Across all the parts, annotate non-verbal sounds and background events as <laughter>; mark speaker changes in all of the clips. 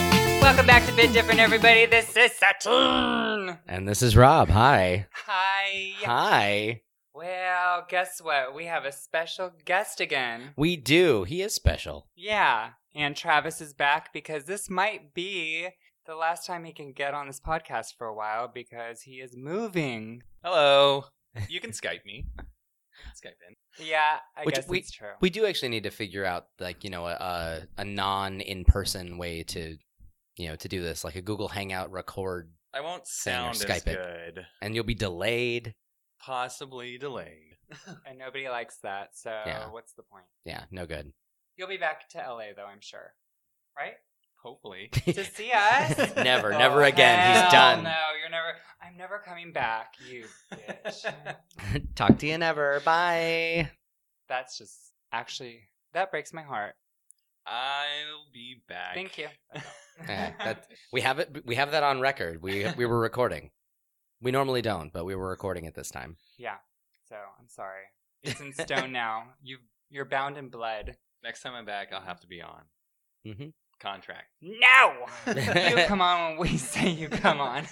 Speaker 1: Welcome back to Bit Different, everybody. This is Saturn.
Speaker 2: And this is Rob. Hi.
Speaker 1: Hi.
Speaker 2: Hi.
Speaker 1: Well, guess what? We have a special guest again.
Speaker 2: We do. He is special.
Speaker 1: Yeah. And Travis is back because this might be the last time he can get on this podcast for a while because he is moving.
Speaker 3: Hello.
Speaker 2: <laughs>
Speaker 3: You can Skype me. Skype in.
Speaker 1: Yeah, I
Speaker 2: Which
Speaker 1: guess
Speaker 2: we-
Speaker 1: it's true.
Speaker 2: We do actually need to figure out, like, you know, a, a, a non in person way to, you know, to do this, like a Google Hangout record,
Speaker 3: I won't
Speaker 2: Saying or
Speaker 3: sound as
Speaker 2: Skype it.
Speaker 3: good.
Speaker 2: and you'll be delayed.
Speaker 3: Possibly delayed.
Speaker 1: and nobody likes that, so
Speaker 2: Yeah.
Speaker 1: what's the point?
Speaker 2: Yeah, no good. <laughs>
Speaker 1: You'll be back to LA, though, I'm sure. Right?
Speaker 2: <laughs>
Speaker 3: Hopefully.
Speaker 1: to see us.
Speaker 2: Never,
Speaker 1: Oh,
Speaker 2: never again. He's
Speaker 1: hell
Speaker 2: done.
Speaker 1: No, you're never. I'm never coming back,
Speaker 2: <laughs>
Speaker 1: you bitch.
Speaker 2: Talk to you never. Bye.
Speaker 1: That's just actually that breaks my heart.
Speaker 3: I'll be back.
Speaker 1: Thank you.
Speaker 2: Yeah, that- We have it. We have that on record. We we were recording. We normally don't, but we were recording it this time.
Speaker 1: yeah. So I'm sorry. It's in <laughs> stone now. You you're bound in blood.
Speaker 3: <laughs> Next time I'm back, I'll have to be on
Speaker 2: Mhm.
Speaker 3: contract.
Speaker 1: No. <laughs> you come on when we say you come <laughs> on.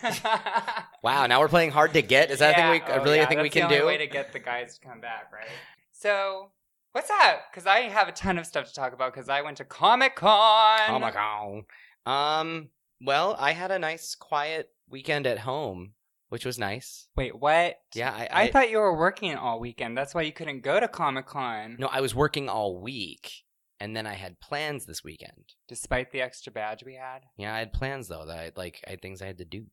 Speaker 2: Wow. Now we're playing hard to get. Is that a thing we
Speaker 1: Yeah, oh,
Speaker 2: really
Speaker 1: yeah,
Speaker 2: a thing we
Speaker 1: that's the
Speaker 2: can
Speaker 1: only
Speaker 2: do?
Speaker 1: way to get the guys to come back, right? So what's up? Because I have a ton of stuff to talk about. Because I went to Comic Con.
Speaker 2: Oh my god. Um. Well, I had a nice quiet weekend at home, which was nice.
Speaker 1: Wait, what?
Speaker 2: Yeah. I.
Speaker 1: I, thought you were working all weekend. That's why you couldn't go to Comic Con.
Speaker 2: No, I was working all week, and then I had plans this weekend.
Speaker 1: Despite the extra badge we had.
Speaker 2: Yeah, I had plans though that I like. I had things I had to do.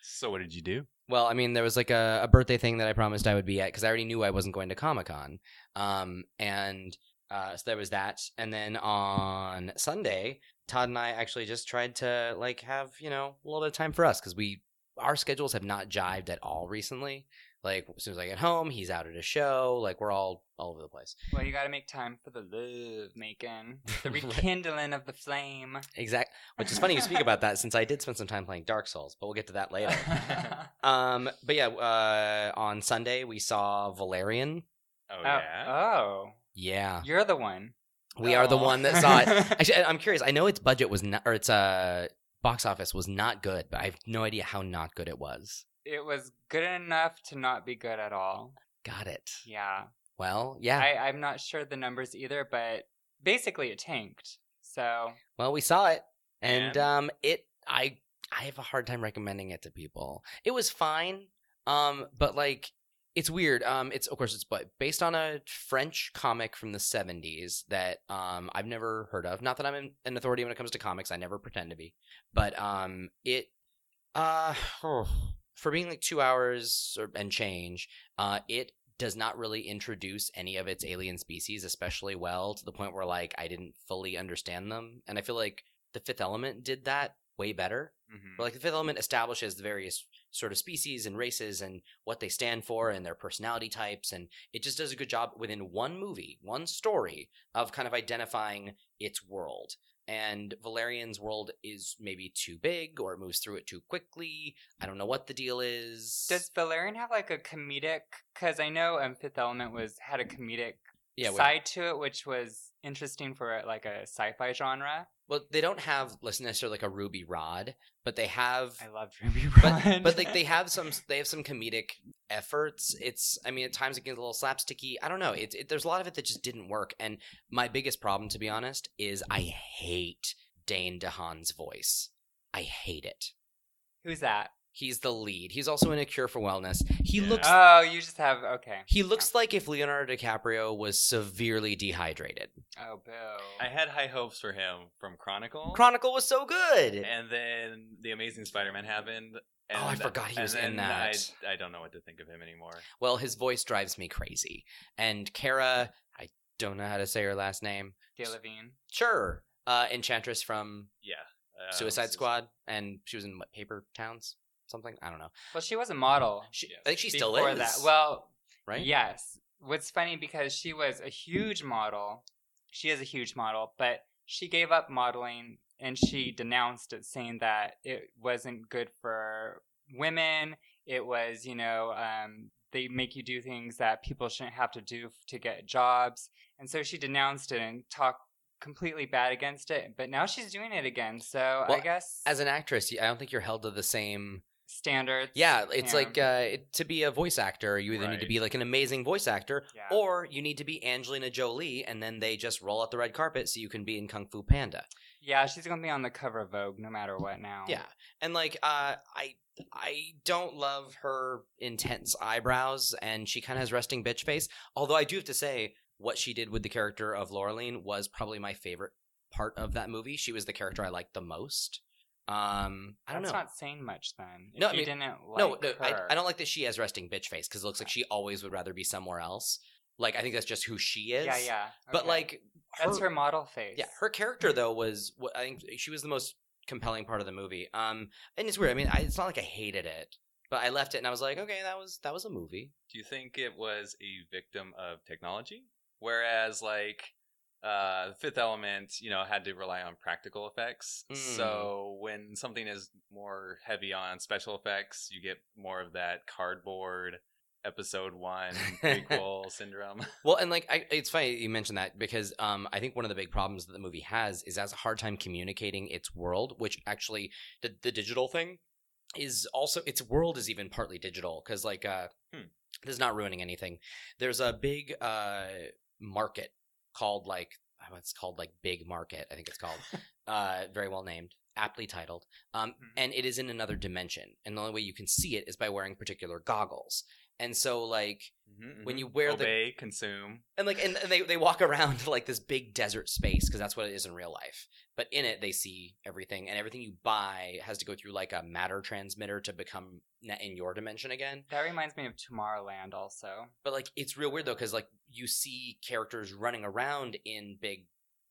Speaker 3: So what did you do?
Speaker 2: Well, I mean, there was like a, a birthday thing that I promised I would be at because I already knew I wasn't going to Comic Con. Um, and uh, so there was that. And then on Sunday, Todd and I actually just tried to like have you know a little bit of time for us because we our schedules have not jived at all recently. Like as soon as I get home, he's out at a show. Like we're all all over the place.
Speaker 1: Well, you gotta make time for the love
Speaker 2: <laughs>
Speaker 1: making, the rekindling of the flame.
Speaker 2: Exact. Which is funny you speak about that since I did spend some time playing Dark Souls, but we'll get to that later.
Speaker 1: <laughs>
Speaker 2: Um, but yeah, uh, on Sunday we saw Valerian.
Speaker 3: Oh,
Speaker 1: oh,
Speaker 3: yeah.
Speaker 1: oh,
Speaker 2: Yeah,
Speaker 1: you're the one.
Speaker 2: Ah. we are the
Speaker 1: Oh.
Speaker 2: one that
Speaker 1: <laughs>
Speaker 2: saw it. Actually, I- I'm curious. I know its budget was not, or its uh, box office was not good, but I have no idea how not good it was.
Speaker 1: it was good enough to not be good at all.
Speaker 2: Got it.
Speaker 1: Yeah,
Speaker 2: Well, yeah.
Speaker 1: I, I'm not sure the numbers either, but basically it tanked. So
Speaker 2: well, we saw it, and
Speaker 3: And?
Speaker 2: um, it. I I have a hard time recommending it to people. It was fine, um, but like. It's weird. Um, it's of course it's but based on a French comic from the '70s that um, I've never heard of. Not that I'm an- an authority when it comes to comics. I never pretend to be, but um, it uh, <sighs> for being like two hours or, and change, uh, it does not really introduce any of its alien species especially well to the point where like I didn't fully understand them, and I feel like the Fifth Element did that way better.
Speaker 1: <laughs>
Speaker 3: Mhm.
Speaker 2: But like the Fifth Element establishes the various sort of species and races and what they stand for and their personality types, and it just does a good job within one movie, one story of kind of identifying its world. And Valerian's world is maybe too big, or it moves through it too quickly. I don't know what the deal is.
Speaker 1: does Valerian have like a comedic? Because I know um, Fifth Element was had a comedic
Speaker 2: yeah, we-
Speaker 1: side to it, which was interesting for like a sci-fi genre.
Speaker 2: well, they don't have listen, necessarily like a ruby rod, but they have
Speaker 1: I loved Ruby
Speaker 2: but
Speaker 1: Rod,
Speaker 2: but like they have some they have some comedic efforts. It's I mean at times it gets a little slapsticky. I don't know. It, it there's a lot of it that just didn't work. And my biggest problem, to be honest, is I hate Dane DeHaan's voice. I hate it.
Speaker 1: who's that?
Speaker 2: He's the lead. He's also in A Cure for Wellness. He
Speaker 3: Yeah.
Speaker 2: looks
Speaker 1: Oh, you just have okay.
Speaker 2: he looks like if Leonardo DiCaprio was severely dehydrated.
Speaker 1: Oh, boo.
Speaker 3: <laughs> I had high hopes for him from Chronicle.
Speaker 2: Chronicle was so good.
Speaker 3: and then The Amazing Spider Man happened. And
Speaker 2: Oh, I forgot he
Speaker 3: and
Speaker 2: was in
Speaker 3: then I-
Speaker 2: that.
Speaker 3: I, don't know what to think of him anymore.
Speaker 2: Well, his voice drives me crazy. And Kara, I don't know how to say her last name.
Speaker 1: Gail Levine.
Speaker 2: Sure. Uh, Enchantress from
Speaker 3: Yeah.
Speaker 1: Oh,
Speaker 3: Uh,
Speaker 2: Suicide
Speaker 3: s-
Speaker 2: Squad, and she was in what, Paper Towns, something. I don't know.
Speaker 1: Well, she was a model
Speaker 2: She,
Speaker 3: Yes.
Speaker 2: I think she still
Speaker 1: before
Speaker 2: is.
Speaker 1: that. Well,
Speaker 2: right?
Speaker 1: yes. What's funny because she was a huge model. She is a huge model, but she gave up modeling and she denounced it, saying that it wasn't good for women. It was, you know, um, they make you do things that people shouldn't have to do f- to get jobs. And so she denounced it and talked completely bad against it, but now she's doing it again. So
Speaker 2: Well,
Speaker 1: I guess
Speaker 2: As an actress, I don't think you're held to the same.
Speaker 1: standards.
Speaker 2: Yeah, it's
Speaker 1: Yeah.
Speaker 2: like uh, it, to be a voice actor, you either need to
Speaker 3: Right.
Speaker 2: be like an amazing voice actor,
Speaker 1: Yeah.
Speaker 2: or you need to be Angelina Jolie, and then they just roll out the red carpet so you can be in Kung Fu Panda.
Speaker 1: yeah, she's gonna be on the cover of Vogue no matter what now.
Speaker 2: Yeah, and like uh, I I don't love her intense eyebrows, and she kind of has resting bitch face. Although I do have to say, what she did with the character of Laureline was probably my favorite part of that movie. She was the character I liked the most. Um, I don't
Speaker 1: That's
Speaker 2: know.
Speaker 1: not saying much then. If
Speaker 2: No, I
Speaker 1: you
Speaker 2: mean-
Speaker 1: didn't like
Speaker 2: no, no I,
Speaker 1: her.
Speaker 2: I don't like that she has resting bitch face because it looks like she always would rather be somewhere else. Like I think that's just who she is.
Speaker 1: Yeah, yeah.
Speaker 2: But
Speaker 1: okay.
Speaker 2: like
Speaker 1: that's her model face.
Speaker 2: yeah, her character though was wh- I think she was the most compelling part of the movie. Um, and it's weird. I mean, I, it's not like I hated it, but I left it and I was like, okay, that was that was a movie.
Speaker 3: Do you think it was a victim of technology? Whereas, like, uh, Fifth Element, you know, had to rely on practical effects.
Speaker 2: Mm.
Speaker 3: So when something is more heavy on special effects, you get more of that cardboard
Speaker 2: <laughs>
Speaker 3: episode one prequel syndrome.
Speaker 2: Well, and like I, it's funny you mentioned that because um, I think one of the big problems that the movie has is it has a hard time communicating its world, which actually the the digital thing is also its world is even partly digital because like uh,
Speaker 3: Hmm.
Speaker 2: this is not ruining anything. There's a big uh market called like oh, it's called like Big Market, I think it's called, uh, very well named, aptly titled, um,
Speaker 1: Mhm.
Speaker 2: and it is in another dimension, and the only way you can see it is by wearing particular goggles. And so, like,
Speaker 3: Mm-hmm,
Speaker 2: when you
Speaker 1: Oh,
Speaker 2: wear the
Speaker 3: obey, consume,
Speaker 2: and like, and they they walk around <laughs> like this big desert space because that's what it is in real life. But in it, they see everything, and everything you buy has to go through like a matter transmitter to become net in your dimension again.
Speaker 1: That reminds me of Tomorrowland also.
Speaker 2: But like, it's real weird though because like you see characters running around in big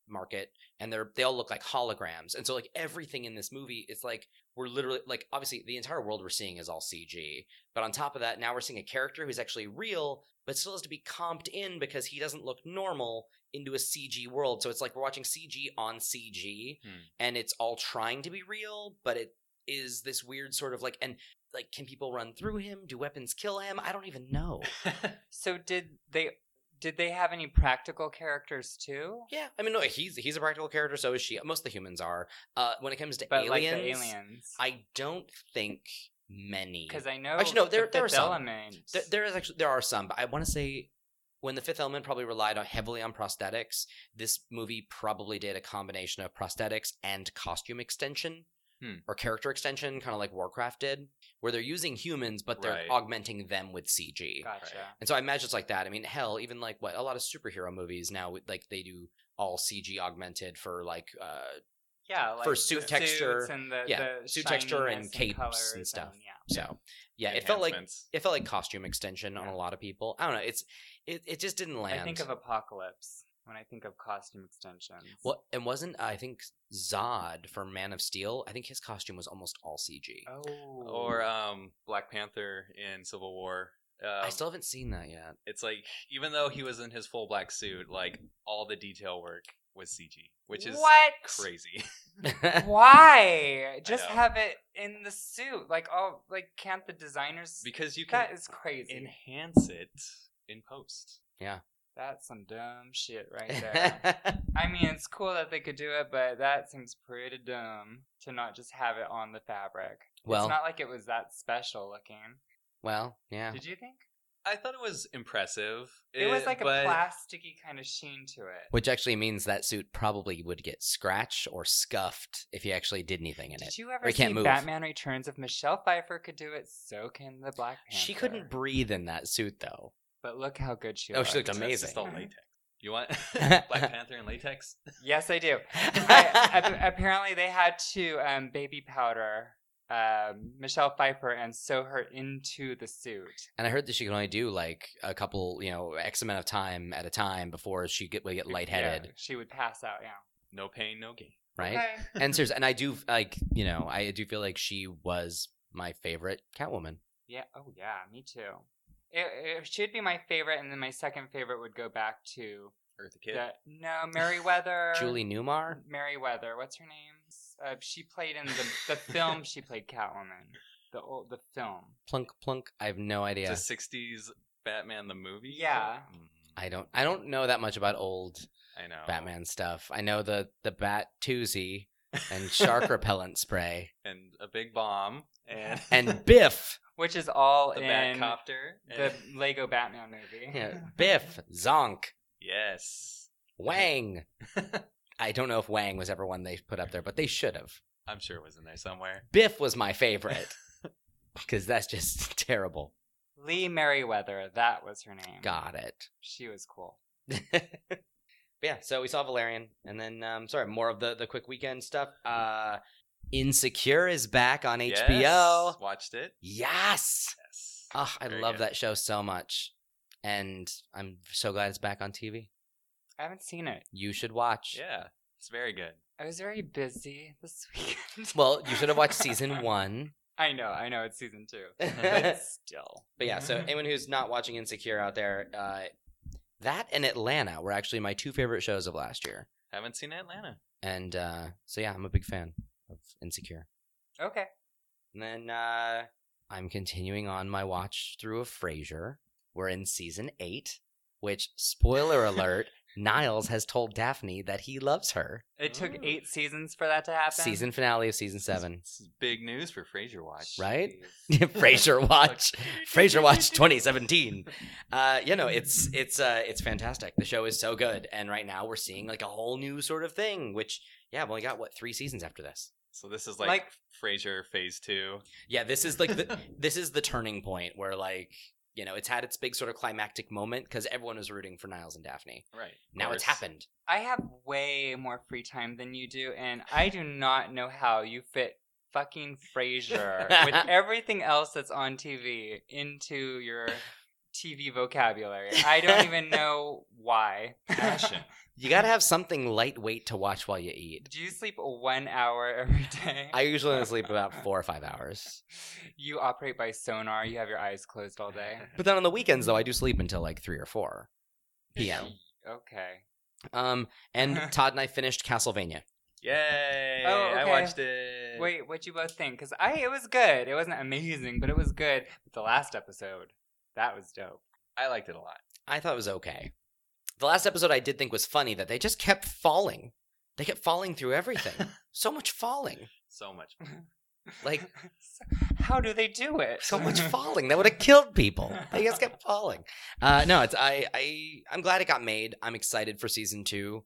Speaker 2: market, and they're they all look like holograms, and so like everything in this movie, it's like we're literally like obviously the entire world we're seeing is all CG, but on top of that, now we're seeing a character who's actually real, but still has to be comped in because he doesn't look normal into a CG world. So it's like we're watching CG on CG,
Speaker 3: Hmm.
Speaker 2: and it's all trying to be real, but it is this weird sort of like and like can people run through him? Do weapons kill him? I don't even know.
Speaker 1: So did they did they have any practical characters too?
Speaker 2: Yeah, I mean, no, he's he's a practical character. So is she. Most of the humans are. Uh, when it comes to
Speaker 1: But
Speaker 2: aliens,
Speaker 1: like the aliens.
Speaker 2: I don't think many.
Speaker 1: because I know
Speaker 2: Actually, no, there-
Speaker 1: the
Speaker 2: there are
Speaker 1: Fifth
Speaker 2: some.
Speaker 1: element.
Speaker 2: There, there is actually there are some, but I want to say when the Fifth Element probably relied on heavily on prosthetics, this movie probably did a combination of prosthetics and costume extension.
Speaker 3: Hmm.
Speaker 2: Or character extension, kind of like Warcraft did, where they're using humans but they're
Speaker 3: Right.
Speaker 2: augmenting them with CG.
Speaker 1: gotcha.
Speaker 2: And so I imagine it's like that. I mean, hell, even like what a lot of superhero movies now, like they do all CG augmented for like uh
Speaker 1: Yeah, like
Speaker 2: For suit
Speaker 1: the
Speaker 2: texture-
Speaker 1: suits and the,
Speaker 2: yeah,
Speaker 1: the
Speaker 2: suit texture
Speaker 1: shininess
Speaker 2: and capes and
Speaker 1: colors
Speaker 2: stuff.
Speaker 1: yeah.
Speaker 2: so yeah, it felt like
Speaker 3: Enhancements.
Speaker 2: it felt like costume extension on a lot of people. I don't know. It's it, it just didn't land.
Speaker 1: I think of Apocalypse when I think of costume extensions.
Speaker 2: Well, and wasn't I think Zod for Man of Steel? I think his costume was almost all CG.
Speaker 1: Oh,
Speaker 3: or um, Black Panther in Civil War. Um,
Speaker 1: Oh.
Speaker 2: I still haven't seen
Speaker 1: <laughs>
Speaker 2: that yet.
Speaker 3: it's like even though he was in his full black suit, like all the detail work was CG, which is
Speaker 1: what?
Speaker 3: crazy. <laughs>
Speaker 1: Why? Just
Speaker 3: know.
Speaker 1: have it in the suit. Like, oh, like can't the designers?
Speaker 3: because you can
Speaker 1: that is crazy.
Speaker 3: enhance it in post.
Speaker 1: That's some dumb shit right
Speaker 3: <laughs>
Speaker 1: there. I mean, it's cool that they could do it, but that seems pretty dumb to not just have it on the fabric.
Speaker 2: well,
Speaker 1: it's not like it was that special looking.
Speaker 2: <laughs> well, yeah.
Speaker 1: Did you think?
Speaker 3: I thought it was impressive. eh,
Speaker 1: It, was like a
Speaker 3: but
Speaker 1: plasticky kind of sheen to it.
Speaker 2: Which actually means that suit probably would get scratched or scuffed if you actually did anything in it.
Speaker 1: Did you ever
Speaker 2: Or it
Speaker 1: see
Speaker 2: can't move.
Speaker 1: Batman Returns? If Michelle Pfeiffer could do it, so can the Black Panther.
Speaker 2: She couldn't breathe in that suit though.
Speaker 1: But look how good she
Speaker 2: Oh,
Speaker 1: looked.
Speaker 2: she looked
Speaker 3: That's
Speaker 1: Mm-hmm.
Speaker 2: amazing.
Speaker 3: just all latex. You want <laughs>
Speaker 2: <laughs>
Speaker 3: Black Panther in latex? <laughs>
Speaker 1: Yes, I do. I, ap- apparently, they had to um, baby powder um, Michelle Pfeiffer and sew her into the suit.
Speaker 2: And I heard that she can only do like a couple, you know, X amount of time at a time before she get, would get lightheaded,
Speaker 1: Yeah, she would pass out. Yeah.
Speaker 3: No pain, no gain.
Speaker 2: right?
Speaker 1: Okay.
Speaker 2: And seriously, and I do like, you know, I do feel like she was my favorite Catwoman.
Speaker 1: Yeah. Oh, yeah. Me too. It, it should be my favorite, and then my second favorite would go back to
Speaker 3: Eartha Kitt.
Speaker 1: the, no Merriweather.
Speaker 2: Julie Newmar.
Speaker 1: Merriweather. What's her name? Uh, she played in the, the film.
Speaker 2: <laughs>
Speaker 1: She played Catwoman. The old the film.
Speaker 2: Plunk plunk. I have no idea.
Speaker 3: The '60s Batman the movie.
Speaker 1: Yeah.
Speaker 3: Mm.
Speaker 2: I don't. I don't know that much about old
Speaker 3: I know.
Speaker 2: Batman stuff. I know the the bat toozy and shark repellent spray
Speaker 3: and a big bomb and
Speaker 2: <laughs>
Speaker 3: <laughs>
Speaker 2: and Biff.
Speaker 1: which is all
Speaker 3: the
Speaker 1: in
Speaker 3: Batcopter.
Speaker 1: the
Speaker 3: and-
Speaker 1: Lego Batman movie. <laughs>
Speaker 2: <laughs> Yeah, Biff Zonk
Speaker 3: yes,
Speaker 2: Wang. I don't know if Wang was ever one they put up there, but they should have.
Speaker 3: I'm sure it was in there somewhere.
Speaker 2: Biff was my favorite <laughs> because that's just <laughs> terrible.
Speaker 1: Lee Merriweather, that was her name.
Speaker 2: Got it.
Speaker 1: She was cool.
Speaker 2: But yeah, so we saw Valerian, and then um, sorry, more of the the quick weekend stuff. Uh, Insecure is back on HBO.
Speaker 3: Yes, watched it.
Speaker 2: Yes.
Speaker 3: Yes.
Speaker 2: Oh, I
Speaker 3: Very
Speaker 2: love
Speaker 3: good.
Speaker 2: that show so much, and I'm so glad it's back on TV.
Speaker 1: I haven't seen it.
Speaker 2: You should watch.
Speaker 3: Yeah, it's very good.
Speaker 1: I was very busy this <laughs> weekend.
Speaker 2: <laughs> Well, you should have
Speaker 3: <laughs>
Speaker 2: watched season one.
Speaker 1: I know, I know it's season two. But
Speaker 2: <laughs> but
Speaker 1: still.
Speaker 2: yeah, so anyone who's not watching Insecure out there, uh, that and Atlanta were actually my two favorite shows of last year,
Speaker 3: Haven't seen Atlanta.
Speaker 2: and uh, so yeah, I'm a big fan of Insecure.
Speaker 1: Okay.
Speaker 2: And then uh, I'm continuing on my watch through of Frasier. We're in season eight, which spoiler alert, Niles has told Daphne that he loves her.
Speaker 1: It took
Speaker 3: Ooh.
Speaker 1: eight seasons for that to happen.
Speaker 2: Season finale of season seven. <laughs>
Speaker 3: This is big news for Frasier Watch.
Speaker 2: right?
Speaker 1: Jeez.
Speaker 2: <laughs>
Speaker 3: <laughs>
Speaker 2: Frasier Watch. Frasier Watch 2017. Uh, you know, it's it's uh, it's fantastic. The show is so good, and right now we're seeing like a whole new sort of thing. Which yeah, we only got what three seasons after this.
Speaker 3: So this is like,
Speaker 1: Like-
Speaker 3: Frasier Phase Two.
Speaker 2: Yeah, this is like <laughs> the this is the turning point where like you know it's had its big sort of climactic moment because everyone was rooting for Niles and Daphne.
Speaker 3: <laughs> Right. of
Speaker 2: Now it's
Speaker 3: course.
Speaker 2: happened.
Speaker 1: I have way more free time than you do, and I do not know how you fit fucking Frasier with everything else that's on TV into your TV vocabulary. I don't even know why. <laughs>
Speaker 2: <laughs>
Speaker 3: Passion.
Speaker 2: You gotta have something lightweight to watch while you eat.
Speaker 1: do you sleep one hour every day?
Speaker 2: I usually only sleep about four or five hours,
Speaker 1: <laughs> you operate by sonar. You have your eyes closed all day.
Speaker 2: but then on the weekends though I do sleep until like three or four p.m.
Speaker 1: Okay.
Speaker 2: Um, and
Speaker 3: <laughs>
Speaker 2: Todd and I finished Castlevania.
Speaker 3: Yay!
Speaker 1: Oh,
Speaker 3: I
Speaker 1: okay.
Speaker 3: watched it.
Speaker 1: Wait, what you both think? Because I, it was good. It wasn't amazing, but it was good. But the last episode, that was dope.
Speaker 3: I liked it a lot.
Speaker 2: I thought it was okay. The last episode I did think was funny that they just kept falling. They kept falling through
Speaker 3: <laughs>
Speaker 2: everything. so much falling.
Speaker 3: So much.
Speaker 2: Like
Speaker 1: <laughs> How do they do it? <laughs>
Speaker 2: so
Speaker 3: <laughs>
Speaker 2: much falling. That would have killed people. They just kept falling. Uh, no, it's I I I'm glad it got made. I'm excited for season two.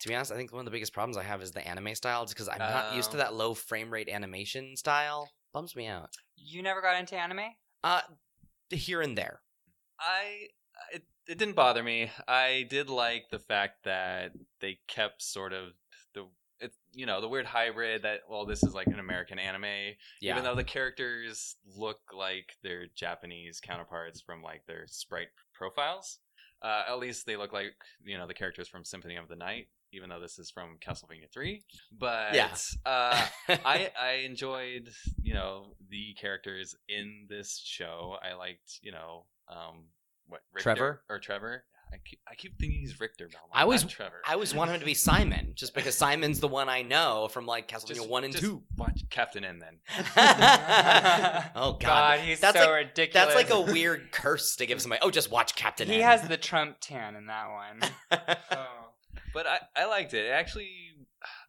Speaker 2: To be honest, I think one of the biggest problems I have is the anime style, because I'm not used to
Speaker 3: Oh.
Speaker 2: that low frame rate animation style. Bums me out.
Speaker 1: You never got into anime?
Speaker 2: Here and there.
Speaker 3: I it, it didn't bother me. I did like the fact that they kept sort of the it, you know the weird hybrid that well this is like an American anime
Speaker 2: Yeah.
Speaker 3: even though the characters look like their Japanese counterparts from like their sprite profiles. Uh, at least they look like you know the characters from Symphony of the Night, even though this is from Castlevania Three. But
Speaker 2: Yeah.
Speaker 3: uh, I I enjoyed you know the characters in this show. I liked you know um what Richter
Speaker 2: Trevor?
Speaker 3: or Trevor. I keep, I keep thinking he's Richter Belmont.
Speaker 2: I was-
Speaker 3: not Trevor.
Speaker 2: <laughs> I always want him to be Simon, just because Simon's the one I know from like Castlevania
Speaker 3: Just-
Speaker 2: one and
Speaker 3: just <laughs>
Speaker 2: two. <laughs>
Speaker 3: Watch Captain N then.
Speaker 2: oh
Speaker 1: <laughs>
Speaker 2: God,
Speaker 1: God, he's
Speaker 2: that's
Speaker 1: so
Speaker 2: like
Speaker 1: ridiculous.
Speaker 2: that's like a
Speaker 1: <laughs>
Speaker 2: weird curse to give somebody. Oh, just watch Captain.
Speaker 1: He
Speaker 2: N."
Speaker 1: has the Trump tan in that one. oh.
Speaker 3: But I I liked it. Actually,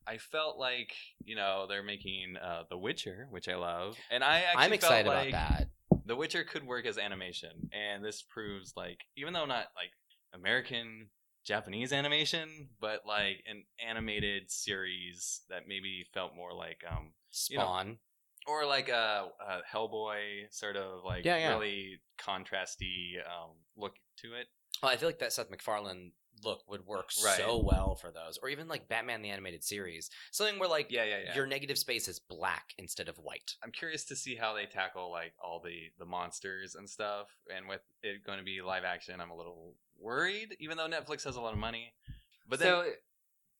Speaker 3: I felt like you know they're making uh, The Witcher, which I love, and I actually
Speaker 2: I'm excited
Speaker 3: felt
Speaker 2: about
Speaker 3: like
Speaker 2: that.
Speaker 3: The Witcher could work as animation, and this proves like even though not like American Japanese animation, but like an animated series that maybe felt more like um you know,
Speaker 2: Spawn.
Speaker 3: or like a, a Hellboy sort of like
Speaker 2: Yeah, yeah.
Speaker 3: really contrasty um look to it.
Speaker 2: Oh, I feel like that Seth MacFarlane look would work
Speaker 3: Right.
Speaker 2: so well for those, or even like Batman the animated series, something where like
Speaker 3: Yeah, yeah, yeah.
Speaker 2: your negative space is black instead of white.
Speaker 3: I'm curious to see how they tackle like all the the monsters and stuff. And with it going to be live action, I'm a little worried, even though Netflix has a lot of money. But then,
Speaker 1: so,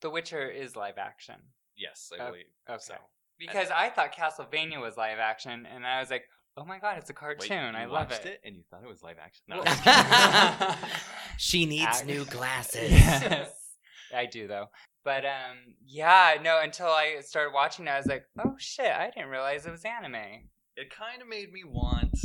Speaker 1: The Witcher is live action.
Speaker 3: yes, I
Speaker 1: Oh,
Speaker 3: believe
Speaker 1: Okay.
Speaker 3: so.
Speaker 1: Because I thought Castlevania was live action, and I was like, oh my God, it's a
Speaker 3: Wait,
Speaker 1: cartoon. I
Speaker 3: you
Speaker 1: love
Speaker 3: watched
Speaker 1: it.
Speaker 3: and you thought it was live action. No,
Speaker 1: <laughs>
Speaker 3: I'm just kidding.
Speaker 1: Well-
Speaker 2: She needs
Speaker 1: Ac-
Speaker 3: <laughs>
Speaker 2: new glasses. <laughs>
Speaker 1: <laughs> yes. I do though. But um yeah, no, until I started watching it, I was like, oh shit, I didn't realize it was anime.
Speaker 3: it kind of made me want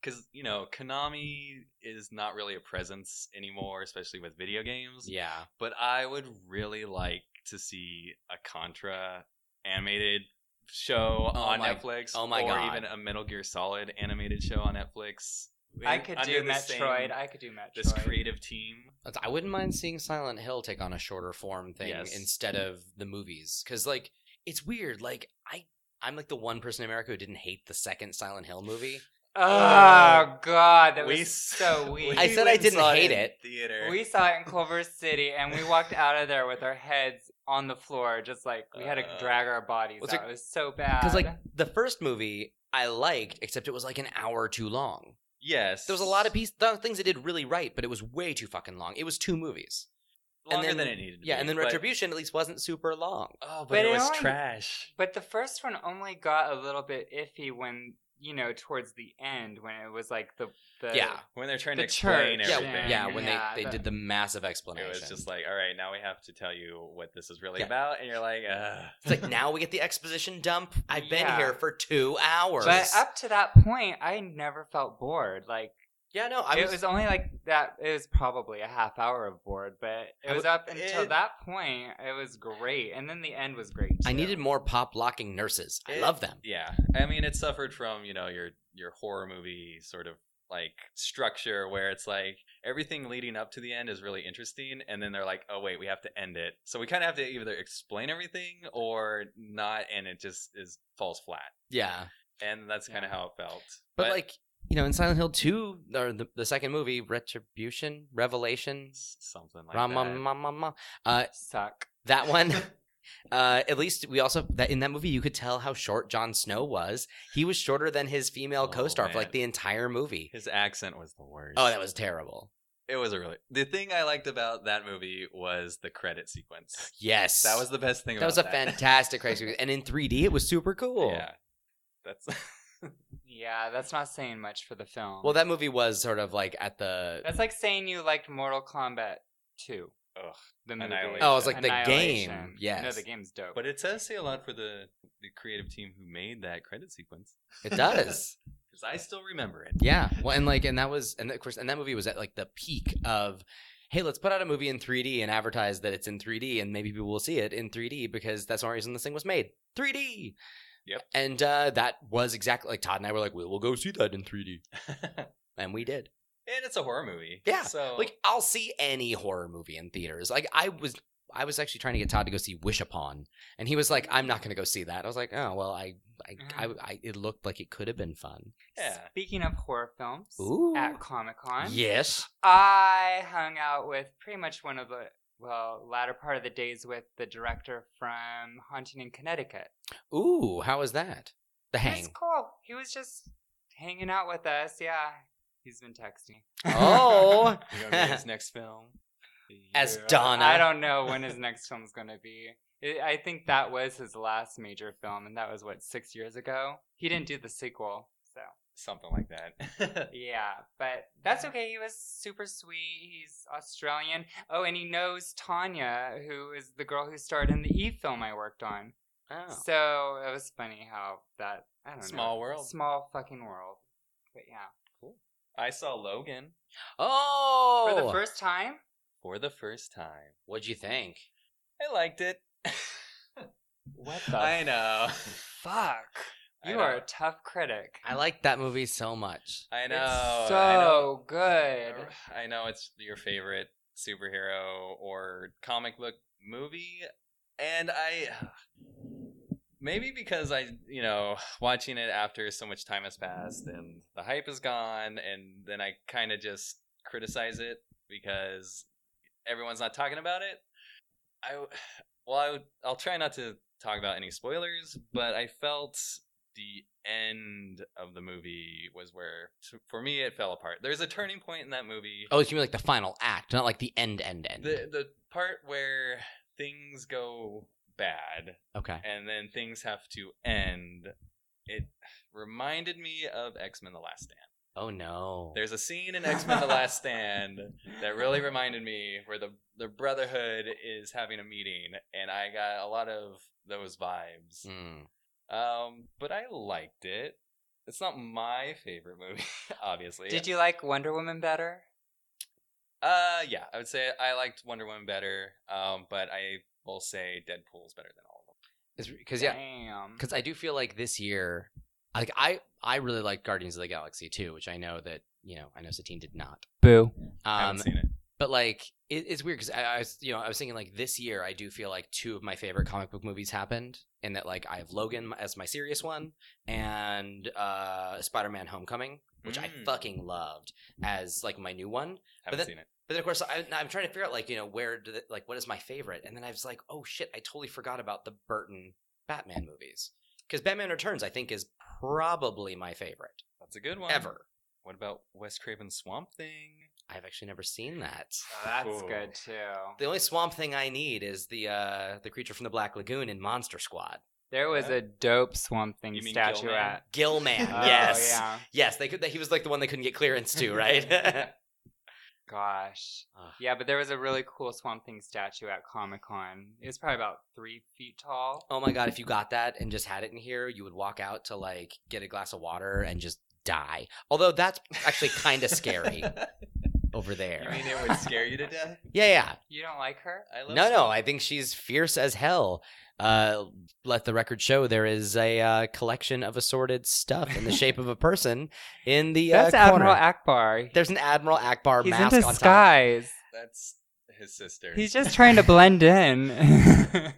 Speaker 3: because you know Konami is not really a presence anymore, especially with video games.
Speaker 2: Yeah.
Speaker 3: But I would really like to see a Contra animated show
Speaker 2: Oh
Speaker 3: on
Speaker 2: my-
Speaker 3: Netflix.
Speaker 2: oh my
Speaker 3: or
Speaker 2: God.
Speaker 3: even a Metal Gear Solid animated show on Netflix.
Speaker 1: I
Speaker 3: in-
Speaker 1: could
Speaker 3: under
Speaker 1: do
Speaker 3: the
Speaker 1: Metroid.
Speaker 3: same-
Speaker 1: I could do Metroid.
Speaker 3: this creative team.
Speaker 2: That's- I wouldn't mind seeing Silent Hill take on a shorter form thing
Speaker 3: Yes.
Speaker 2: instead of the movies cuz like it's weird like I I'm like the one person in America who didn't hate the second Silent Hill movie.
Speaker 1: Oh God, that
Speaker 3: <laughs> We
Speaker 1: was
Speaker 3: s-
Speaker 1: so weak.
Speaker 2: I said I
Speaker 3: went and
Speaker 2: didn't
Speaker 3: saw
Speaker 2: hate
Speaker 3: in
Speaker 2: it.
Speaker 3: Theater.
Speaker 1: we saw it in Culver City, and we walked out of there with our heads on the floor, just like we had to
Speaker 3: Uh,
Speaker 1: drag our bodies
Speaker 2: was
Speaker 1: out.
Speaker 2: it-
Speaker 1: It was so bad.
Speaker 2: Cuz like the first movie I liked except it was like an hour too long.
Speaker 3: yes.
Speaker 2: There was a lot of piece, th- things it did really right, but it was way too fucking long. It was two movies.
Speaker 3: longer
Speaker 2: and then-
Speaker 3: than it needed. To
Speaker 2: Yeah,
Speaker 3: be,
Speaker 2: and then
Speaker 3: but-
Speaker 2: Retribution at least wasn't super long.
Speaker 3: Oh, but,
Speaker 1: But
Speaker 3: it,
Speaker 1: it
Speaker 3: was
Speaker 1: only-
Speaker 3: trash.
Speaker 1: But the first one only got a little bit iffy when you know towards the end when it was like the, the
Speaker 2: Yeah.
Speaker 3: When they're trying
Speaker 1: The
Speaker 3: to explain
Speaker 1: church,
Speaker 2: Yeah,
Speaker 3: everything.
Speaker 1: Yeah,
Speaker 2: yeah, when
Speaker 1: yeah,
Speaker 2: they, they
Speaker 1: the-
Speaker 2: did the massive explanation.
Speaker 3: It was just like, all right, now we have to tell you what this is really
Speaker 2: Yeah.
Speaker 3: about, and you're like, Ugh.
Speaker 2: It's like now we get the exposition dump. I've been
Speaker 1: Yeah.
Speaker 2: here for two hours.
Speaker 1: But up to that point, I never felt bored. Like
Speaker 2: yeah, no, I
Speaker 1: it was only like that. It was probably a half hour of bored, but
Speaker 2: I
Speaker 1: it was
Speaker 2: w-
Speaker 1: up until
Speaker 3: it-
Speaker 1: that point. It was great, and then the end was great.
Speaker 2: I
Speaker 1: too.
Speaker 2: needed more pop locking nurses. I
Speaker 3: It-
Speaker 2: love them.
Speaker 3: yeah. I mean, it suffered from you know your your horror movie sort of like structure where it's like everything leading up to the end is really interesting, and then they're like, oh wait, we have to end it. So we kind of have to either explain everything or not, and it just is falls flat.
Speaker 2: Yeah,
Speaker 3: And that's kind of
Speaker 1: Yeah.
Speaker 3: how it felt.
Speaker 2: but, like you know, in Silent Hill two or the, the second movie, Retribution, Revelation,
Speaker 3: s- something like
Speaker 2: Rama,
Speaker 3: that.
Speaker 2: ma, ma, ma. Uh,
Speaker 1: suck.
Speaker 2: that
Speaker 3: <laughs>
Speaker 2: one. Uh, at least we also that in that movie you could tell how short Jon Snow was. He was shorter than his female
Speaker 3: Oh,
Speaker 2: co-star for like
Speaker 3: man.
Speaker 2: the entire movie.
Speaker 3: His accent was the worst.
Speaker 2: Oh, that was terrible.
Speaker 3: it was a really the thing I liked about that movie was the credit sequence.
Speaker 2: Yes,
Speaker 3: That was the best thing.
Speaker 2: that was a
Speaker 3: about <laughs>
Speaker 2: fantastic crazy, movie. and in 3D it was super cool.
Speaker 3: Yeah, that's <laughs>
Speaker 1: Yeah, that's not saying much for the film.
Speaker 2: Well, that movie was sort of like at the
Speaker 1: that's like saying you liked Mortal Kombat two.
Speaker 3: Ugh.
Speaker 1: The movie.
Speaker 3: Annihilation.
Speaker 2: Oh, it's like the
Speaker 1: Annihilation.
Speaker 2: game. Yes.
Speaker 1: No, the game's dope.
Speaker 3: But it does say a lot for the the creative team who made that credit sequence
Speaker 2: it
Speaker 3: <laughs>
Speaker 2: does.
Speaker 3: because I still remember it. <laughs>
Speaker 2: yeah. Well, and like and that was and of course and that movie was at like the peak of hey, let's put out a movie in 3D and advertise that it's in 3D and maybe people will see it in 3D because that's the only reason this thing was made. 3D.
Speaker 3: Yep.
Speaker 2: And uh, that was exactly like Todd and I were like, we will go see that in 3D. And we did.
Speaker 3: and it's a horror movie.
Speaker 2: Yeah,
Speaker 3: So
Speaker 2: Like I'll see any horror movie in theaters. Like I was I was actually trying to get Todd to go see Wish Upon, and he was like, "I'm not going to go see that." I was like, "Oh well, I, I, I, I it looked like it could have been fun."
Speaker 3: yeah.
Speaker 1: Speaking of horror films,
Speaker 2: Ooh.
Speaker 1: at Comic Con,
Speaker 2: Yes,
Speaker 1: I hung out with pretty much one of the well latter part of the days with the director from Haunting in Connecticut.
Speaker 2: Ooh, how was that? The
Speaker 1: It was
Speaker 2: hang.
Speaker 1: cool. He was just hanging out with us. Yeah, he's been texting.
Speaker 3: <laughs>
Speaker 2: Oh,
Speaker 3: You gonna be in his next film
Speaker 2: As
Speaker 1: Yeah.
Speaker 2: Donna.
Speaker 1: I don't know when his next film's gonna be. I I think that was his last major film, and that was what six years ago. He didn't do the sequel, so
Speaker 3: something like that. <laughs>
Speaker 1: Yeah, but that's okay. He was super sweet. He's Australian. Oh, and he knows Tanya, who is the girl who starred in the E film I worked on.
Speaker 2: Oh.
Speaker 1: So it was funny how that I don't know.
Speaker 3: Small world.
Speaker 1: Small fucking world. But yeah.
Speaker 3: I saw Logan
Speaker 2: Oh.
Speaker 1: For the first time,
Speaker 3: for the first time.
Speaker 2: What'd you think?
Speaker 3: I liked it. <laughs>
Speaker 1: <sighs> what
Speaker 3: I know.
Speaker 1: fuck?
Speaker 3: I
Speaker 1: You
Speaker 3: know.
Speaker 1: are a tough critic.
Speaker 2: I liked that movie so much.
Speaker 3: <laughs> I
Speaker 1: It's
Speaker 3: know.
Speaker 1: so
Speaker 3: I know.
Speaker 1: good.
Speaker 3: I know it's your favorite superhero or comic book movie, and I maybe because I, you know, watching it after so much time has passed and the hype is gone, and then I kind of just criticize it because everyone's not talking about it. I w- well, I would, I'll try not to talk about any spoilers, but I felt the end of the movie was where for me it fell apart. There's a turning point in that movie.
Speaker 2: Oh, you mean like the final act, not like the end, end, end.
Speaker 3: The the part where things go bad
Speaker 2: okay.
Speaker 3: and then things have to end. It reminded me of X-Men The Last Stand.
Speaker 2: Oh no.
Speaker 3: There's a scene in X-Men The Last Stand that really reminded me where the the brotherhood is having a meeting and I got a lot of those vibes.
Speaker 2: Mm.
Speaker 3: Um, but I liked it. It's not my favorite movie, <laughs> obviously.
Speaker 1: Did you like Wonder Woman better?
Speaker 3: Uh, yeah, I would say I liked Wonder Woman better. Um, but I will say Deadpool's better than all of them.
Speaker 2: Because yeah,
Speaker 1: Damn.
Speaker 2: because I do feel like this year, like I I really liked Guardians of the Galaxy too, which I know that you know I know Satine did not.
Speaker 1: Boo.
Speaker 3: I
Speaker 2: Um,
Speaker 3: haven't seen it.
Speaker 2: but like it, it's weird because I, I was you know I was thinking like this year I do feel like two of my favorite comic book movies happened, and that like I have Logan as my serious one and uh Spider-Man: Homecoming, which I
Speaker 3: Mm.
Speaker 2: fucking loved as like my new one.
Speaker 3: Haven't
Speaker 2: that-
Speaker 3: seen it.
Speaker 2: But then of course I, I'm trying to figure out like you know where did it, like what is my favorite, and then I was like oh shit I totally forgot about the Burton Batman movies because Batman Returns I think is probably my favorite
Speaker 3: That's a good one.
Speaker 2: ever.
Speaker 3: What about Wes Craven's Swamp Thing?
Speaker 2: I've actually never seen that.
Speaker 1: Oh, that's
Speaker 3: Cool.
Speaker 1: good too.
Speaker 2: The only swamp thing I need is the uh the creature from the Black Lagoon in Monster Squad.
Speaker 1: There was a dope Swamp Thing
Speaker 3: You mean
Speaker 1: statue
Speaker 3: Gilman? <laughs>
Speaker 1: at.
Speaker 2: Gillman.
Speaker 1: Oh,
Speaker 2: yes.
Speaker 1: yeah.
Speaker 2: Yes, they could he was like the one they couldn't get clearance to, right? <laughs>
Speaker 1: Gosh.
Speaker 2: Ah.
Speaker 1: Yeah, but there was a really cool Swamp Thing statue at Comic Con. It was probably about three feet tall.
Speaker 2: oh my god, if you got that and just had it in here, you would walk out to like get a glass of water and just die. Although that's actually kind
Speaker 3: <laughs>
Speaker 2: of scary over
Speaker 3: you
Speaker 2: there.
Speaker 3: mean it would scare you to death?
Speaker 2: yeah, yeah.
Speaker 1: You don't like her?
Speaker 3: I love
Speaker 2: No, no,
Speaker 3: Swamp
Speaker 2: I think she's fierce as hell. Uh, let the record show there is a uh, collection of assorted stuff in the shape of a person in the
Speaker 1: That's
Speaker 2: uh, corner.
Speaker 1: Admiral Akbar.
Speaker 2: There's an Admiral Akbar
Speaker 1: He's in
Speaker 2: mask on top.
Speaker 1: disguise.
Speaker 3: That's his sister.
Speaker 1: He's just trying to blend in. <laughs>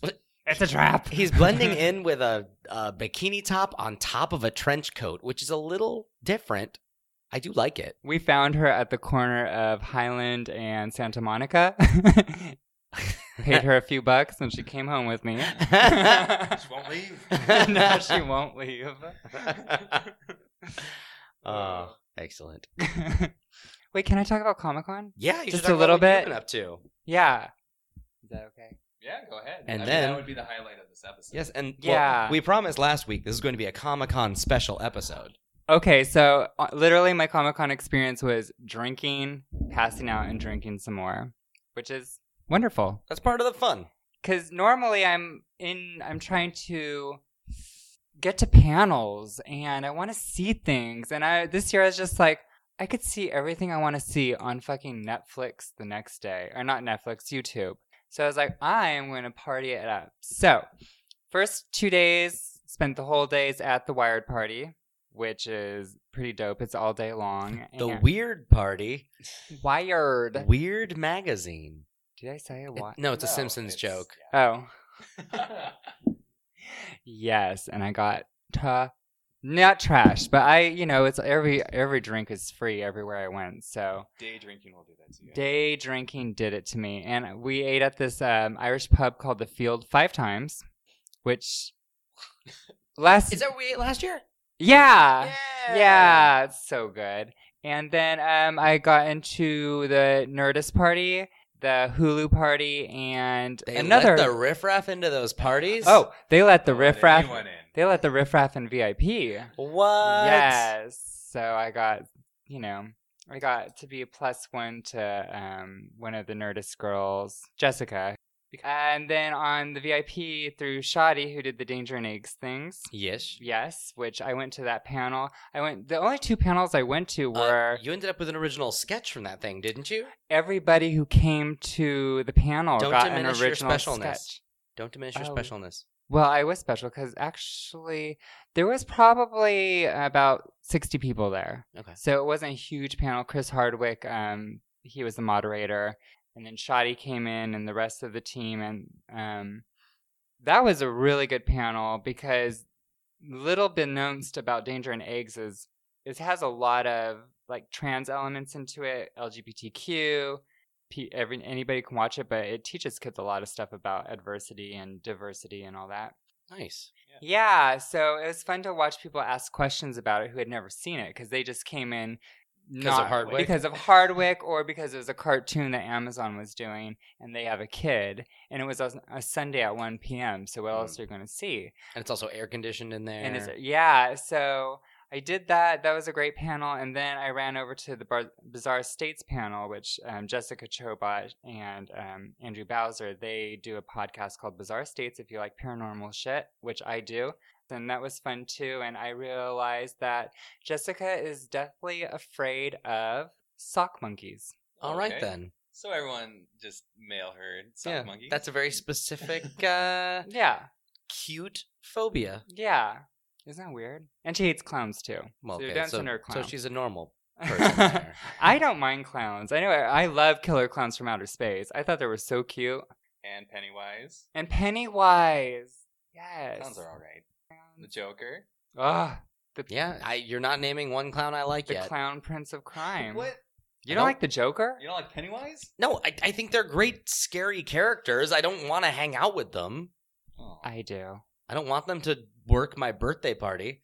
Speaker 2: What?
Speaker 1: it's a trap.
Speaker 2: He's blending in with a, a bikini top on top of a trench coat, which is a little different. I do like
Speaker 3: <laughs>
Speaker 2: it.
Speaker 1: <laughs> We found her at the corner of Highland and Santa Monica. <laughs> Paid her a few bucks and she came home with
Speaker 2: <laughs>
Speaker 1: me. <laughs>
Speaker 3: She won't leave.
Speaker 1: no, she won't leave. <laughs>
Speaker 2: oh, excellent.
Speaker 1: Wait, can I talk about Comic Con?
Speaker 2: Yeah, you should
Speaker 1: Just
Speaker 2: talk
Speaker 1: a
Speaker 2: about
Speaker 1: little
Speaker 2: what you've
Speaker 1: bit.
Speaker 2: been up to.
Speaker 1: Yeah. Is that okay?
Speaker 3: Yeah, go ahead.
Speaker 2: And
Speaker 3: I mean,
Speaker 2: then-
Speaker 3: that would be the highlight of this episode.
Speaker 2: Yes, and yeah,
Speaker 1: Yeah.
Speaker 2: we promised last week this is going to be a Comic Con special episode.
Speaker 1: Okay, so uh, literally my Comic Con experience was drinking, passing out, and drinking some more, which is wonderful.
Speaker 2: That's part of the fun.
Speaker 1: because normally I'm in, I'm trying to get to panels and I want to see things. And I this year I was just like, I could see everything I want to see on fucking Netflix the next day, or not Netflix, YouTube. So I was like, I am going to party it up. So first two days, spent the whole days at the Wired party. Which is pretty dope. It's all day long.
Speaker 2: The
Speaker 1: and-
Speaker 2: Weird Party,
Speaker 1: Wired.
Speaker 2: Weird Magazine.
Speaker 1: Did I say a
Speaker 2: It-
Speaker 1: what?
Speaker 2: no, it's a
Speaker 3: No,
Speaker 2: Simpsons
Speaker 3: it's-
Speaker 2: joke.
Speaker 1: Oh.
Speaker 3: <laughs> yeah.
Speaker 1: Yes, and I got ta not trash, but I, you know, it's every every drink is free everywhere I went. So
Speaker 3: Day drinking will do that to you.
Speaker 1: day drinking did it to me, and we ate at this um, Irish pub called the Field five times, which
Speaker 2: <laughs>
Speaker 1: last
Speaker 2: Is that what we ate last year?
Speaker 1: yeah yeah, it's so good. And then um, I got into the Nerdist party, the Hulu party, and
Speaker 2: They
Speaker 1: another.
Speaker 2: let the riffraff into those parties.
Speaker 1: oh, they let the
Speaker 3: Don't let
Speaker 1: riffraff.
Speaker 3: anyone in.
Speaker 1: They let the riffraff in VIP.
Speaker 2: what?
Speaker 1: Yes. So I got, you know, I got to be a plus one to um, one of the Nerdist girls, Jessica. And then on the VIP through Shoddy, who did the Danger and Eggs things.
Speaker 2: Yes.
Speaker 1: Yes, which I went to that panel. I went, the only two panels I went to
Speaker 2: Uh,
Speaker 1: were
Speaker 2: you ended up with an original sketch from that thing, didn't you?
Speaker 1: everybody who came to the panel
Speaker 2: Don't
Speaker 1: got an
Speaker 2: diminish your
Speaker 1: original
Speaker 2: specialness.
Speaker 1: sketch.
Speaker 2: Don't diminish your
Speaker 1: Oh.
Speaker 2: specialness.
Speaker 1: Well, I was special because actually there was probably about 60 people there.
Speaker 2: Okay.
Speaker 1: So it wasn't a huge panel. Chris Hardwick, um, he was the moderator. And then Shoddy came in and the rest of the team. And um, that was a really good panel because little beknownst about Danger and Eggs is it has a lot of like trans elements into it, LGBTQ, pe- every anybody can watch it, but it teaches kids a lot of stuff about adversity and diversity and all that.
Speaker 2: Nice.
Speaker 1: Yeah, so it was fun to watch people ask questions about it who had never seen it because they just came in
Speaker 2: of
Speaker 1: not
Speaker 2: Hardwick?
Speaker 1: because of Hardwick or because it was a cartoon that Amazon was doing and they have a kid and it was a, a Sunday at one p.m. So what else are you going to see?
Speaker 2: And it's also air conditioned in there.
Speaker 1: And it's yeah, so. I did that. That was a great panel, and then I ran over to the Bar- Bizarre States panel, which um, Jessica Chobot and um, Andrew Bowser they do a podcast called Bizarre States. If you like paranormal shit, which I do, and that was fun too. And I realized that Jessica is deathly afraid of sock monkeys.
Speaker 2: All right
Speaker 3: Okay.
Speaker 2: then.
Speaker 3: So everyone just mail her sock
Speaker 2: yeah,
Speaker 3: monkey.
Speaker 2: that's a
Speaker 1: <laughs>
Speaker 2: very specific, uh,
Speaker 1: Yeah,
Speaker 2: cute phobia.
Speaker 1: yeah. Isn't that weird? And she hates clowns too.
Speaker 2: Well,
Speaker 1: So you're
Speaker 2: okay,
Speaker 1: down to
Speaker 2: so,
Speaker 1: nerd
Speaker 2: so
Speaker 1: clown.
Speaker 2: she's a normal person. there.
Speaker 1: <laughs> I don't mind clowns. I know I love killer clowns from outer space. I thought they were so cute.
Speaker 3: and Pennywise.
Speaker 1: And Pennywise. Yes.
Speaker 3: Sounds are all right. The Joker.
Speaker 1: Ugh, the,
Speaker 2: Yeah, I, you're not naming one clown I like
Speaker 1: the
Speaker 2: yet.
Speaker 1: clown prince of crime.
Speaker 3: What?
Speaker 1: You
Speaker 2: I
Speaker 1: don't,
Speaker 2: don't-
Speaker 1: like the Joker?
Speaker 3: You don't like Pennywise?
Speaker 2: no, I, I think they're great, scary characters. I don't want to hang out with them.
Speaker 3: Oh.
Speaker 1: I do.
Speaker 2: I don't want them to work my birthday party.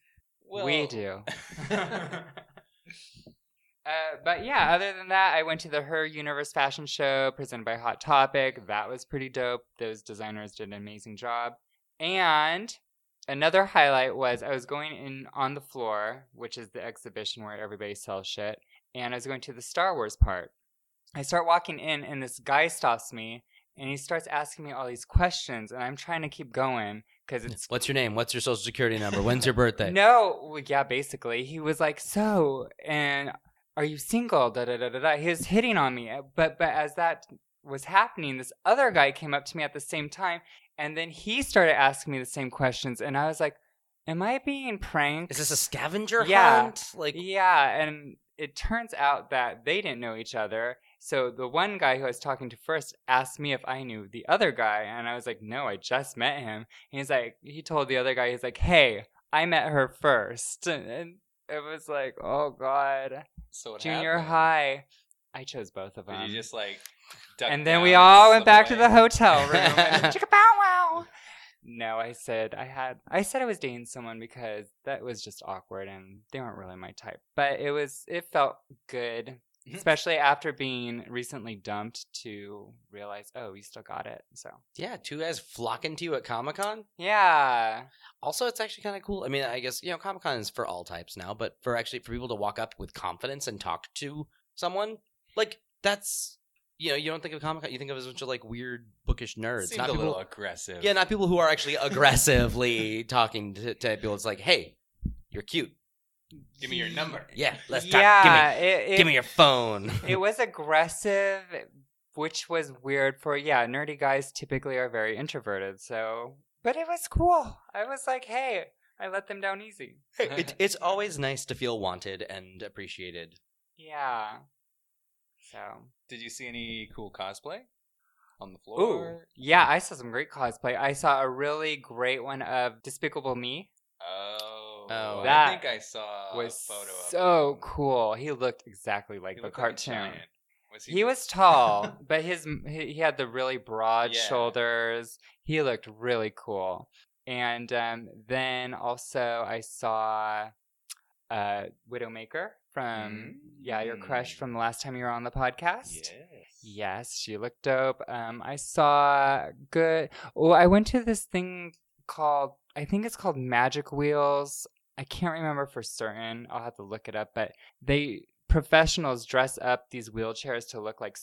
Speaker 1: We
Speaker 3: Well-
Speaker 1: do. Uh, but yeah, other than that, I went to the Her Universe fashion show presented by Hot Topic. That was pretty dope. Those designers did an amazing job. And another highlight was I was going in on the floor, which is the exhibition where everybody sells shit, and I was going to the Star Wars part. I start walking in, and this guy stops me and he starts asking me all these questions, and I'm trying to keep going because it's
Speaker 2: What's your name? What's your social security number?
Speaker 1: <laughs>
Speaker 2: When's your birthday?
Speaker 1: no, well, yeah, basically, he was like, "So, and are you single?" Da da da da da. He was hitting on me, Uh, but but as that was happening, this other guy came up to me at the same time, and then he started asking me the same questions, and I was like, "Am I being pranked?"
Speaker 2: Is this a scavenger
Speaker 1: Yeah.
Speaker 2: hunt? Like,
Speaker 1: yeah, and it turns out that they didn't know each other. So the one guy who I was talking to first asked me if I knew the other guy, and I was like, "No, I just met him." And he's like, he told the other guy, he's like, "Hey, I met her first. <laughs> and it was like, "Oh God,
Speaker 3: <laughs> So what
Speaker 1: junior
Speaker 3: happened?
Speaker 1: high." I chose both of them,
Speaker 3: Did you just like? duck
Speaker 1: and then we
Speaker 3: down,
Speaker 1: all went
Speaker 3: slip
Speaker 1: back to
Speaker 3: away?
Speaker 1: the <laughs> hotel room. and chicka bow wow. No, I said I had. I said I was dating someone because that was just awkward and they weren't really my type. But it was. It felt good, especially after being recently dumped to realize, oh, you still got it. So
Speaker 2: yeah, two guys flocking to you at Comic Con.
Speaker 1: yeah,
Speaker 2: Also, it's actually kind of cool. I mean, I guess you know, Comic Con is for all types now, but for actually for people to walk up with confidence and talk to someone, like that's you know, you don't think of Comic Con, you think of it as a bunch of like weird bookish nerds,
Speaker 3: Seemed
Speaker 2: not
Speaker 3: a
Speaker 2: people.
Speaker 3: little aggressive.
Speaker 2: yeah, not people who are
Speaker 1: <laughs>
Speaker 2: actually aggressively talking to, to people. It's like, hey, you're cute.
Speaker 3: Give me your number.
Speaker 2: Yeah, let's talk.
Speaker 1: yeah. it,
Speaker 2: Give me,
Speaker 1: it,
Speaker 2: give me your phone.
Speaker 1: <laughs> it was aggressive, which was weird for yeah, nerdy guys typically are very introverted, so but it was cool. I was like, hey, I let them down easy.
Speaker 2: <laughs> it, it's always nice to feel wanted and appreciated.
Speaker 1: Yeah. So
Speaker 3: Did you see any cool cosplay on the
Speaker 1: Ooh.
Speaker 3: floor?
Speaker 1: Yeah, I saw some great cosplay. I saw a really great one of Despicable Me.
Speaker 3: Oh,
Speaker 2: Oh,
Speaker 3: I
Speaker 1: that
Speaker 3: think I saw
Speaker 1: was
Speaker 3: a photo of
Speaker 1: so
Speaker 3: him.
Speaker 1: cool. He looked exactly like
Speaker 3: He
Speaker 1: the
Speaker 3: looked like a
Speaker 1: cartoon.
Speaker 3: giant. Was
Speaker 1: He was
Speaker 3: <laughs>
Speaker 1: tall, but his he he had the really broad
Speaker 3: Yeah.
Speaker 1: shoulders. He looked really cool. And um, then also I saw uh, Widowmaker from um, yeah your crush
Speaker 3: Mm-hmm. Mm.
Speaker 1: from the last time you were on the podcast.
Speaker 3: Yes.
Speaker 1: Yes, she looked dope. Um, I saw good. Oh, I went to this thing called I think it's called Magic Wheels. I can't remember for certain. I'll have to look it up. But they professionals dress up these wheelchairs to look like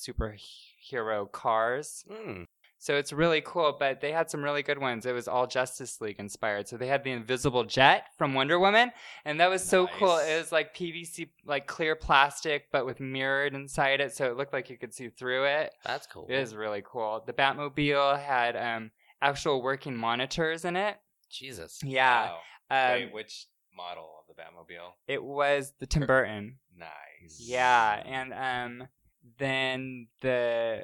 Speaker 1: superhero cars.
Speaker 2: Mm.
Speaker 1: So it's really cool. But they had some really good ones. It was all Justice League inspired. So they had the Invisible Jet from Wonder Woman, and that was so cool.
Speaker 3: Nice.
Speaker 1: It was like PVC, like clear plastic, but with mirrored inside it, so it looked like you could see through it.
Speaker 2: That's cool.
Speaker 1: It is really cool. The Batmobile had um actual working monitors in it.
Speaker 2: Jesus.
Speaker 1: Yeah.
Speaker 3: Wow.
Speaker 1: Um,
Speaker 3: Wait, which model of the Batmobile?
Speaker 1: it was the Tim Burton.
Speaker 3: Nice.
Speaker 1: Yeah, and um then the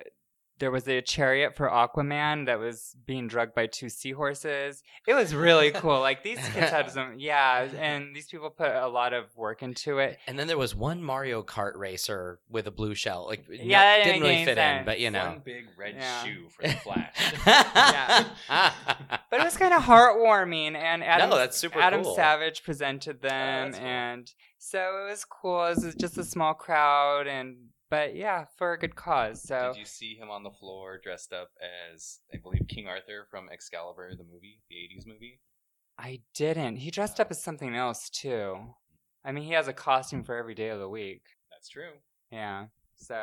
Speaker 1: there was a chariot for Aquaman that was being drugged by two seahorses. It was
Speaker 2: <laughs>
Speaker 1: really cool. Like these kids had some yeah, and these people put a lot of work into it.
Speaker 2: And then there was one Mario Kart racer with a blue shell. Like, no-
Speaker 1: Yeah, that didn't
Speaker 2: didn't
Speaker 1: make
Speaker 2: really
Speaker 1: any
Speaker 2: fit in,
Speaker 1: sense.
Speaker 2: but you
Speaker 3: One
Speaker 2: know.
Speaker 3: big red
Speaker 1: Yeah. <laughs>
Speaker 3: shoe for
Speaker 2: <laughs>
Speaker 3: the Flash.
Speaker 1: Yeah. But it was kind of heartwarming and Adam
Speaker 2: no, that's super
Speaker 1: Adam
Speaker 2: cool.
Speaker 1: Savage presented them,
Speaker 3: Oh, that's cool.
Speaker 1: and so it was cool. It was just a small crowd, and but yeah, for a good cause. So
Speaker 3: Did you see him on the floor dressed up as, I believe, King Arthur from Excalibur, the movie, the 80s movie?
Speaker 1: I didn't. He dressed up as something else too. I mean, he has a costume for every day of the week.
Speaker 3: That's true.
Speaker 1: Yeah. So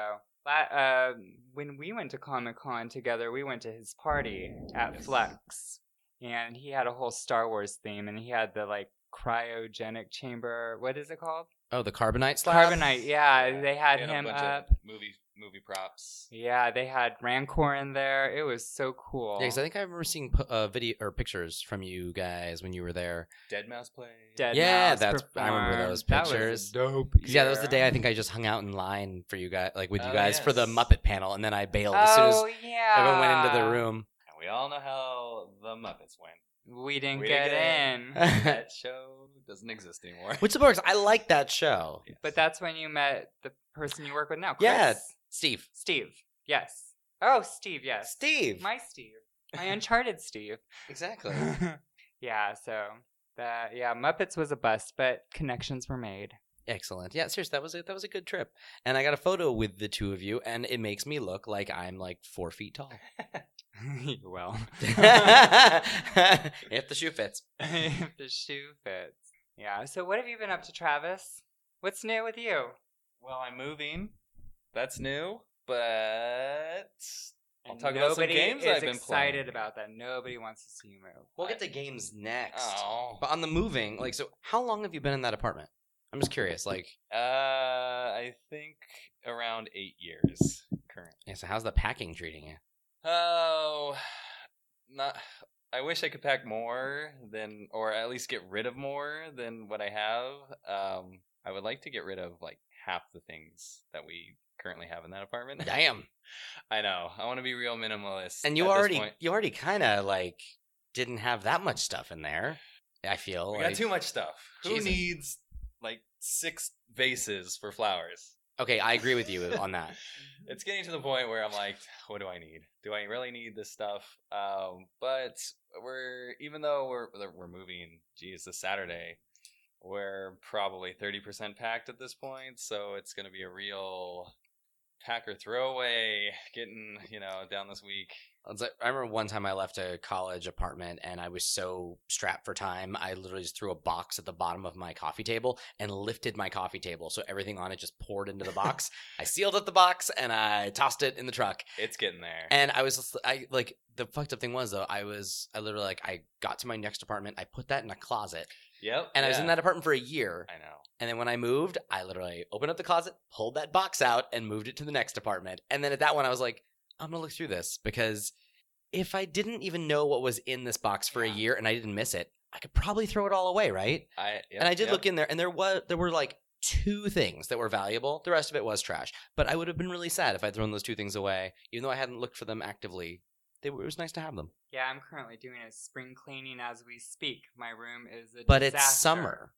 Speaker 1: la- uh, when we went to Comic Con together, we went to his party at
Speaker 3: Yes.
Speaker 1: Flex, and he had a whole Star Wars theme, and he had the like cryogenic chamber. What is it called?
Speaker 2: Oh, the carbonite slab.
Speaker 1: Carbonite. Yeah, they had,
Speaker 3: They
Speaker 1: him
Speaker 3: a bunch
Speaker 1: up.
Speaker 3: of movie movie props.
Speaker 1: Yeah, they had Rancor in there. It was so cool.
Speaker 2: Yeah, 'cause I think I remember seeing pu- uh, video or pictures from you guys when you were there.
Speaker 3: Dead Mouse play.
Speaker 1: Dead
Speaker 2: Yeah,
Speaker 1: Mouse
Speaker 2: that's- I remember
Speaker 1: performed.
Speaker 2: those
Speaker 1: That was
Speaker 2: pictures.
Speaker 1: a dope.
Speaker 2: 'Cause, Yeah, that was the
Speaker 1: year.
Speaker 2: day I think I just hung out in line for you guys, like with you
Speaker 3: Oh,
Speaker 2: guys for the
Speaker 3: yes.
Speaker 2: Muppet panel, and then I bailed as soon as
Speaker 1: Oh yeah.
Speaker 2: everyone went into the room.
Speaker 3: And we all know how the Muppets went.
Speaker 1: We didn't
Speaker 3: We
Speaker 1: get
Speaker 3: didn't
Speaker 1: in.
Speaker 3: <laughs>
Speaker 2: <laughs>
Speaker 3: that show doesn't exist anymore.
Speaker 2: Which the works. I like that show.
Speaker 3: Yes.
Speaker 1: <laughs> But that's when you met the person you work with now. Chris.
Speaker 2: Yeah. Steve.
Speaker 1: Steve. Yes. Oh, Steve. Yes.
Speaker 2: Steve.
Speaker 1: My Steve. My Uncharted
Speaker 2: <laughs>
Speaker 1: Steve.
Speaker 2: exactly.
Speaker 1: <laughs> yeah. So that yeah, Muppets was a bust, but connections were made. <laughs>
Speaker 2: Excellent. Yeah, seriously, that was a, that was a good trip, and I got a photo with the two of you, and it makes me look like I'm like four feet tall. <laughs>
Speaker 1: you will.
Speaker 2: if the shoe fits.
Speaker 1: if <laughs> the shoe fits. Yeah. So what have you been up to, Travis? What's new with you?
Speaker 3: well, I'm moving. That's new, but I'll
Speaker 1: And
Speaker 3: talk about some
Speaker 1: nobody
Speaker 3: games
Speaker 1: is
Speaker 3: I've been
Speaker 1: excited
Speaker 3: playing.
Speaker 1: about that. Nobody wants to see you move.
Speaker 2: We'll get to games next.
Speaker 3: Oh.
Speaker 2: But on the moving, like, so how long have you been in that apartment? I'm just curious. Like,
Speaker 3: Uh, I think around eight years current.
Speaker 2: yeah, so how's the packing treating you?
Speaker 3: <laughs> Oh, not. I wish I could pack more than, or at least get rid of more than what I have. Um, I would like to get rid of like half the things that we currently have in that apartment.
Speaker 2: Damn.
Speaker 3: I know. I want to be real minimalist.
Speaker 2: And you
Speaker 3: at this
Speaker 2: already,
Speaker 3: point.
Speaker 2: you already kind of like didn't have that much stuff in there. I feel
Speaker 3: we
Speaker 2: like
Speaker 3: got too much stuff.
Speaker 2: Jesus.
Speaker 3: Who needs like six vases for flowers?
Speaker 2: Okay, I agree with you on that.
Speaker 3: it's getting to the point where I'm like, what do I need? Do I really need this stuff? Um, but we're even though we're we're moving, geez, this Saturday, we're probably thirty percent packed at this point, so it's gonna be a real packer throwaway getting you know down this week.
Speaker 2: It's like- I remember one time I left a college apartment and I was so strapped for time, I literally just threw a box at the bottom of my coffee table and lifted my coffee table. So everything on it just poured into the box. I sealed up the box and I tossed it in the truck.
Speaker 3: It's getting there.
Speaker 2: And I was just- I like the fucked up thing was though, I was I literally like I got to my next apartment, I put that in a closet,
Speaker 3: yep.
Speaker 2: and I was in
Speaker 3: yeah.
Speaker 2: that apartment for a year.
Speaker 3: I know.
Speaker 2: And then when I moved, I literally opened up the closet, pulled that box out, and moved it to the next apartment. And then at that one, I was like, I'm gonna look through this because if I didn't even know what was in this box for a
Speaker 3: Yeah.
Speaker 2: year and I didn't miss it, I could probably throw it all away, right?
Speaker 3: I yep,
Speaker 2: and I did
Speaker 3: yep.
Speaker 2: look in there, and there was there were like two things that were valuable. The rest of it was trash. But I would have been really sad if I'd thrown those two things away, even though I hadn't looked for them actively. They were, it was nice to have them,
Speaker 1: Yeah, I'm currently doing a spring cleaning as we speak. My room is a
Speaker 2: but it's
Speaker 1: disaster.
Speaker 2: summer.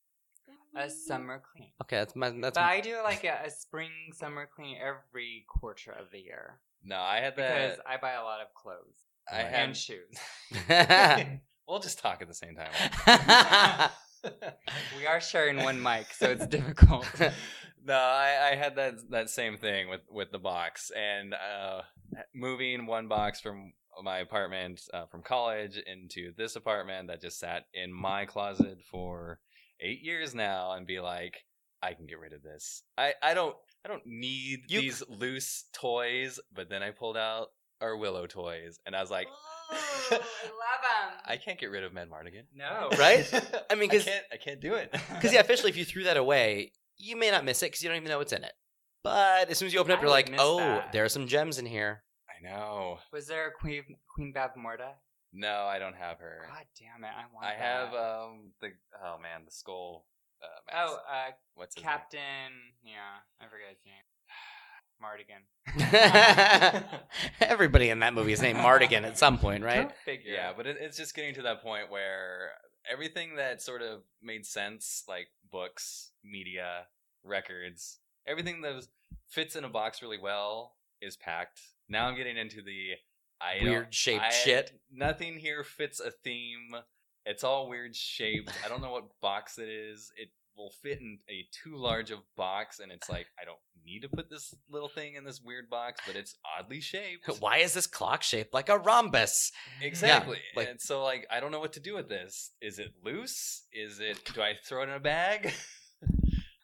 Speaker 1: A summer clean.
Speaker 2: Okay, that's my that's
Speaker 1: But
Speaker 2: my,
Speaker 1: I do like a, a spring summer clean every quarter of the year
Speaker 3: No, I had
Speaker 1: because
Speaker 3: that.
Speaker 1: I buy a lot of clothes
Speaker 3: I
Speaker 1: and
Speaker 3: had.
Speaker 1: shoes.
Speaker 3: <laughs> we'll just talk at the same time.
Speaker 1: We
Speaker 3: <laughs>
Speaker 1: are sharing one mic, so it's difficult.
Speaker 3: no, I, I had that that same thing with with the box and uh, moving one box from my apartment uh, from college into this apartment that just sat in my closet for eight years now, and be like, I can get rid of this. I I don't I don't need
Speaker 2: You-
Speaker 3: these loose toys. But then I pulled out our Willow toys, and I was like,
Speaker 1: Ooh, love 'em.
Speaker 3: <laughs> I can't get rid of Mad Mardigan.
Speaker 1: no,
Speaker 3: <laughs>
Speaker 2: Right? <laughs> I mean,
Speaker 3: I
Speaker 2: because
Speaker 3: can't I can't do <laughs> it.
Speaker 2: Because yeah, officially, if you threw that away, you may not miss it because you don't even know what's in it. But as soon as you open up,
Speaker 1: I
Speaker 2: you're
Speaker 1: would
Speaker 2: like,
Speaker 1: miss
Speaker 2: "Oh,
Speaker 1: that."
Speaker 2: there are some gems
Speaker 1: <laughs>
Speaker 2: in here."
Speaker 3: I know.
Speaker 1: Was there a Queen Queen Bav Morda?
Speaker 3: No, I don't have her.
Speaker 1: God damn it! I want.
Speaker 3: I
Speaker 1: that.
Speaker 3: have um the oh man the skull. Uh,
Speaker 1: Uh, oh,
Speaker 3: mask.
Speaker 1: uh,
Speaker 3: what's his
Speaker 1: Captain. Yeah, I forget his name. <sighs> Mardigan.
Speaker 2: Everybody in that movie is named Mardigan at some point, right?
Speaker 1: Go
Speaker 3: name?
Speaker 1: figure.
Speaker 3: Yeah, but it, it's just getting to that point where everything that sort of made sense, like books, media, records, everything that was, fits in a box really well, is packed. Now I'm getting into the I don't-
Speaker 2: Weird shaped
Speaker 1: <laughs>
Speaker 3: I-
Speaker 2: shit.
Speaker 3: Nothing here fits a theme. It's all weird shaped. I don't know what box it is. It will fit in a too large of box, and it's like I don't need to put this little thing in this weird box, but it's oddly shaped.
Speaker 2: Why is this clock shaped like a rhombus?
Speaker 1: <laughs>
Speaker 3: Exactly.
Speaker 2: like-
Speaker 3: and so like I don't know what to do with this. Is it loose? Is it do I throw it in a bag? <laughs>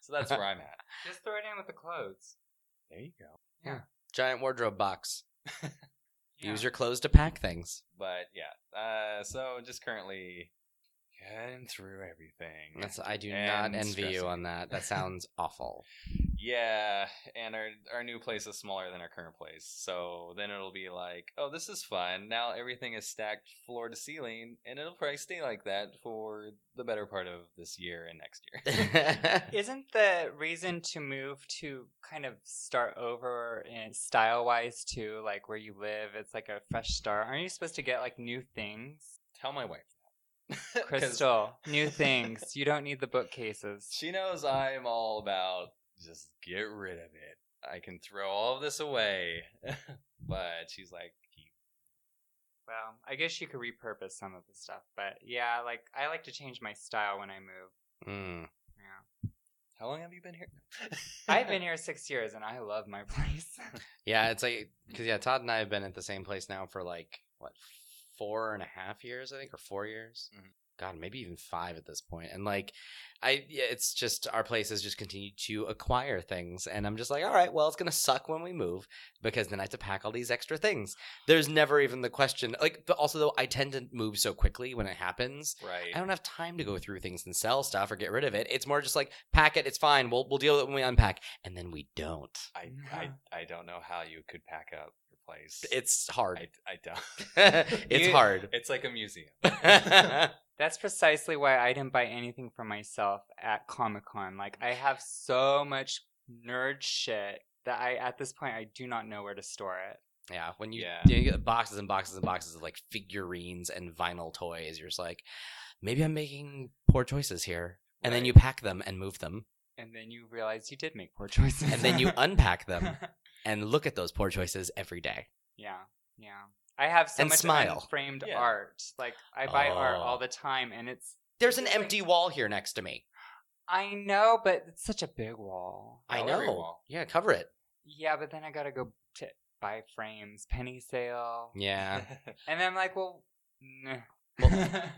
Speaker 3: So <laughs> that's where I'm at.
Speaker 1: Just throw it in with the clothes.
Speaker 3: There you go.
Speaker 2: Giant wardrobe box.
Speaker 1: Yeah.
Speaker 2: Use your clothes to pack things.
Speaker 3: But yeah, uh, so just currently getting through everything.
Speaker 2: That's I do
Speaker 3: And
Speaker 2: not envy you
Speaker 3: stressing.
Speaker 2: on
Speaker 1: <laughs>
Speaker 2: that. That sounds awful.
Speaker 3: Yeah, and our our new place is smaller than our current place. So then it'll be like, oh, this is fun. Now everything is stacked floor to ceiling, and it'll probably stay like that for the better part of this year and next
Speaker 2: <laughs>
Speaker 3: year. <laughs>
Speaker 1: Isn't the reason to move to kind of start over in style wise too, like where you live? It's like a fresh start. Aren't you supposed to get like new things? <laughs>
Speaker 3: Tell my wife that. <laughs> 'Cause
Speaker 1: Crystal, <laughs> new things. You don't need the bookcases.
Speaker 3: She knows I'm all about just get rid of it. I can throw all of this away. <laughs> but she's like, keep.
Speaker 1: Well, I guess you could repurpose some of the stuff, but yeah, like I like to change my style when I move.
Speaker 2: Mm.
Speaker 1: Yeah.
Speaker 3: How long have you been here?
Speaker 1: I've
Speaker 2: <laughs>
Speaker 1: been here six years and I love my <laughs> place.
Speaker 2: Yeah, it's like because yeah, Todd and I have been at the same place now for like what four and a half years, I think, or four years.
Speaker 3: Mhm.
Speaker 2: God, maybe even five at this point. And like, I yeah, it's just our place has just continued to acquire things, and I'm just like, all right, well, it's gonna suck when we move because then I have to pack all these extra things. There's never even the question. Like, but also though, I tend to move so quickly when it happens.
Speaker 3: <laughs> Right.
Speaker 2: I don't have time to go through things and sell stuff or get rid of it. It's more just like pack it. It's fine. We'll we'll deal with it when we unpack, and then we don't.
Speaker 3: I, I, I don't know how you could pack up your place.
Speaker 2: It's hard.
Speaker 3: I, I don't.
Speaker 2: <laughs> it's
Speaker 1: You-
Speaker 2: hard.
Speaker 3: It's like
Speaker 2: <laughs>
Speaker 3: a museum.
Speaker 1: That's precisely why I didn't buy anything for myself at Comic Con. Like I have so much nerd shit that I at this point I do not know where to store it.
Speaker 2: yeah, when you,
Speaker 3: Yeah.
Speaker 2: you get boxes and boxes and boxes of like figurines and vinyl toys, you're just like, maybe I'm making poor choices here. And then
Speaker 3: Right.
Speaker 2: you pack them and move them,
Speaker 1: And then you realize you did make poor <laughs> choices.
Speaker 2: and
Speaker 3: <laughs>
Speaker 2: then you unpack them and look at those poor choices every day.
Speaker 1: yeah, yeah. I have so
Speaker 2: And
Speaker 1: much
Speaker 2: smile.
Speaker 1: framed
Speaker 3: Yeah.
Speaker 1: art. Like I buy art
Speaker 2: Oh.
Speaker 1: all the time, and it's
Speaker 2: There's an empty wall here next to me.
Speaker 1: I know, but it's such a big wall.
Speaker 2: I
Speaker 3: Gallery
Speaker 2: know.
Speaker 3: wall.
Speaker 2: Yeah, cover it.
Speaker 1: Yeah, but then I gotta go to buy frames, penny sale,
Speaker 3: <laughs>
Speaker 2: Yeah.
Speaker 1: and then I'm like, well, nah.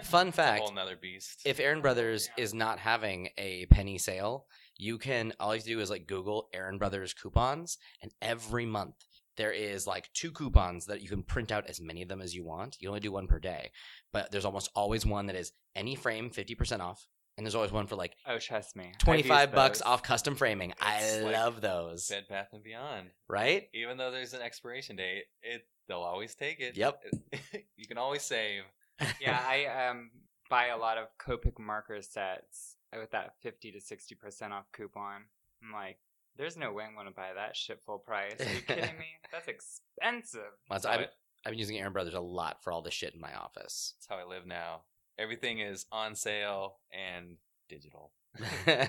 Speaker 2: Fun fact:
Speaker 3: Whole another beast.
Speaker 2: if Aaron Brothers
Speaker 1: Yeah.
Speaker 2: is not having a penny sale, you can all you have to do is like Google Aaron Brothers coupons, and every month there is like two coupons that you can print out as many of them as you want. You only do one per day, but there's almost always one that is any frame fifty percent off, and there's always one for like
Speaker 1: oh, trust me, I've used
Speaker 2: twenty five bucks
Speaker 1: those.
Speaker 2: off custom framing. I
Speaker 3: It's like
Speaker 2: love those,
Speaker 3: Bed Bath and Beyond,
Speaker 2: right?
Speaker 3: even though there's an expiration date, it they'll always take it.
Speaker 2: Yep.
Speaker 3: <laughs> you can always save.
Speaker 1: <laughs>
Speaker 2: <laughs>
Speaker 1: yeah, I um buy a lot of Copic marker sets with that fifty to sixty percent off coupon. I'm like, there's no way I'm gonna buy that shit full price. Are you kidding
Speaker 2: <laughs>
Speaker 1: me? That's expensive.
Speaker 2: That's-
Speaker 3: Love
Speaker 2: I've,
Speaker 3: it.
Speaker 2: I've been using Aaron Brothers a lot for all the shit in my office. <laughs>
Speaker 3: That's how I live now. Everything is on sale and digital.
Speaker 1: Yeah.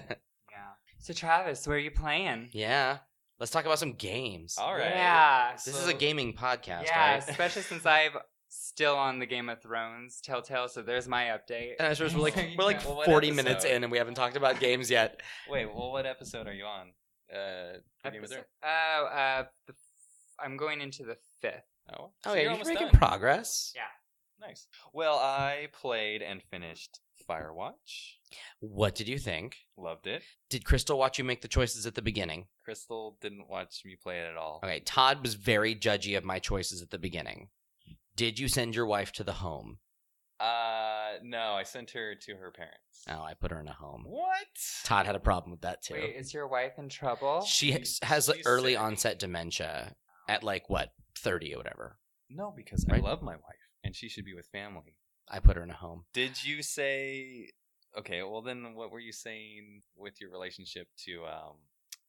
Speaker 1: So Travis, where are you playing?
Speaker 2: yeah, let's talk about some games.
Speaker 3: All right.
Speaker 1: Yeah.
Speaker 2: This is a
Speaker 3: So-
Speaker 2: gaming podcast,
Speaker 1: yeah,
Speaker 2: right?
Speaker 1: especially
Speaker 2: <laughs>
Speaker 1: since I've still on the Game of Thrones Telltale, so there's my update.
Speaker 2: And I suppose we're like
Speaker 3: <laughs> You
Speaker 2: we're like
Speaker 3: got- well, what
Speaker 2: forty
Speaker 3: episode?
Speaker 2: minutes in and we haven't talked about games yet.
Speaker 3: Wait, well, what episode are you on? Uh, for Game of
Speaker 1: Episode-
Speaker 3: Thrones.
Speaker 1: Oh, uh, the, f- I'm going into the fifth.
Speaker 3: Oh,
Speaker 2: Oh
Speaker 3: <laughs> so
Speaker 2: yeah,
Speaker 3: you're
Speaker 2: you're,
Speaker 3: almost
Speaker 2: making
Speaker 3: done.
Speaker 2: progress.
Speaker 1: Yeah.
Speaker 3: Nice. Well, I played and finished Firewatch.
Speaker 2: What did you think?
Speaker 3: Loved it.
Speaker 2: Did Crystal watch you make the choices at the beginning?
Speaker 3: Crystal didn't watch me play it at all.
Speaker 2: Okay, Todd was very judgy of my choices at the beginning. Did you send your wife to the home?
Speaker 3: Uh, no, I sent her to her parents.
Speaker 2: Oh, I put her in a home.
Speaker 3: What?
Speaker 2: Todd had a problem with that too.
Speaker 1: Wait, is your wife in trouble?
Speaker 2: she has,
Speaker 3: She's-
Speaker 2: has like,
Speaker 3: oh, she's
Speaker 2: early
Speaker 3: sick.
Speaker 2: onset dementia at like what thirty or whatever.
Speaker 3: No, because
Speaker 2: Right?
Speaker 3: I love my wife and she should be with family.
Speaker 2: I put her in a home.
Speaker 3: Did you say? Okay, well then, what were you saying with your relationship to um,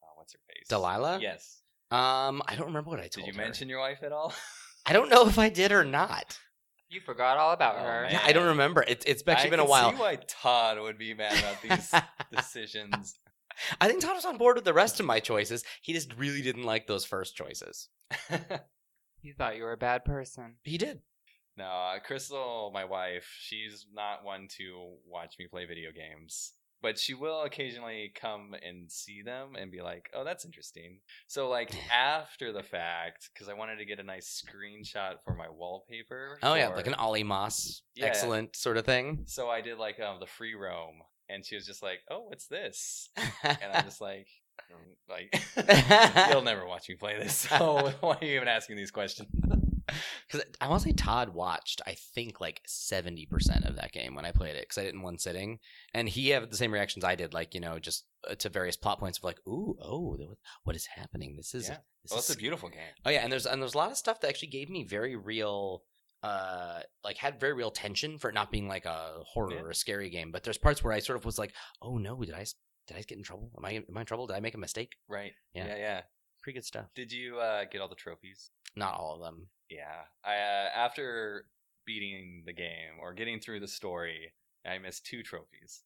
Speaker 3: uh, what's her face?
Speaker 2: Delilah?
Speaker 3: Yes.
Speaker 2: Um, I don't remember what I
Speaker 3: Did
Speaker 2: told
Speaker 3: you
Speaker 2: her.
Speaker 3: mention your wife at all?
Speaker 2: I don't know if I did or not.
Speaker 1: You forgot all about
Speaker 3: Oh,
Speaker 1: her.
Speaker 3: man.
Speaker 2: Yeah, I don't remember. It, it's actually
Speaker 3: <laughs> I
Speaker 2: been a
Speaker 3: can
Speaker 2: while.
Speaker 3: See why Todd would be mad about
Speaker 2: <laughs>
Speaker 3: these decisions.
Speaker 2: I think Todd was on board with the rest of my choices. He just really didn't like those first choices.
Speaker 1: You thought you were a bad person.
Speaker 2: He did.
Speaker 3: No, uh, Crystal, my wife, she's not one to watch me play video games, but she will occasionally come and see them and be like, "Oh, that's interesting." So, <laughs> like after the fact, because I wanted to get a nice screenshot for my wallpaper.
Speaker 2: Oh yeah,
Speaker 3: for-
Speaker 2: like an Ollie Moss,
Speaker 3: Yeah. <laughs>
Speaker 2: excellent sort of thing.
Speaker 3: So I did like um, the free roam and she was just like, "Oh, what's this?" And I'm just like, "Mm, like <laughs>
Speaker 2: <laughs>
Speaker 3: you'll never watch me play <laughs> this, so why are you even asking these questions?
Speaker 2: Because I want to say Todd watched, I think, like 70% of that game when I played it because I did it in one sitting. And he had the same reactions I did, like, you know, just uh, to various plot points of like, ooh, oh, there was- what is happening? This is.
Speaker 3: Yeah.
Speaker 2: This
Speaker 3: Well,
Speaker 2: is
Speaker 3: it's a beautiful game.
Speaker 2: oh, yeah. And there's, and there's a lot of stuff that actually gave me very real. Uh, like had very real tension for it not being like a horror
Speaker 3: Yeah.
Speaker 2: or a scary game, but there's parts where I sort of was like, "Oh no, did I s- did I get in trouble? Am I am I in trouble? Did I make a mistake?"
Speaker 3: Right.
Speaker 2: Yeah.
Speaker 3: yeah, yeah.
Speaker 2: Pretty good stuff.
Speaker 3: Did you uh, get all the trophies?
Speaker 2: Not all of them.
Speaker 3: Yeah. I uh, after beating the game or getting through the story, I missed two trophies.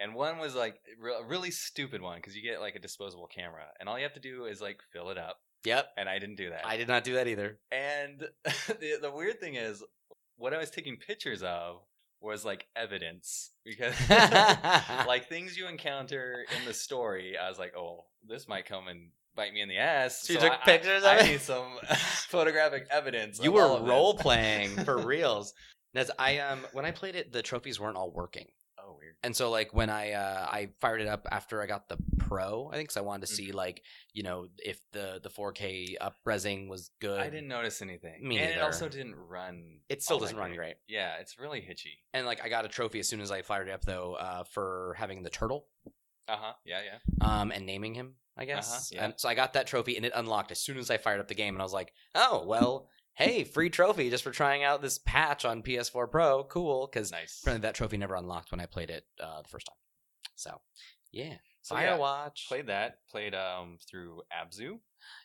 Speaker 3: And one was like re- a really stupid one because you get like a disposable camera, and all you have to do is like fill it up.
Speaker 2: Yep,
Speaker 3: And I didn't do that.
Speaker 2: I did not do that <laughs> either.
Speaker 3: And <laughs> the, the weird thing is, what I was taking pictures of was like evidence
Speaker 2: <laughs>
Speaker 3: because <laughs> like things you encounter in the story. I was like, oh, this might come and bite me in the ass.
Speaker 2: So you took
Speaker 3: I- I-
Speaker 2: pictures of
Speaker 3: I
Speaker 2: it? <laughs>
Speaker 3: need some <laughs> photographic evidence.
Speaker 2: you
Speaker 3: of all
Speaker 2: were
Speaker 3: of this.
Speaker 2: role playing for reals. As I um when I played it, the trophies weren't all working,
Speaker 3: Oh, weird.
Speaker 2: and so like when I uh, I fired it up after I got the pro, I think 'cause I wanted to
Speaker 3: Mhm.
Speaker 2: see like you know if the the 4K upresing was good.
Speaker 3: I didn't notice anything.
Speaker 2: Me
Speaker 3: and
Speaker 2: neither.
Speaker 3: it also didn't run.
Speaker 2: It still
Speaker 3: all that
Speaker 2: doesn't run great.
Speaker 3: Yeah, it's really hitchy.
Speaker 2: And like I got a trophy as soon as I fired it up though uh, for having the turtle
Speaker 3: Uh huh. Yeah, yeah.
Speaker 2: um and naming him. I guess.
Speaker 3: Uh-huh, yeah.
Speaker 2: And so I got that trophy and it unlocked as soon as I fired up the game, and I was like, oh well. Hey, free trophy just for trying out this patch on PS4 Pro. Cool, because
Speaker 3: Nice.
Speaker 2: Apparently, that trophy never unlocked when I played it uh, the first time. So, yeah.
Speaker 3: So, yeah,
Speaker 2: Firewatch.
Speaker 3: Played that. Played um through Abzu,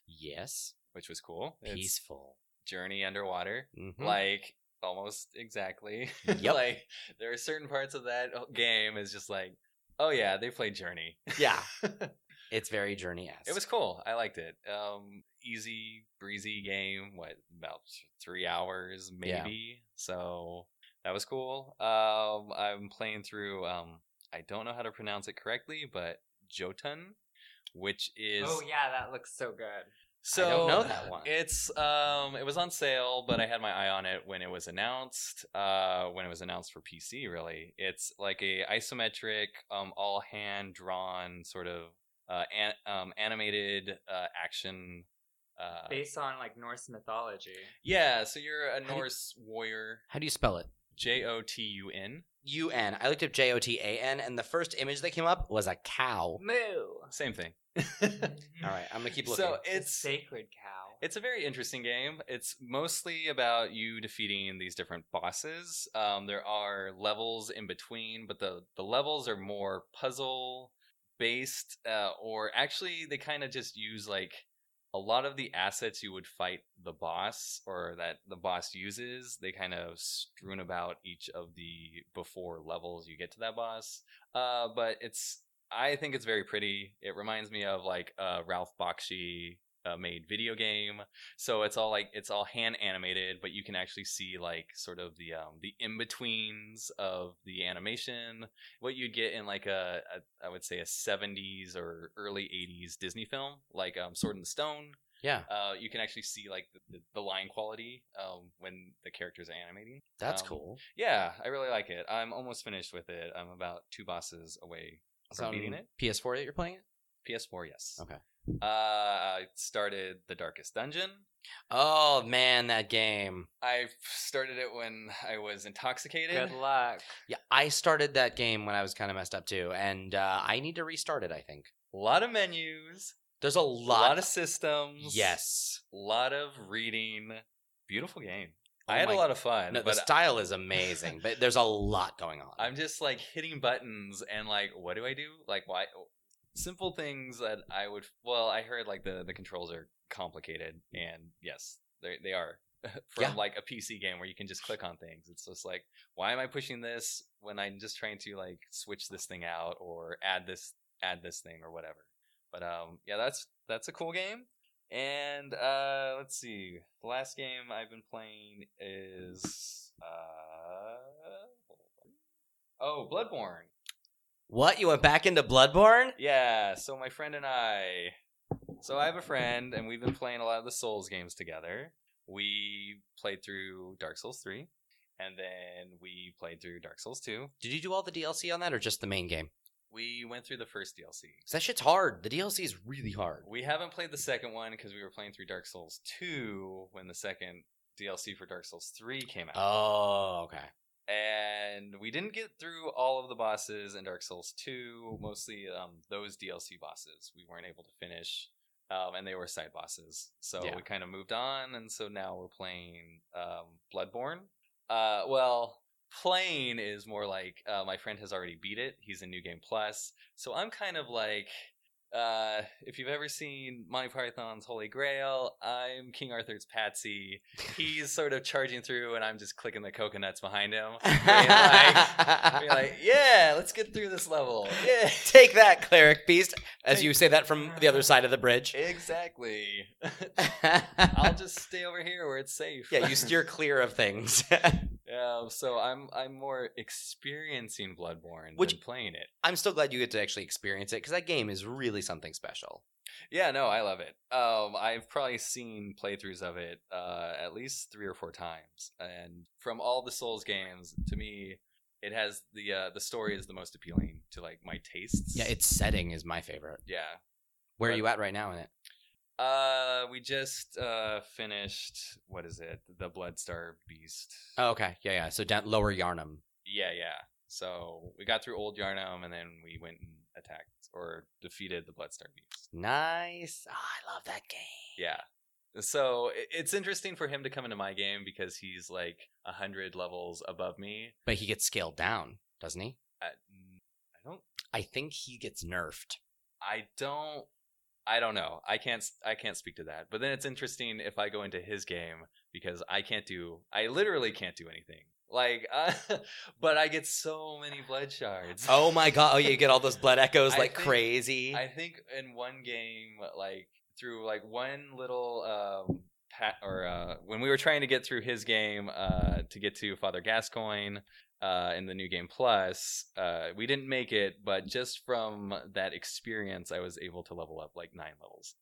Speaker 2: Yes.
Speaker 3: which was cool. It's
Speaker 2: Peaceful.
Speaker 3: Journey underwater.
Speaker 2: Mhm. <laughs>
Speaker 3: like almost exactly. <laughs>
Speaker 2: Yep.
Speaker 3: like there are certain parts of that uh, game is just like, oh yeah, they played Journey.
Speaker 2: <laughs> yeah. It's very journey esque.
Speaker 3: It was cool. I liked it. Um, easy breezy game. What about three hours
Speaker 2: Yeah.
Speaker 3: maybe? So that was cool. Um, I'm playing through. Um, I don't know how to pronounce it correctly, but Jotun, which is
Speaker 1: oh yeah, that looks so good.
Speaker 3: so
Speaker 2: don't know that one.
Speaker 3: It's um, it was on sale, but I had my eye on it when it was announced. Uh, when it was announced for PC, really, it's like a isometric, um, all hand drawn sort of uh, an- um, animated uh, action. Uh,
Speaker 1: Based on like Norse mythology.
Speaker 3: yeah, so you're a
Speaker 2: do-
Speaker 3: Norse warrior.
Speaker 2: How do you spell it?
Speaker 3: J O T U N.
Speaker 2: U N. I looked up J O T A N, and the first image that came up was a cow.
Speaker 1: Moo. <laughs>
Speaker 3: Same thing.
Speaker 2: All right, I'm gonna <laughs> keep looking.
Speaker 3: so
Speaker 1: It's
Speaker 3: it's
Speaker 1: sacred cow.
Speaker 3: It's a very interesting game. It's mostly about you defeating these different bosses. Um, there are levels in between, but the, the levels are more puzzle based, uh, or actually, they kind of just use like a lot of the assets you would fight the boss or that the boss uses. They kind of strewn about each of the before levels you get to that boss. Uh, but it's I think it's very pretty. It reminds me of like a Ralph Bakshi uh, made video game. So it's all like it's all hand animated, but you can actually see like sort of the um, the in betweens of the animation. What you'd get in like a, a I would say a 70s or early 80s Disney film, like um, Sword in the Stone.
Speaker 2: yeah,
Speaker 3: Uh, you can actually see like the, the line quality um, when the characters are animating.
Speaker 2: that's
Speaker 3: um,
Speaker 2: cool.
Speaker 3: Yeah, I really like it. I'm almost finished with it. I'm about two bosses away
Speaker 2: It's
Speaker 3: from
Speaker 2: on
Speaker 3: beating it.
Speaker 2: PS4 that you're playing it?
Speaker 3: PS4, yes.
Speaker 2: Okay.
Speaker 3: Uh, I started The Darkest Dungeon.
Speaker 2: Oh man, that game.
Speaker 3: I started it when I was intoxicated.
Speaker 1: Good luck.
Speaker 2: Yeah, I started that game when I was kind of messed up too, and uh, I need to restart it. I think
Speaker 3: A lot of menus,
Speaker 2: there's a
Speaker 3: a
Speaker 2: lot,
Speaker 3: lot of systems.
Speaker 2: yes.
Speaker 3: A lot of reading. Beautiful game.
Speaker 2: Oh
Speaker 3: I had
Speaker 2: my
Speaker 3: a lot of fun,
Speaker 2: No, the
Speaker 3: but
Speaker 2: style is amazing, but there's a lot going on.
Speaker 3: I'm just like hitting buttons and like, what do I do? Like, why? Simple things that I would. Well, I heard like the the controls are complicated, and yes, they they are. <laughs> From
Speaker 2: Yeah.
Speaker 3: like a PC game where you can just click on things, it's just like, why am I pushing this when I'm just trying to like switch this thing out or add this add this thing or whatever. But um, yeah, that's that's a cool game. And uh, let's see, the last game I've been playing is uh, Oh, Bloodborne.
Speaker 2: what you went back into Bloodborne?
Speaker 3: Yeah, so my friend and I. So I have a friend, and we've been playing a lot of the Souls games together. We played through Dark Souls 3, and then we played through Dark Souls 2.
Speaker 2: Did you do all the DLC on that or just the main game?
Speaker 3: We went through the first DLC.
Speaker 2: 'Cause that shit's hard. The DLC is really hard.
Speaker 3: We haven't played the second one because we were playing through Dark Souls 2 when the second DLC for Dark Souls 3 came out.
Speaker 2: Oh, okay.
Speaker 3: and we didn't get through all of the bosses in Dark Souls 2, mostly um, those DLC bosses we weren't able to finish. Um, and they were side bosses. So
Speaker 2: Yeah.
Speaker 3: we kind of moved on. And so now we're playing um, Bloodborne. Uh, well, playing is more like uh, my friend has already beat it. He's in New Game Plus. So I'm kind of like. Uh, if you've ever seen Monty Python's Holy Grail, I'm King Arthur's Patsy. He's sort of charging through, and I'm just clicking the coconuts behind him. Be like, yeah, let's get through this level. Yeah,
Speaker 2: <laughs> Take that, cleric beast. As
Speaker 3: Take-
Speaker 2: you say that from the other side of the <laughs> bridge.
Speaker 3: exactly. I'll
Speaker 2: yeah,
Speaker 3: just stay over here where it's safe.
Speaker 2: you steer clear of things.
Speaker 3: <laughs>
Speaker 2: <laughs>
Speaker 3: Yeah, so I'm I'm more experiencing Bloodborne
Speaker 2: Which-
Speaker 3: than playing it.
Speaker 2: I'm still glad you get to actually experience it because that game is really something special.
Speaker 3: Yeah, no, I love it. Um, I've probably seen playthroughs of it uh, at least three or four times, and from all the Souls games, to me, it has the uh, the story is the most appealing to like my tastes.
Speaker 2: Yeah, its setting is my favorite.
Speaker 3: yeah.
Speaker 2: Where are
Speaker 3: But-
Speaker 2: you at right now in it?
Speaker 3: Uh, we just uh finished. What is it? The Bloodstar Beast.
Speaker 2: Oh, okay. Yeah, yeah. So down lower Yarnum.
Speaker 3: Yeah, yeah. So we got through Old Yarnum, and then we went and attacked or defeated the Bloodstar Beast.
Speaker 2: Nice. Ah, I love that game.
Speaker 3: Yeah. So i- it's interesting for him to come into my game because he's like a hundred levels above me.
Speaker 2: But he gets scaled down, doesn't he?
Speaker 3: I, I don't.
Speaker 2: I think he gets nerfed.
Speaker 3: I don't. I don't know. I can't. s- I can't speak to that. But then it's interesting if I go into his game because I can't do. I literally can't do anything. Like, <laughs> uh, but I get so many blood shards.
Speaker 2: Oh
Speaker 3: <laughs>
Speaker 2: my god! Oh, you get all those blood echoes
Speaker 3: I
Speaker 2: like
Speaker 3: think-
Speaker 2: crazy. <laughs>
Speaker 3: I think in one game, like through like one little um, pat or uh, when we were trying to get through his game uh, to get to Father Gascoigne uh, in the new game plus, uh, we didn't make it. But just from that experience, I was able to level up like nine levels.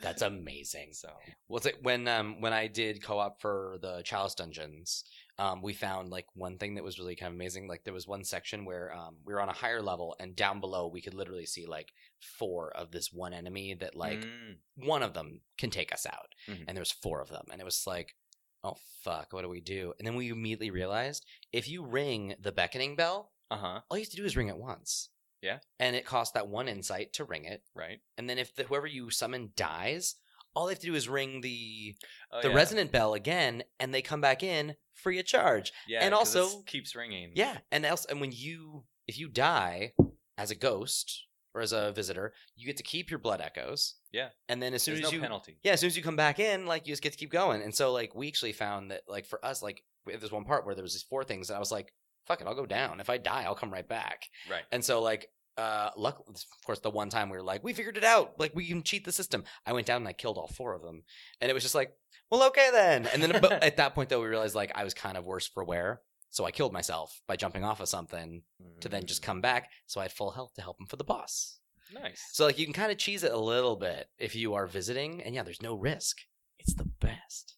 Speaker 2: That's amazing.
Speaker 3: So
Speaker 2: What's it when um when I did co-op for the Chalice Dungeons, um we found like one thing that was really kind of amazing. Like there was one section where um we were on a higher level and down below we could literally see like four of this one enemy that like
Speaker 3: Mm.
Speaker 2: one of them can take us out.
Speaker 3: Mhm.
Speaker 2: And there was four of them and it was like oh fuck, what do we do? And then we immediately realized if you ring the beckoning bell,
Speaker 3: uh-huh,
Speaker 2: all you have to do is ring it once.
Speaker 3: Yeah.
Speaker 2: And it costs that one insight to ring it.
Speaker 3: right.
Speaker 2: And then if the, whoever you summon dies, all they have to do is ring the
Speaker 3: Oh,
Speaker 2: the
Speaker 3: yeah.
Speaker 2: resonant bell again, and they come back in free of charge.
Speaker 3: yeah,
Speaker 2: and
Speaker 3: 'cause this
Speaker 2: also-
Speaker 3: keeps ringing.
Speaker 2: Yeah, and else, and when you if you die as a ghost or as a visitor, you get to keep your blood echoes.
Speaker 3: Yeah.
Speaker 2: and then as soon
Speaker 3: there's
Speaker 2: as
Speaker 3: no
Speaker 2: you
Speaker 3: penalty.
Speaker 2: yeah, as soon as you come back in, like you just get to keep going. And so like we actually found that like for us like we had this one part where there was these four things, and I was like, fuck it, I'll go down. If I die, I'll come right back.
Speaker 3: Right.
Speaker 2: And so like uh luck of course the one time we were like, we figured it out. Like we can cheat the system. I went down and I killed all four of them. And it was just like, well okay then. And then but at that point though we realized like I was kind of worse for wear. So I killed myself by jumping off of something to then just
Speaker 3: Mm.
Speaker 2: come back so I had full health to help him for the boss.
Speaker 3: Nice.
Speaker 2: So like you can kind of cheese it a little bit if you are visiting and yeah, there's no risk. It's the best.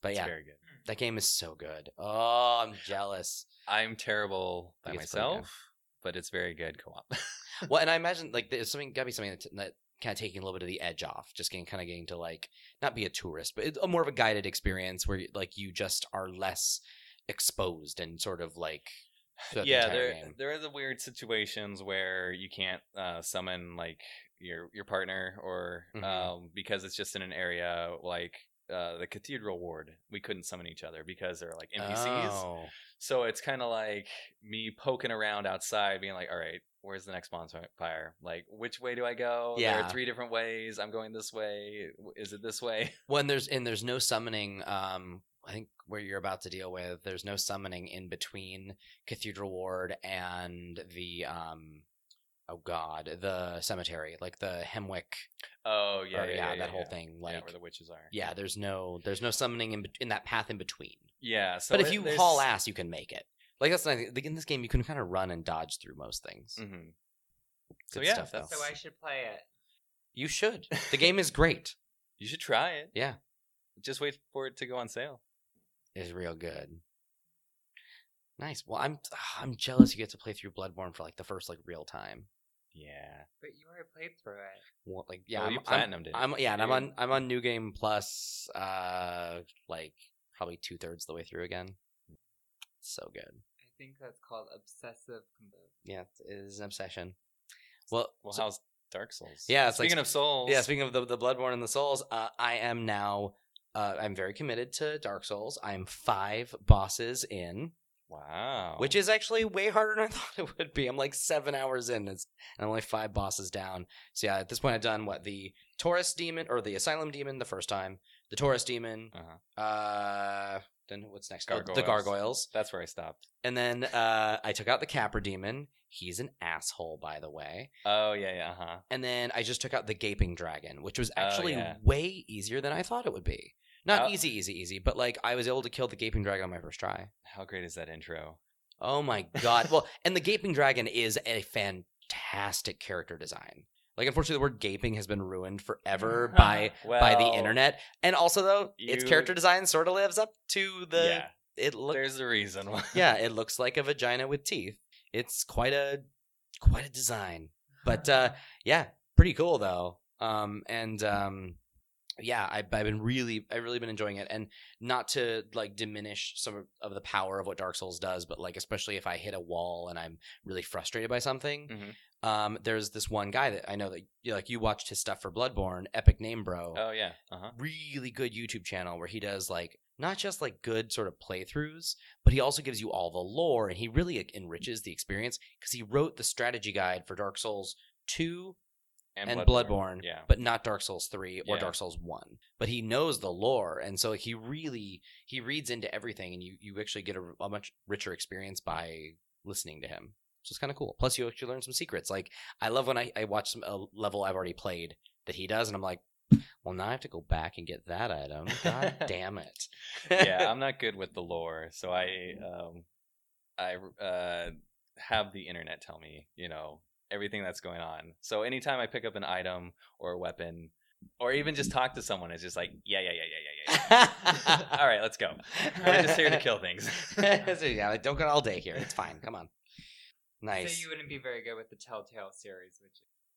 Speaker 2: But
Speaker 3: It's
Speaker 2: yeah,
Speaker 3: very good.
Speaker 2: that game is so good. Oh, I'm jealous.
Speaker 3: I'm terrible by
Speaker 2: think it's pretty good.
Speaker 3: myself, but it's very good co-op.
Speaker 2: well, and I imagine like there's something got to be something that, that kind of taking a little bit of the edge off, just getting kind of getting to like not be a tourist, but it's a more of a guided experience where like you just are less exposed and sort of like throughout the
Speaker 3: yeah,
Speaker 2: entire
Speaker 3: there
Speaker 2: game.
Speaker 3: there are the weird situations where you can't uh, summon like your your partner or
Speaker 2: Mhm.
Speaker 3: um, because it's just in an area like uh, the cathedral ward. We couldn't summon each other because they're like NPCs.
Speaker 2: Oh.
Speaker 3: So it's kind of like me poking around outside, being like, "All right, where's the next bonfire? Like, which way do I go? There
Speaker 2: Yeah.
Speaker 3: are three different ways. I'm going this way. W- Is it this way? <laughs>
Speaker 2: When there's and there's no summoning. Um, I think where you're about to deal with, there's no summoning in between Cathedral Ward and the um, oh god, the cemetery, like the Hemwick.
Speaker 3: Oh
Speaker 2: Yeah,
Speaker 3: yeah, yeah, yeah,
Speaker 2: that
Speaker 3: yeah,
Speaker 2: whole
Speaker 3: yeah.
Speaker 2: thing.
Speaker 3: Yeah,
Speaker 2: Like
Speaker 3: where the witches are.
Speaker 2: yeah there's no there's no summoning in, bet- in that path in between
Speaker 3: yeah. So
Speaker 2: but if
Speaker 3: it-
Speaker 2: you
Speaker 3: there's-
Speaker 2: haul ass you can make it like that's the nice thing. like in this game you can kind of run and dodge through most things
Speaker 3: Mhm.
Speaker 2: Good
Speaker 3: So yeah,
Speaker 2: stuff,
Speaker 3: that's-
Speaker 2: though.
Speaker 1: So I should play it.
Speaker 2: you should
Speaker 3: <laughs>
Speaker 2: the game is great
Speaker 3: You should try it.
Speaker 2: Yeah.
Speaker 3: Just wait for it to go on sale.
Speaker 2: is real good. Nice. Well, I'm ah, I'm jealous you get to play through Bloodborne for like the first like real time.
Speaker 3: Yeah.
Speaker 1: But you already played through it.
Speaker 2: Well, like yeah,
Speaker 3: Well, you
Speaker 2: I'm, I'm-
Speaker 3: platinumed it.
Speaker 2: I'm- yeah, and I'm
Speaker 3: Yeah.
Speaker 2: on I'm on New Game Plus, uh, like probably two thirds the way through again. So good.
Speaker 1: I think that's called obsessive compulsive.
Speaker 2: Yeah, it is an obsession. Well,
Speaker 3: well,
Speaker 2: so-
Speaker 3: how's Dark Souls?
Speaker 2: Yeah, it's like-
Speaker 3: Speaking of souls.
Speaker 2: Yeah, speaking of the, the Bloodborne and the Souls, uh, I am now uh, I'm very committed to Dark Souls. I'm five bosses in,
Speaker 3: wow.
Speaker 2: which is actually way harder than I <laughs> thought it would be. I'm like seven hours in, and it's- and I'm only five bosses down. So yeah, at this point, I've done what the Taurus demon or the Asylum demon the first time, the Taurus demon,
Speaker 3: Uh-huh.
Speaker 2: uh, then what's next? Oh, The
Speaker 3: Gargoyles.
Speaker 2: gargoyles,
Speaker 3: That's where I stopped.
Speaker 2: and then uh, I took out the Capper demon. He's an asshole, by the way.
Speaker 3: Oh yeah, yeah, uh huh.
Speaker 2: and then I just took out the gaping dragon, which was
Speaker 3: Oh,
Speaker 2: actually
Speaker 3: yeah.
Speaker 2: way easier than I thought it would be. Not
Speaker 3: Oh.
Speaker 2: easy, easy, easy, but like I was able to kill the gaping dragon on my first try.
Speaker 3: How great is that intro?
Speaker 2: Oh my god!
Speaker 3: <laughs>
Speaker 2: well, and the gaping dragon is a fantastic character design. Like, unfortunately, the word gaping has been ruined
Speaker 3: <laughs>
Speaker 2: forever by by
Speaker 3: Well,
Speaker 2: the internet, and also though its
Speaker 3: you-
Speaker 2: character design sort of lives up to the
Speaker 3: yeah,
Speaker 2: it looks
Speaker 3: there's a reason why.
Speaker 2: yeah, it looks like a vagina with teeth. It's quite a quite a design.
Speaker 1: <laughs>
Speaker 2: But uh yeah, pretty cool though. Um and um yeah, I, I've been really, I've really been enjoying it, and not to like diminish some of- of the power of what Dark Souls does, but like especially if I hit a wall and I'm really frustrated by something,
Speaker 3: Mhm.
Speaker 2: um, there's this one guy that I know that you like you watched his stuff for Bloodborne, Epic Name Bro,
Speaker 3: Oh yeah. Uh huh.
Speaker 2: really good YouTube channel where he does like not just like good sort of playthroughs, but he also gives you all the lore and he really like, enriches the experience because he wrote the strategy guide for Dark Souls 2, And Bloodborne.
Speaker 3: Yeah.
Speaker 2: but not Dark Souls 3 or
Speaker 3: Yeah.
Speaker 2: Dark Souls 1. But he knows the lore and so he really he reads into everything and you you actually get a, a much richer experience by listening to him. Which is kind of cool. Plus you actually learn some secrets. Like I love when I, I watch some a level I've already played that he does and I'm like well, now I have to go back and get that item. <laughs> God damn it!
Speaker 3: yeah, I'm not good with the lore, so I um, I uh, have the internet tell me, you know, everything that's going on. So anytime I pick up an item or a weapon, or even just talk to someone, it's just like, yeah, yeah, yeah, yeah, yeah, yeah. yeah. All right, let's go. We're just here to kill things. <laughs>
Speaker 2: so, yeah, like, don't go all day here. It's fine. Come on. Nice.
Speaker 1: So you wouldn't be very good with the Telltale series, which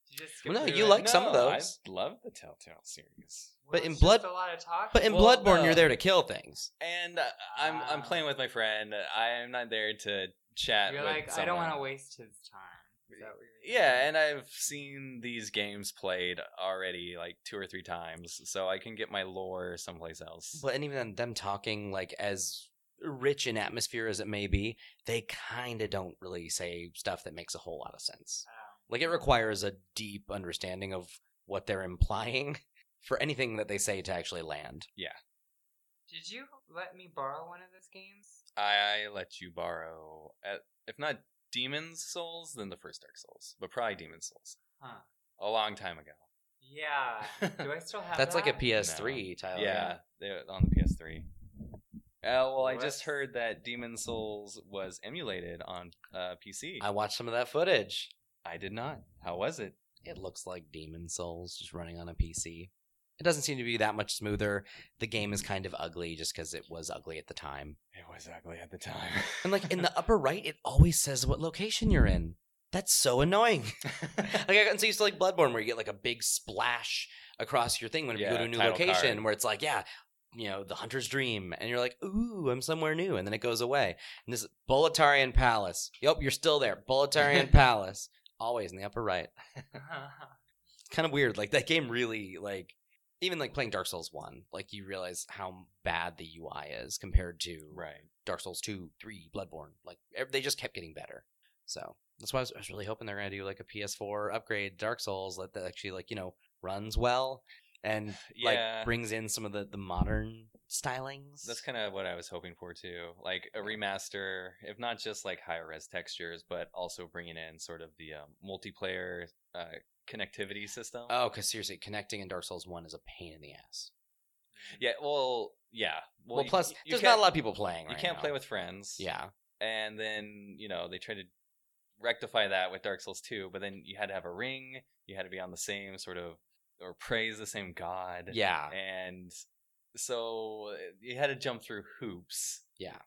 Speaker 1: you just skip
Speaker 2: Well, no,
Speaker 1: through
Speaker 2: you
Speaker 1: it.
Speaker 2: like some of
Speaker 3: No,
Speaker 2: those.
Speaker 3: I love the Telltale series,
Speaker 1: Well,
Speaker 2: but in
Speaker 1: it's
Speaker 2: Blood-
Speaker 1: just a lot of talk.
Speaker 2: but in
Speaker 3: Well,
Speaker 2: Bloodborne,
Speaker 3: no.
Speaker 1: uh
Speaker 2: you're there to kill things.
Speaker 3: and uh, I'm I'm
Speaker 1: Wow.
Speaker 3: playing with my friend. uh, I'm not there to chat.
Speaker 1: you're
Speaker 3: with
Speaker 1: like, I don't
Speaker 3: someone.
Speaker 1: want to waste his time. Is that what you're
Speaker 3: Yeah, and I've seen these games played already like two or three times, so I can get my lore someplace else.
Speaker 2: Well, and even then, them talking like as rich in atmosphere as it may be, they kind of don't really say stuff that makes a whole lot of sense. Like it requires a deep understanding of what they're implying <laughs> for anything that they say to actually land.
Speaker 1: Did you let me borrow one of those games?
Speaker 3: I let you borrow, uh if not Demon's Souls, then the first Dark Souls, but probably Demon's Souls.
Speaker 1: Huh.
Speaker 3: A long time ago.
Speaker 1: Yeah. Do I
Speaker 2: <laughs>
Speaker 1: still have
Speaker 2: That's like a
Speaker 1: that? <laughs>
Speaker 2: PS3 Tyler.
Speaker 3: yeah, they were on the PS3. Uh, well, I just
Speaker 1: What?
Speaker 3: heard that Demon's Souls was emulated on uh, PC.
Speaker 2: I watched some of that footage.
Speaker 3: I did not. How was it?
Speaker 2: It looks like Demon Souls just running on a PC. It doesn't seem to be that much smoother. The game is kind of ugly just because it was ugly at the time.
Speaker 3: It was ugly at the <laughs> time.
Speaker 2: And like in the upper right, it always says what location you're in. That's so
Speaker 3: <laughs>
Speaker 2: annoying. <laughs> like I got so used to like Bloodborne where you get like a big splash across your thing when you
Speaker 3: Yeah,
Speaker 2: go to a new
Speaker 3: title
Speaker 2: location
Speaker 3: card.
Speaker 2: where it's like, yeah, you know, the hunter's dream, and you're like, ooh, I'm somewhere new, and then it goes away. And this Boletarian Palace. Yep, you're still there.
Speaker 3: <laughs>
Speaker 2: Boletarian Palace. Always in the upper right. kind of weird. Like that game really like even like playing Dark Souls one, like you realize how bad the UI is compared to
Speaker 3: right.
Speaker 2: Dark Souls two, three, Bloodborne. Like ev- they just kept getting better. So that's why I was, I was really hoping they're gonna do like a PS4 upgrade Dark Souls that, that actually like you know runs well and
Speaker 3: Yeah.
Speaker 2: like brings in some of the the modern stylings.
Speaker 3: That's kind of what I was hoping for too, like a remaster, if not just like higher res textures, but also bringing in sort of the um, multiplayer uh, connectivity system.
Speaker 2: Oh, because seriously, connecting in Dark Souls one is a pain in the ass.
Speaker 3: yeah. Well, yeah.
Speaker 2: Well,
Speaker 3: you-
Speaker 2: plus
Speaker 3: you
Speaker 2: there's
Speaker 3: can't-
Speaker 2: not a lot of people playing.
Speaker 3: You
Speaker 2: right
Speaker 3: can't
Speaker 2: now.
Speaker 3: play with friends.
Speaker 2: Yeah,
Speaker 3: And then you know they tried to rectify that with Dark Souls 2, but then you had to have a ring. You had to be on the same sort of or praise the same god.
Speaker 2: yeah.
Speaker 3: And so uh, you had to jump through hoops.
Speaker 2: Yeah.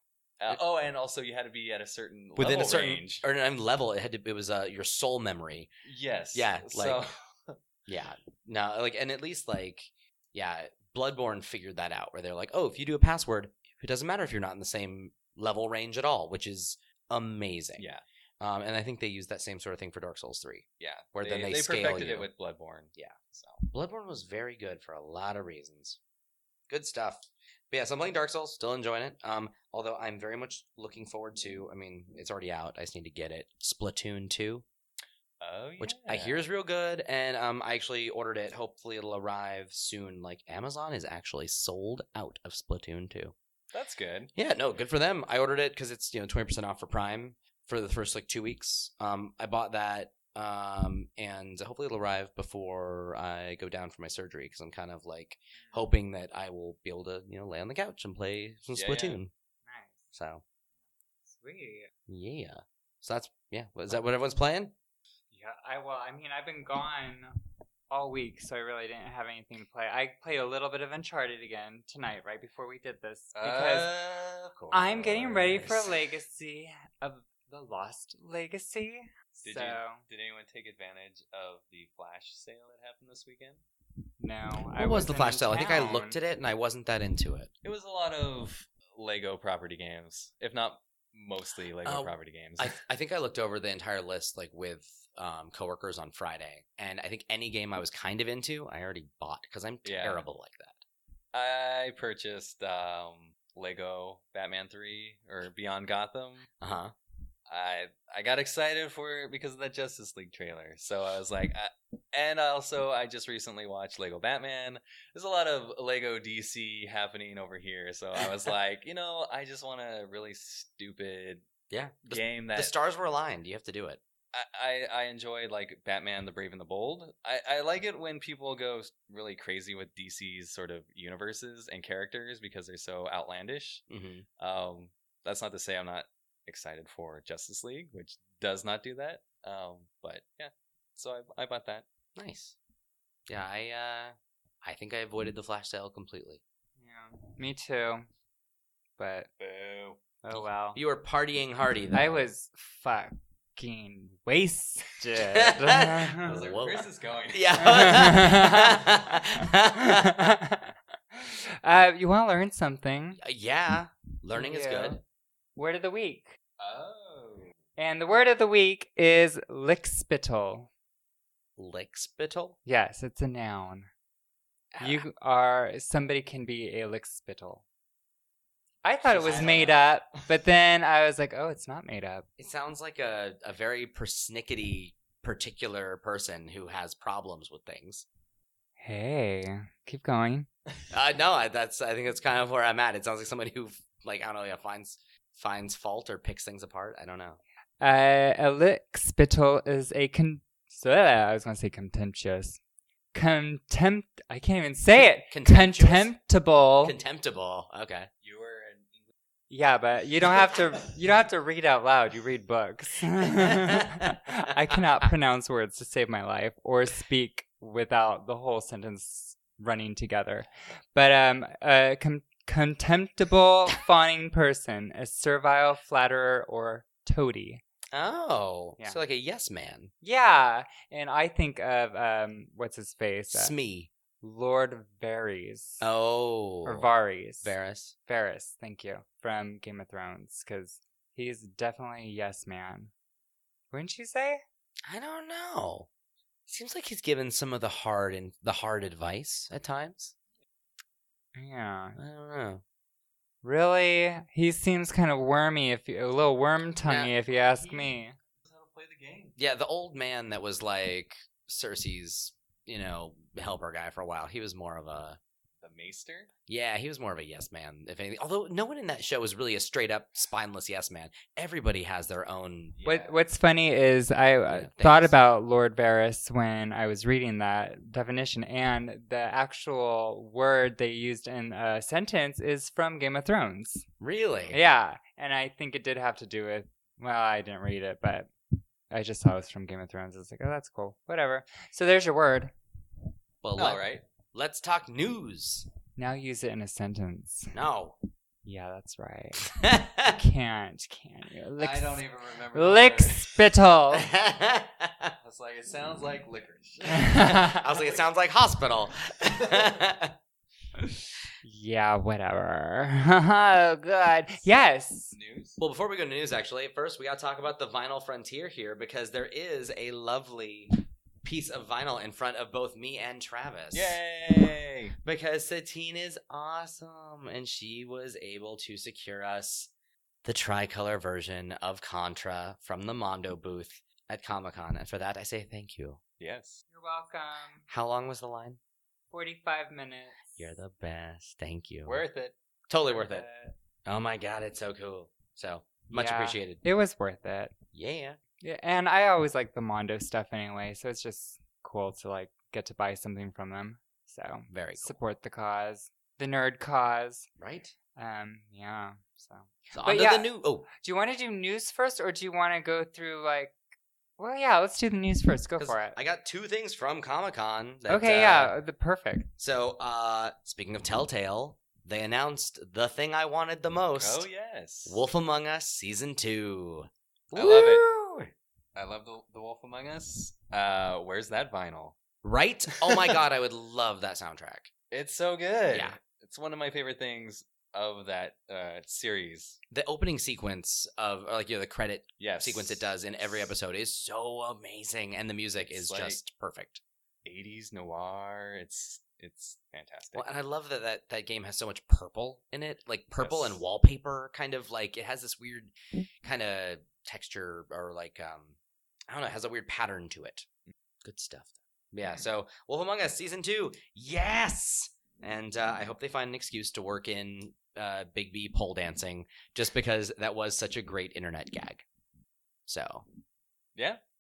Speaker 3: Uh, oh, and also you had to be at a certain
Speaker 2: within
Speaker 3: level
Speaker 2: a certain
Speaker 3: range.
Speaker 2: or um, level. It had to. It was uh, your soul memory.
Speaker 3: yes.
Speaker 2: yeah,
Speaker 3: so <laughs>
Speaker 2: like- Yeah. No, like, and at least like, yeah, Bloodborne figured that out where they're like, oh, if you do a password, it doesn't matter if you're not in the same level range at all, which is amazing.
Speaker 3: yeah,
Speaker 2: Um, and I think they use that same sort of thing for Dark Souls Three.
Speaker 3: yeah.
Speaker 2: Where
Speaker 3: they,
Speaker 2: then they
Speaker 3: they
Speaker 2: scale
Speaker 3: perfected
Speaker 2: you.
Speaker 3: it with Bloodborne.
Speaker 2: Yeah.
Speaker 3: So
Speaker 2: Bloodborne was very good for a lot of reasons. Good stuff. But yeah, so I'm playing Dark Souls, still enjoying it. Um, although I'm very much looking forward to. I mean, it's already out. I just need to get it. Splatoon Two.
Speaker 3: oh yeah.
Speaker 2: which I hear is real good. And um, I actually ordered it. Hopefully, it'll arrive soon. Like Amazon is actually sold out of Splatoon 2.
Speaker 3: that's good.
Speaker 2: Yeah, no, good for them. I ordered it because it's you know twenty percent off for Prime for the first like two weeks. Um, I bought that. Um, and hopefully it'll arrive before I go down for my surgery because I'm kind of like hoping that I will be able to you know lay on the couch and play some
Speaker 3: Yeah, yeah.
Speaker 2: Splatoon.
Speaker 1: Nice.
Speaker 2: So
Speaker 1: Sweet.
Speaker 2: yeah, so that's yeah. Is that what everyone's playing?
Speaker 1: Yeah, I well, I mean, I've been gone all week, so I really didn't have anything to play. I played a little bit of Uncharted again tonight, right before we did this, because
Speaker 3: Uh, of course.
Speaker 1: I'm getting ready for Legacy of the Lost Legacy.
Speaker 3: Did
Speaker 1: so
Speaker 3: Did anyone take advantage of the flash sale that happened this weekend?
Speaker 1: no, I
Speaker 2: What was the
Speaker 1: wasn't
Speaker 2: flash
Speaker 1: in
Speaker 2: sale? I think I
Speaker 1: town.
Speaker 2: looked at it and I wasn't that into it.
Speaker 3: It was a lot of Lego property games, if not mostly Lego
Speaker 2: Uh,
Speaker 3: property games.
Speaker 2: I, I think I looked over the entire list like with um, coworkers on Friday, and I think any game I was kind of into, I already bought because I'm
Speaker 3: Yeah.
Speaker 2: terrible like that.
Speaker 3: <laughs> I purchased um, Lego Batman Three or Beyond Gotham.
Speaker 2: Uh huh.
Speaker 3: I I got excited for it because of that Justice League trailer. So I was like, I, and also I just recently watched Lego Batman. There's a lot of Lego DC happening over here, so I
Speaker 2: <laughs>
Speaker 3: was like, you know, I just want a really stupid
Speaker 2: Yeah. The,
Speaker 3: game
Speaker 2: the
Speaker 3: that
Speaker 2: stars were aligned. You have to do it.
Speaker 3: I, I I enjoy like Batman the Brave and the Bold. I, I like it when people go really crazy with DC's sort of universes and characters because they're so outlandish.
Speaker 2: Mm-hmm.
Speaker 3: Um, that's not to say I'm not excited for Justice League, which does not do that. Um, but yeah, so I, I bought that.
Speaker 2: Nice. Yeah, I uh, I think I avoided the flash sale completely.
Speaker 1: Yeah, me too. But
Speaker 3: Boo.
Speaker 1: oh well.
Speaker 2: You were partying hardy. Though.
Speaker 1: I was fucking
Speaker 2: <laughs>
Speaker 1: wasted.
Speaker 3: I was like,
Speaker 2: Whoa.
Speaker 3: where's
Speaker 2: <laughs>
Speaker 3: this going?
Speaker 1: <laughs>
Speaker 2: Yeah.
Speaker 1: uh, you want to learn something?
Speaker 2: Uh, yeah. Learning is
Speaker 1: Yeah.
Speaker 2: good.
Speaker 1: Word of the week.
Speaker 3: Oh,
Speaker 1: And the word of the week is lickspittle.
Speaker 2: Lick spittle.
Speaker 1: Yes, it's a noun.
Speaker 2: Ah.
Speaker 1: You are somebody can be a lickspittle. I thought it
Speaker 2: <laughs> I
Speaker 1: was
Speaker 2: don't
Speaker 1: made
Speaker 2: know.
Speaker 1: up,
Speaker 2: <laughs>
Speaker 1: but then I was like, oh, it's not made up.
Speaker 2: It sounds like a, a very persnickety particular person who has problems with things.
Speaker 1: Hey, keep going.
Speaker 2: Uh, no, I, that's I think that's kind of where I'm at. It sounds like somebody who like I don't know, yeah, finds finds fault or picks things apart. I don't know.
Speaker 1: Uh, a lickspittle is a con. <laughs> So, I was going to say contemptuous. Contempt. I can't even say it.
Speaker 2: Contemptuous?
Speaker 1: Contemptible.
Speaker 2: Contemptible. Okay.
Speaker 3: you were an
Speaker 1: Yeah, but you don't have to. You don't have to read out loud. You read books. <laughs> I cannot pronounce words to save my life or speak without the whole sentence running together. But um, a com- contemptible, fawning person, a servile flatterer or toady.
Speaker 2: Oh,
Speaker 1: Yeah.
Speaker 2: so like a yes man.
Speaker 1: Yeah, and I think of um, what's his face, uh,
Speaker 2: Smee.
Speaker 1: Lord Varys
Speaker 2: Oh.
Speaker 1: or Varys.
Speaker 2: Varys.
Speaker 1: Ferris, thank you, from Game of Thrones, because he's definitely a yes man. Wouldn't you say?
Speaker 2: I don't know. Seems like he's given some of the hard and the hard advice at times.
Speaker 1: Yeah.
Speaker 2: I don't know.
Speaker 1: Really? He seems kind of wormy, if you, a little worm tonguey, if you ask me.
Speaker 3: knows how to play the game.
Speaker 2: Yeah, the old man that was like Cersei's, you know, helper guy for a while. He was more of a
Speaker 3: The Maester.
Speaker 2: Yeah, he was more of a yes man, if anything. Although no one in that show is really a straight up spineless yes man. Everybody has their own.
Speaker 1: What What's funny is I uh
Speaker 2: Yeah,
Speaker 1: thought
Speaker 2: thanks.
Speaker 1: about Lord Varys when I was reading that definition, and the actual word they used in a sentence is from Game of Thrones.
Speaker 2: Really?
Speaker 1: Yeah, and I think it did have to do with. Well, I didn't read it, but I just saw it was from Game of Thrones. I was like, oh, that's cool. Whatever. So there's your word.
Speaker 2: Well,
Speaker 3: All
Speaker 2: let,
Speaker 3: right.
Speaker 2: let's talk news.
Speaker 1: Now use it in a sentence.
Speaker 3: <laughs>
Speaker 2: No.
Speaker 1: Yeah, that's right.
Speaker 2: I
Speaker 1: Can't, can you? Lick,
Speaker 3: I don't even remember. the
Speaker 1: lick
Speaker 3: word.
Speaker 2: <laughs>
Speaker 1: spittle. <laughs>
Speaker 3: I was like, it sounds like licorice.
Speaker 2: was like, it sounds like
Speaker 3: <laughs>
Speaker 2: hospital. <laughs>
Speaker 1: yeah, whatever. <laughs> oh, good. Yes.
Speaker 3: News.
Speaker 2: Well, before we go to news, actually, first we got to talk about the vinyl frontier here because there is a lovely piece of vinyl in front of both me and Travis.
Speaker 3: Yay!
Speaker 2: Because Satine is awesome and she was able to secure us the tricolor version of Contra from the Mondo booth at Comic Con. And for that, I say thank you.
Speaker 3: Yes.
Speaker 1: You're welcome.
Speaker 2: How long was the line?
Speaker 1: 45 minutes.
Speaker 2: You're the best. Thank you.
Speaker 3: Worth it.
Speaker 2: totally worth it. Oh my God, it's so cool. So much
Speaker 1: Yeah.
Speaker 2: appreciated.
Speaker 1: It was worth it.
Speaker 2: Yeah.
Speaker 1: Yeah, and I always like the Mondo stuff anyway, so it's just cool to like get to buy something from them. So
Speaker 2: Very cool.
Speaker 1: support the cause, the nerd cause.
Speaker 2: Right?
Speaker 1: Um, yeah. So,
Speaker 2: So
Speaker 1: But
Speaker 2: onto
Speaker 1: yeah.
Speaker 2: the new. Oh,
Speaker 1: do you want to do news first, or do you want to go through like? Well, yeah. Let's do the news first. Go
Speaker 2: 'Cause
Speaker 1: for it.
Speaker 2: I uh, got two things from Comic Con.
Speaker 1: okay. yeah. The perfect.
Speaker 2: So, uh, speaking of Telltale, they announced the thing I wanted the most:
Speaker 3: Oh yes.
Speaker 2: Wolf Among Us season two.
Speaker 3: I love it.
Speaker 1: <laughs>
Speaker 3: I love the, the Wolf Among Us. Uh, where's that vinyl?
Speaker 2: Right? Oh my god, I
Speaker 3: <laughs>
Speaker 2: would love that soundtrack.
Speaker 3: It's so good.
Speaker 2: Yeah.
Speaker 3: It's one of my favorite things of that uh, series.
Speaker 2: The opening sequence of, or like, you know, the credit
Speaker 3: Yes.
Speaker 2: sequence it does in every episode is so amazing, and the music
Speaker 3: It's
Speaker 2: is
Speaker 3: like-
Speaker 2: just perfect.
Speaker 3: 80s noir. It's it's fantastic.
Speaker 2: Well, and I love that, that that game has so much purple in it, like purple
Speaker 3: Yes.
Speaker 2: and wallpaper, kind of like it has this weird kind of texture or like um I don't know, it has a weird pattern to it.
Speaker 3: Mm,
Speaker 2: Good stuff. Yeah. So Wolf Among Us season two, yes, and uh,
Speaker 3: Mm.
Speaker 2: I hope they find an excuse to work in uh, Big B pole dancing, just because that was such a great internet gag. So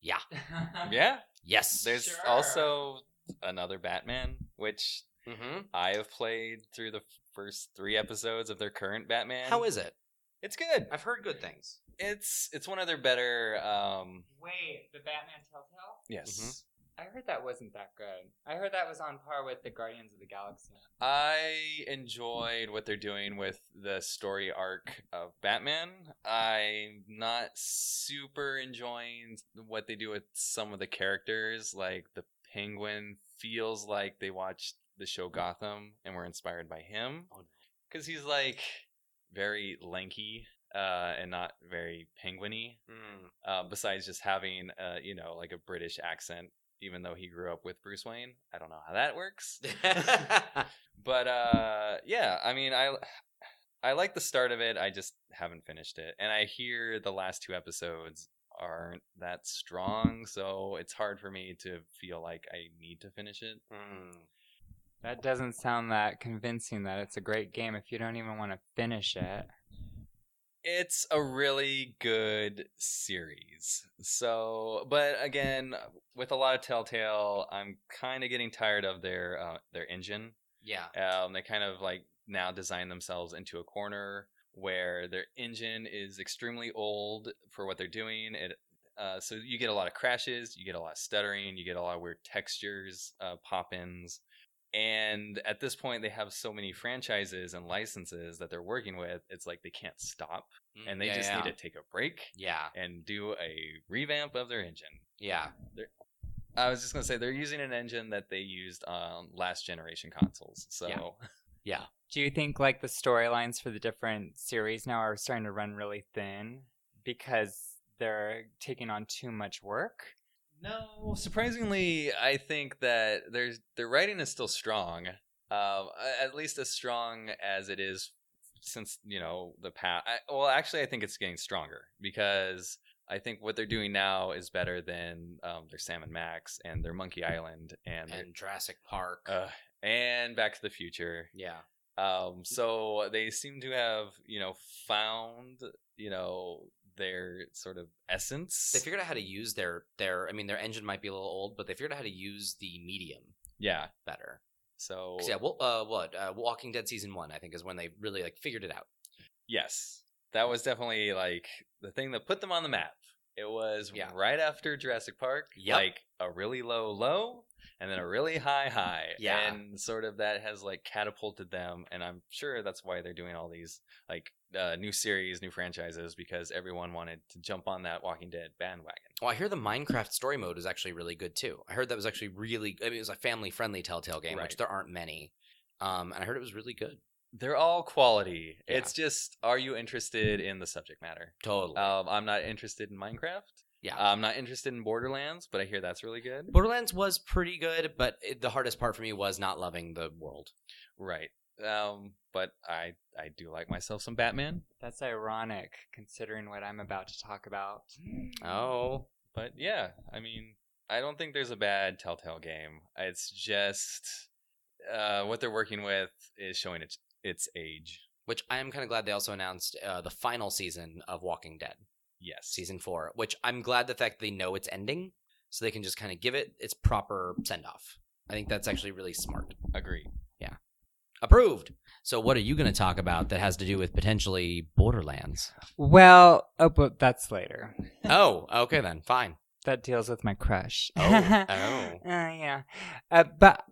Speaker 3: yeah.
Speaker 2: yes,
Speaker 3: There's
Speaker 1: Sure.
Speaker 3: also another Batman, which
Speaker 2: Mhm.
Speaker 3: I have played through the first three episodes of their current Batman.
Speaker 2: How is it?
Speaker 3: it's good?
Speaker 2: I've heard good things.
Speaker 3: It's it's one of their better. Um,
Speaker 1: Wait, the Batman Telltale.
Speaker 3: yes,
Speaker 2: Mhm.
Speaker 1: I heard that wasn't that good. I heard that was on par with the Guardians of the Galaxy.
Speaker 3: I enjoyed what they're doing with the story arc of Batman. I'm not super enjoying what they do with some of the characters. Like the Penguin feels like they watched the show Gotham and were inspired by him
Speaker 2: Oh, no.
Speaker 3: because he's like very lanky uh, and not very penguiny. Uh, besides just having, uh, you know, like a British accent, even though he grew up with Bruce Wayne. I don't know how that works but uh yeah i mean i i like the start of it i just haven't finished it and i hear the last two episodes aren't that strong so it's hard for me to feel like i need to finish it
Speaker 2: Mm.
Speaker 1: That doesn't sound that convincing that it's a great game if you don't even want to finish it.
Speaker 3: it's a really good series so but again with a lot of telltale i'm kind of getting tired of their uh, their engine
Speaker 2: Yeah.
Speaker 3: Um, they kind of like now design themselves into a corner where their engine is extremely old for what they're doing. It uh, so you get a lot of crashes, you get a lot of stuttering, you get a lot of weird textures, uh, pop-ins, and at this point they have so many franchises and licenses that they're working with. It's like they can't stop, and they
Speaker 2: Mm, Yeah,
Speaker 3: just
Speaker 2: yeah.
Speaker 3: need to take a break
Speaker 2: Yeah.
Speaker 3: and do a revamp of their engine.
Speaker 2: Yeah.
Speaker 3: I was just gonna say they're using an engine that they used on last generation consoles, so.
Speaker 2: Yeah.
Speaker 1: Do you think like the storylines for the different series now are starting to run really thin because they're taking on too much work?
Speaker 3: No, surprisingly, I think that there's their writing is still strong, um, a- at least as strong as it is since you know the past. I, well, actually, I think it's getting stronger because I think what they're doing now is better than um, their Sam and Max and their Monkey Island and their,
Speaker 2: and Jurassic Park.
Speaker 3: uh, and Back to the Future.
Speaker 2: yeah.
Speaker 3: Um, so they seem to have you know found you know their sort of essence.
Speaker 2: They figured out how to use their their I mean their engine might be a little old, but they figured out how to use the medium
Speaker 3: yeah.
Speaker 2: better.
Speaker 3: So
Speaker 2: 'Cause, Yeah, well, uh, what uh, Walking Dead season one I think is when they really like figured it out.
Speaker 3: Yes. That was definitely like the thing that put them on the map It was
Speaker 2: Yeah.
Speaker 3: right after Jurassic Park,
Speaker 2: Yep.
Speaker 3: like a really low low and then a really high high.
Speaker 2: Yeah.
Speaker 3: And sort of that has like catapulted them. And I'm sure that's why they're doing all these like uh, new series, new franchises, because everyone wanted to jump on that Walking Dead bandwagon.
Speaker 2: Well, Oh, I hear the Minecraft story mode is actually really good too. I heard that was actually really. I mean, it was a family-friendly Telltale game, which
Speaker 3: Right.
Speaker 2: there aren't many. Um, and I heard it was really good.
Speaker 3: They're all quality.
Speaker 2: Yeah.
Speaker 3: It's just, are you interested in the subject matter?
Speaker 2: Totally.
Speaker 3: Um, I'm not interested in Minecraft.
Speaker 2: Yeah.
Speaker 3: I'm not interested in Borderlands, but I hear that's really good.
Speaker 2: Borderlands was pretty good, but it, the hardest part for me was not loving the world.
Speaker 3: Right. Um, but I I do like myself some Batman.
Speaker 1: That's ironic considering what I'm about to talk about.
Speaker 3: Mm.
Speaker 2: Oh,
Speaker 3: But yeah, I mean, I don't think there's a bad Telltale game. It's just uh, what they're working with is showing its its age.
Speaker 2: which I am kind of glad they also announced uh, the final season of Walking Dead,
Speaker 3: Yes.
Speaker 2: season four. Which I'm glad the fact they know it's ending, so they can just kind of give it its proper send off. I think that's actually really smart.
Speaker 3: Agree.
Speaker 2: Approved. So, what are you going to talk about that has to do with potentially
Speaker 3: <laughs>
Speaker 2: Borderlands?
Speaker 1: Well, oh, but that's later.
Speaker 2: oh, okay then, fine.
Speaker 1: That deals with my crush. <laughs>
Speaker 2: Oh,
Speaker 1: Uh,
Speaker 2: oh.
Speaker 1: yeah. Uh, but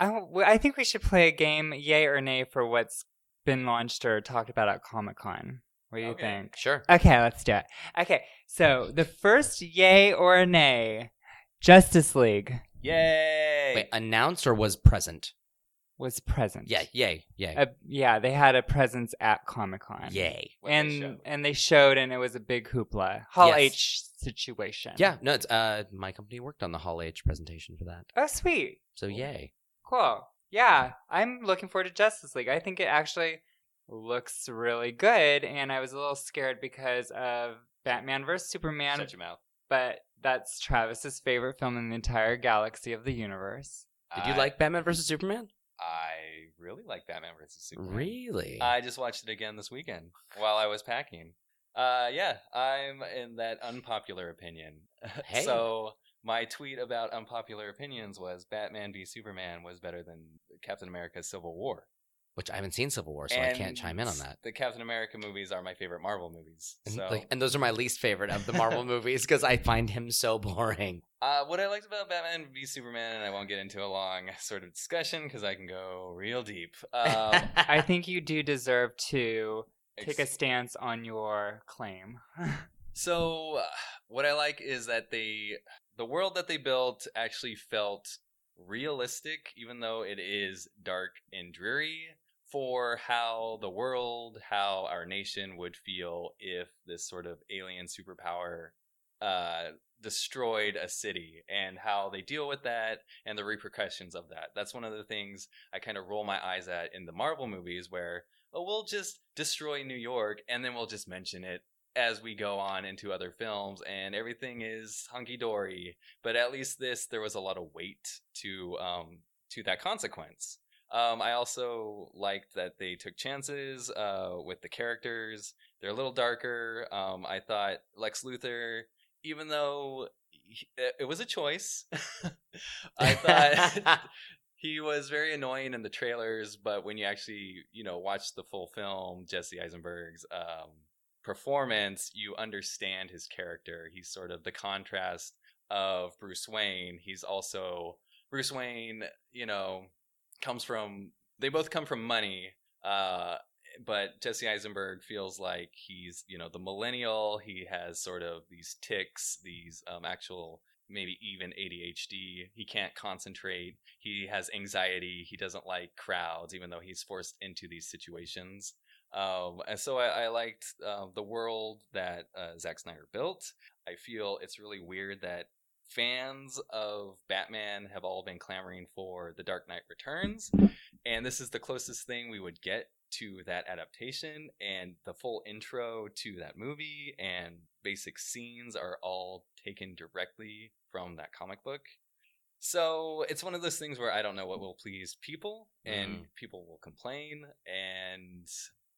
Speaker 1: I, w- I think we should play a game, yay or nay, for what's been launched or talked about at Comic Con. What do you
Speaker 3: Okay.
Speaker 1: think?
Speaker 2: Sure.
Speaker 1: Okay, let's do it. Okay, so the first yay or nay, Justice League
Speaker 3: Yay!
Speaker 2: Wait, announced or was present?
Speaker 1: was present.
Speaker 2: Yeah, yay, yay,
Speaker 1: Uh, yeah, they had a presence at Comic Con.
Speaker 2: yay.
Speaker 3: What they
Speaker 1: and
Speaker 3: showed.
Speaker 1: and they showed, and it was a big hoopla, Hall
Speaker 2: Yes.
Speaker 1: H situation.
Speaker 2: Yeah, no, it's uh, my company worked on the Hall H presentation for that,
Speaker 1: Oh, sweet.
Speaker 2: so yay.
Speaker 1: Cool. Yeah, I'm looking forward to Justice League. I think it actually looks really good, and I was a little scared because of Batman vs Superman,
Speaker 3: Shut your mouth.
Speaker 1: but that's Travis's favorite film in the entire galaxy of the universe.
Speaker 2: Did you
Speaker 3: I-
Speaker 2: like Batman versus Superman?
Speaker 3: I really like Batman versus Superman.
Speaker 2: Really?
Speaker 3: I just watched it again this weekend while I was packing. Uh, yeah, I'm in that unpopular opinion.
Speaker 2: Hey.
Speaker 3: so my tweet about unpopular opinions was Batman v Superman was better than Captain America's Civil War.
Speaker 2: Which I haven't seen Civil War, so I can't
Speaker 3: And
Speaker 2: chime in on that.
Speaker 3: The Captain America movies are my favorite Marvel movies.
Speaker 2: And,
Speaker 3: So
Speaker 2: like, and those are my least favorite of the <laughs> Marvel movies because I find him so <laughs> boring.
Speaker 3: uh, what I liked about Batman v Superman, and I won't get into a long sort of discussion because I can go real deep.
Speaker 2: <laughs>
Speaker 3: Um,
Speaker 1: I think you do deserve to take a
Speaker 3: ex-
Speaker 1: stance on your claim.
Speaker 3: So uh, what I like is that they the world that they built actually felt realistic even though it is dark and dreary for how the world, how our nation would feel if this sort of alien superpower uh destroyed a city and how they deal with that and the repercussions of that. That's one of the things I kind of roll my eyes at in the Marvel movies where oh we'll just destroy New York and then we'll just mention it as we go on into other films and everything is hunky dory but at least this there was a lot of weight to um to that consequence um i also liked that they took chances uh with the characters they're a little darker um i thought lex luthor even though he- it- it was a choice <laughs> i thought <laughs> he was very annoying in the trailers, but when you actually, you know, watch the full film, Jesse Eisenberg's um, performance, you understand his character. He's sort of the contrast of Bruce Wayne. He's also Bruce Wayne, you know, comes from they both come from money, uh, but Jesse Eisenberg feels like he's, you know, the millennial. He has sort of these ticks, these um, actual maybe even ADHD. He can't concentrate. He has anxiety. He doesn't like crowds, even though he's forced into these situations. Um, and so I, I liked uh, the world that uh, Zack Snyder built. I feel it's really weird that fans of Batman have all been clamoring for The Dark Knight Returns, and this is the closest thing we would get to that adaptation and the full intro to that movie and basic scenes are all taken directly from that comic book. So it's one of those things where I don't know what will please people and people will complain and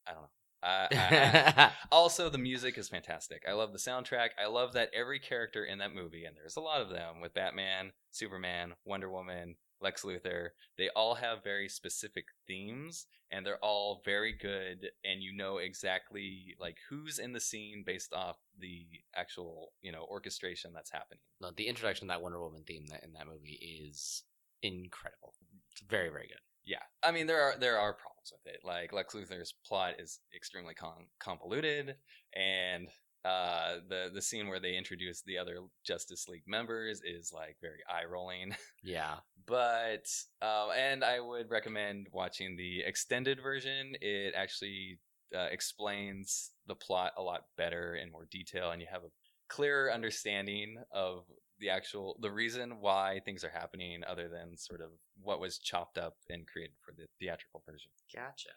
Speaker 3: I don't know. Uh,
Speaker 2: <laughs>
Speaker 3: I, I, I, also, the music is fantastic. I love the soundtrack. I love that every character in that movie, and there's a lot of them with Batman, Superman, Wonder Woman, Lex Luthor, they all have very specific themes and they're all very good and you know exactly like who's in the scene based off the actual, you know, orchestration that's happening.
Speaker 2: No, the introduction of that Wonder Woman theme that in that movie is incredible. It's very, very good.
Speaker 3: Yeah. I mean there are there are problems with it. Like Lex Luthor's plot is extremely con- convoluted and uh the the scene where they introduce the other Justice League members is like very eye-rolling.
Speaker 2: Yeah.
Speaker 3: but uh, and I would recommend watching the extended version. It actually uh, explains the plot a lot better in more detail, and you have a clearer understanding of the actual the reason why things are happening, other than sort of what was chopped up and created for the theatrical version.
Speaker 2: Gotcha.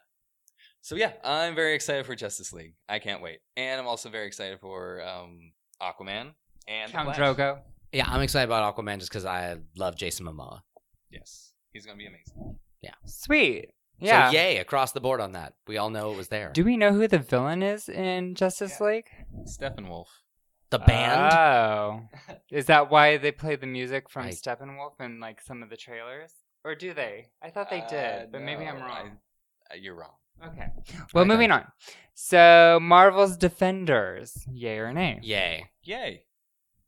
Speaker 3: So yeah, I'm very excited for Justice League. I can't wait, and I'm also very excited for um, Aquaman and The
Speaker 1: Count
Speaker 3: Flash.
Speaker 1: Drogo.
Speaker 2: Yeah, I'm excited about Aquaman just because I love Jason Momoa.
Speaker 3: Yes, he's gonna be amazing.
Speaker 1: Sweet. Yeah.
Speaker 2: So yay, across the board on that. We all know it was there.
Speaker 1: Do we know who the villain is in Justice
Speaker 3: Yeah.
Speaker 1: League?
Speaker 3: Steppenwolf.
Speaker 2: the band? <laughs>
Speaker 1: Oh. Is that why they play the music from
Speaker 2: I-
Speaker 1: Steppenwolf in like some of the trailers? Or do they? I thought they
Speaker 3: Uh,
Speaker 1: did, but maybe I'm
Speaker 3: no,
Speaker 1: wrong.
Speaker 3: I- uh, you're wrong.
Speaker 2: <sighs>
Speaker 1: Okay. Well,
Speaker 2: I
Speaker 1: moving on. So, Marvel's Defenders, yay or nay?
Speaker 2: yay.
Speaker 3: Yay.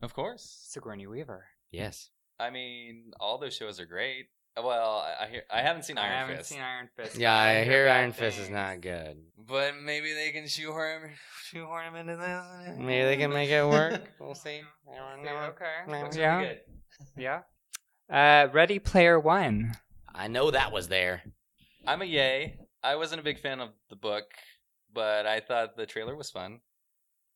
Speaker 3: Of course.
Speaker 1: Sigourney Weaver.
Speaker 2: Yes.
Speaker 3: I mean, all those shows are great. Well, I, I hear I haven't seen Iron
Speaker 1: I haven't
Speaker 3: Fist,
Speaker 1: seen Iron Fist.
Speaker 2: Yeah,
Speaker 1: but
Speaker 2: I hear
Speaker 1: bad
Speaker 2: Iron Fist is
Speaker 1: things.
Speaker 2: not good.
Speaker 3: but maybe they can shoehorn him, <laughs> shoehorn him into this.
Speaker 2: Maybe they can make it work. We'll <laughs> see.
Speaker 1: Yeah, Okay.
Speaker 2: Looks
Speaker 1: yeah. Yeah. Uh, Ready Player One.
Speaker 2: I know that was there.
Speaker 3: I'm a yay. I wasn't a big fan of the book, but I thought the trailer was fun.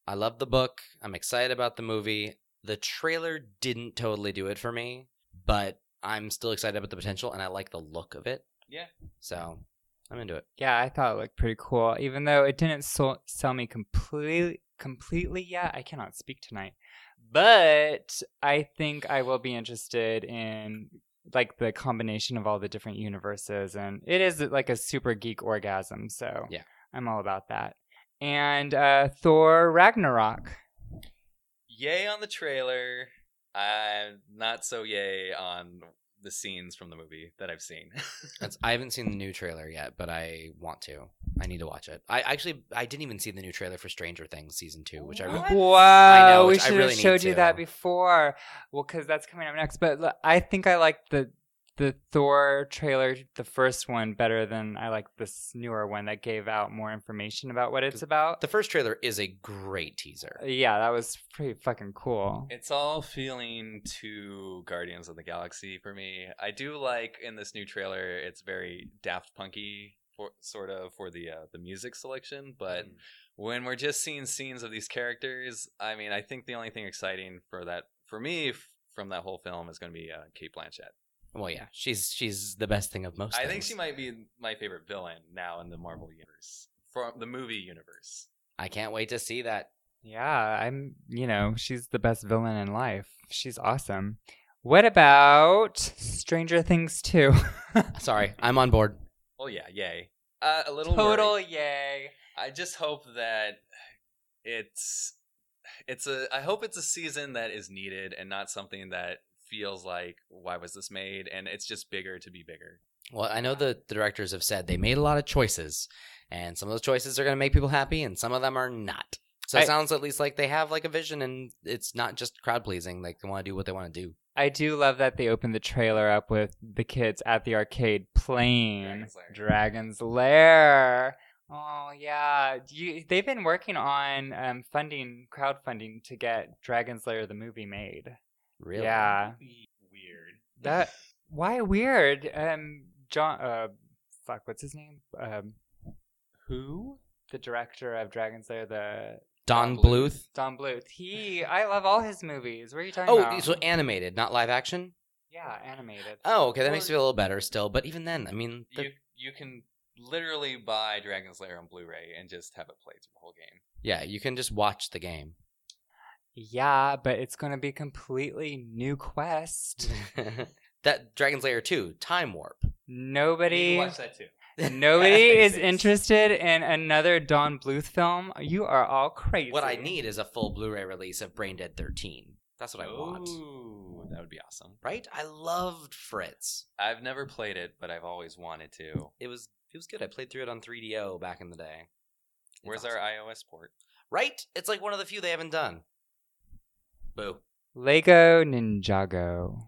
Speaker 2: I love the book. I'm excited about the movie. The trailer didn't totally do it for me, but I'm still excited about the potential and I like the look of it.
Speaker 3: Yeah.
Speaker 2: So I'm into it.
Speaker 1: Yeah, I thought it looked pretty cool, even though it didn't so- sell me completely completely yet. I cannot speak tonight, but I think I will be interested in like the combination of all the different universes, and it is like a super geek orgasm. So
Speaker 2: Yeah.
Speaker 1: I'm all about that. And uh, Thor Ragnarok.
Speaker 3: Yay on the trailer. I'm not so yay on the scenes from the movie that I've seen. <laughs>
Speaker 2: That's, I haven't seen the new trailer yet, but I want to. I need to watch it. I actually I didn't even see the new trailer for Stranger Things season two, which I
Speaker 3: What?
Speaker 2: re-
Speaker 1: Whoa!
Speaker 2: I know,
Speaker 1: we
Speaker 2: which I
Speaker 1: should
Speaker 2: really
Speaker 1: have
Speaker 2: need
Speaker 1: showed
Speaker 2: to.
Speaker 1: you that before. Well, because that's coming up next. But l- I think I like the the Thor trailer, the first one, better than I like this newer one that gave out more information about what it's about. Uh,
Speaker 2: the first trailer is a great teaser.
Speaker 1: yeah, that was pretty fucking cool.
Speaker 3: It's all feeling too Guardians of the Galaxy for me. I do like in this new trailer, it's very Daft Punky for sort of for the uh, the music selection, but
Speaker 2: Mm.
Speaker 3: when we're just seeing scenes of these characters, I mean, I think the only thing exciting for that for me f- from that whole film is going to be uh, Kate Blanchett.
Speaker 2: Well, yeah, she's she's the best thing of most.
Speaker 3: Hmm. I think
Speaker 2: things.
Speaker 3: she might be my favorite villain now in the Marvel universe, from the movie universe.
Speaker 2: I can't wait to see that.
Speaker 1: Yeah, I'm. You know, she's the best villain in life. She's awesome. What about Stranger Things two?
Speaker 2: Sorry, I'm on board.
Speaker 3: Well, Oh, yeah, yay. Uh, a little
Speaker 1: <laughs>
Speaker 3: worried.
Speaker 1: Total yay.
Speaker 3: I just hope that it's it's a I hope it's a season that is needed and not something that feels like why was this made and it's just bigger to be bigger.
Speaker 2: Well, I know the directors have said they made a lot of choices, and some of those choices are going to make people happy, and some of them are not. So it
Speaker 1: I-
Speaker 2: sounds at least like they have like a vision, and it's not just crowd pleasing. Like they want to do what they want to do.
Speaker 1: I do love that they opened the trailer up with the kids at the arcade playing
Speaker 3: Dragon's Lair.
Speaker 1: Dragon's Lair. Oh yeah, you, they've been working on um, funding, crowdfunding to get Dragon's Lair the movie made.
Speaker 2: Really?
Speaker 1: Yeah,
Speaker 3: Weird. <laughs>
Speaker 1: that why weird? Um, John, uh, fuck, what's his name? Um,
Speaker 3: Who?
Speaker 1: the director of Dragon's Lair, the
Speaker 2: Don
Speaker 3: Don Bluth.
Speaker 2: Bluth.
Speaker 1: Don Bluth. He, I love all his movies. What are you talking
Speaker 2: Oh,
Speaker 1: about?
Speaker 2: so animated, not live action.
Speaker 1: yeah, animated.
Speaker 2: Oh, okay, that makes me feel
Speaker 3: Well-
Speaker 2: a little better still. But even then, I mean, the-
Speaker 3: You you can literally buy Dragon's Lair on Blu-ray and just have it played through the whole game.
Speaker 2: yeah, you can just watch the game. <laughs>
Speaker 1: Yeah, but it's gonna be completely new quest.
Speaker 2: that Dragon's Lair two, Time Warp.
Speaker 3: You
Speaker 1: Nobody,
Speaker 3: can
Speaker 1: <laughs>
Speaker 3: watch that too.
Speaker 1: nobody
Speaker 3: <laughs>
Speaker 1: is
Speaker 3: Faces.
Speaker 1: interested in another Don Bluth film. You are all crazy.
Speaker 2: What I need is a full Blu-ray release of Brain Dead thirteen. That's what I want.
Speaker 3: Ooh, That would be awesome.
Speaker 2: right? I loved Fritz.
Speaker 3: I've never played it, but I've always wanted to.
Speaker 2: It was it was good. I played through it on 3DO back in the day. It's
Speaker 3: Where's
Speaker 2: awesome.
Speaker 3: our iOS port?
Speaker 2: right? It's like one of the few they haven't done. Boo!
Speaker 1: Lego Ninjago.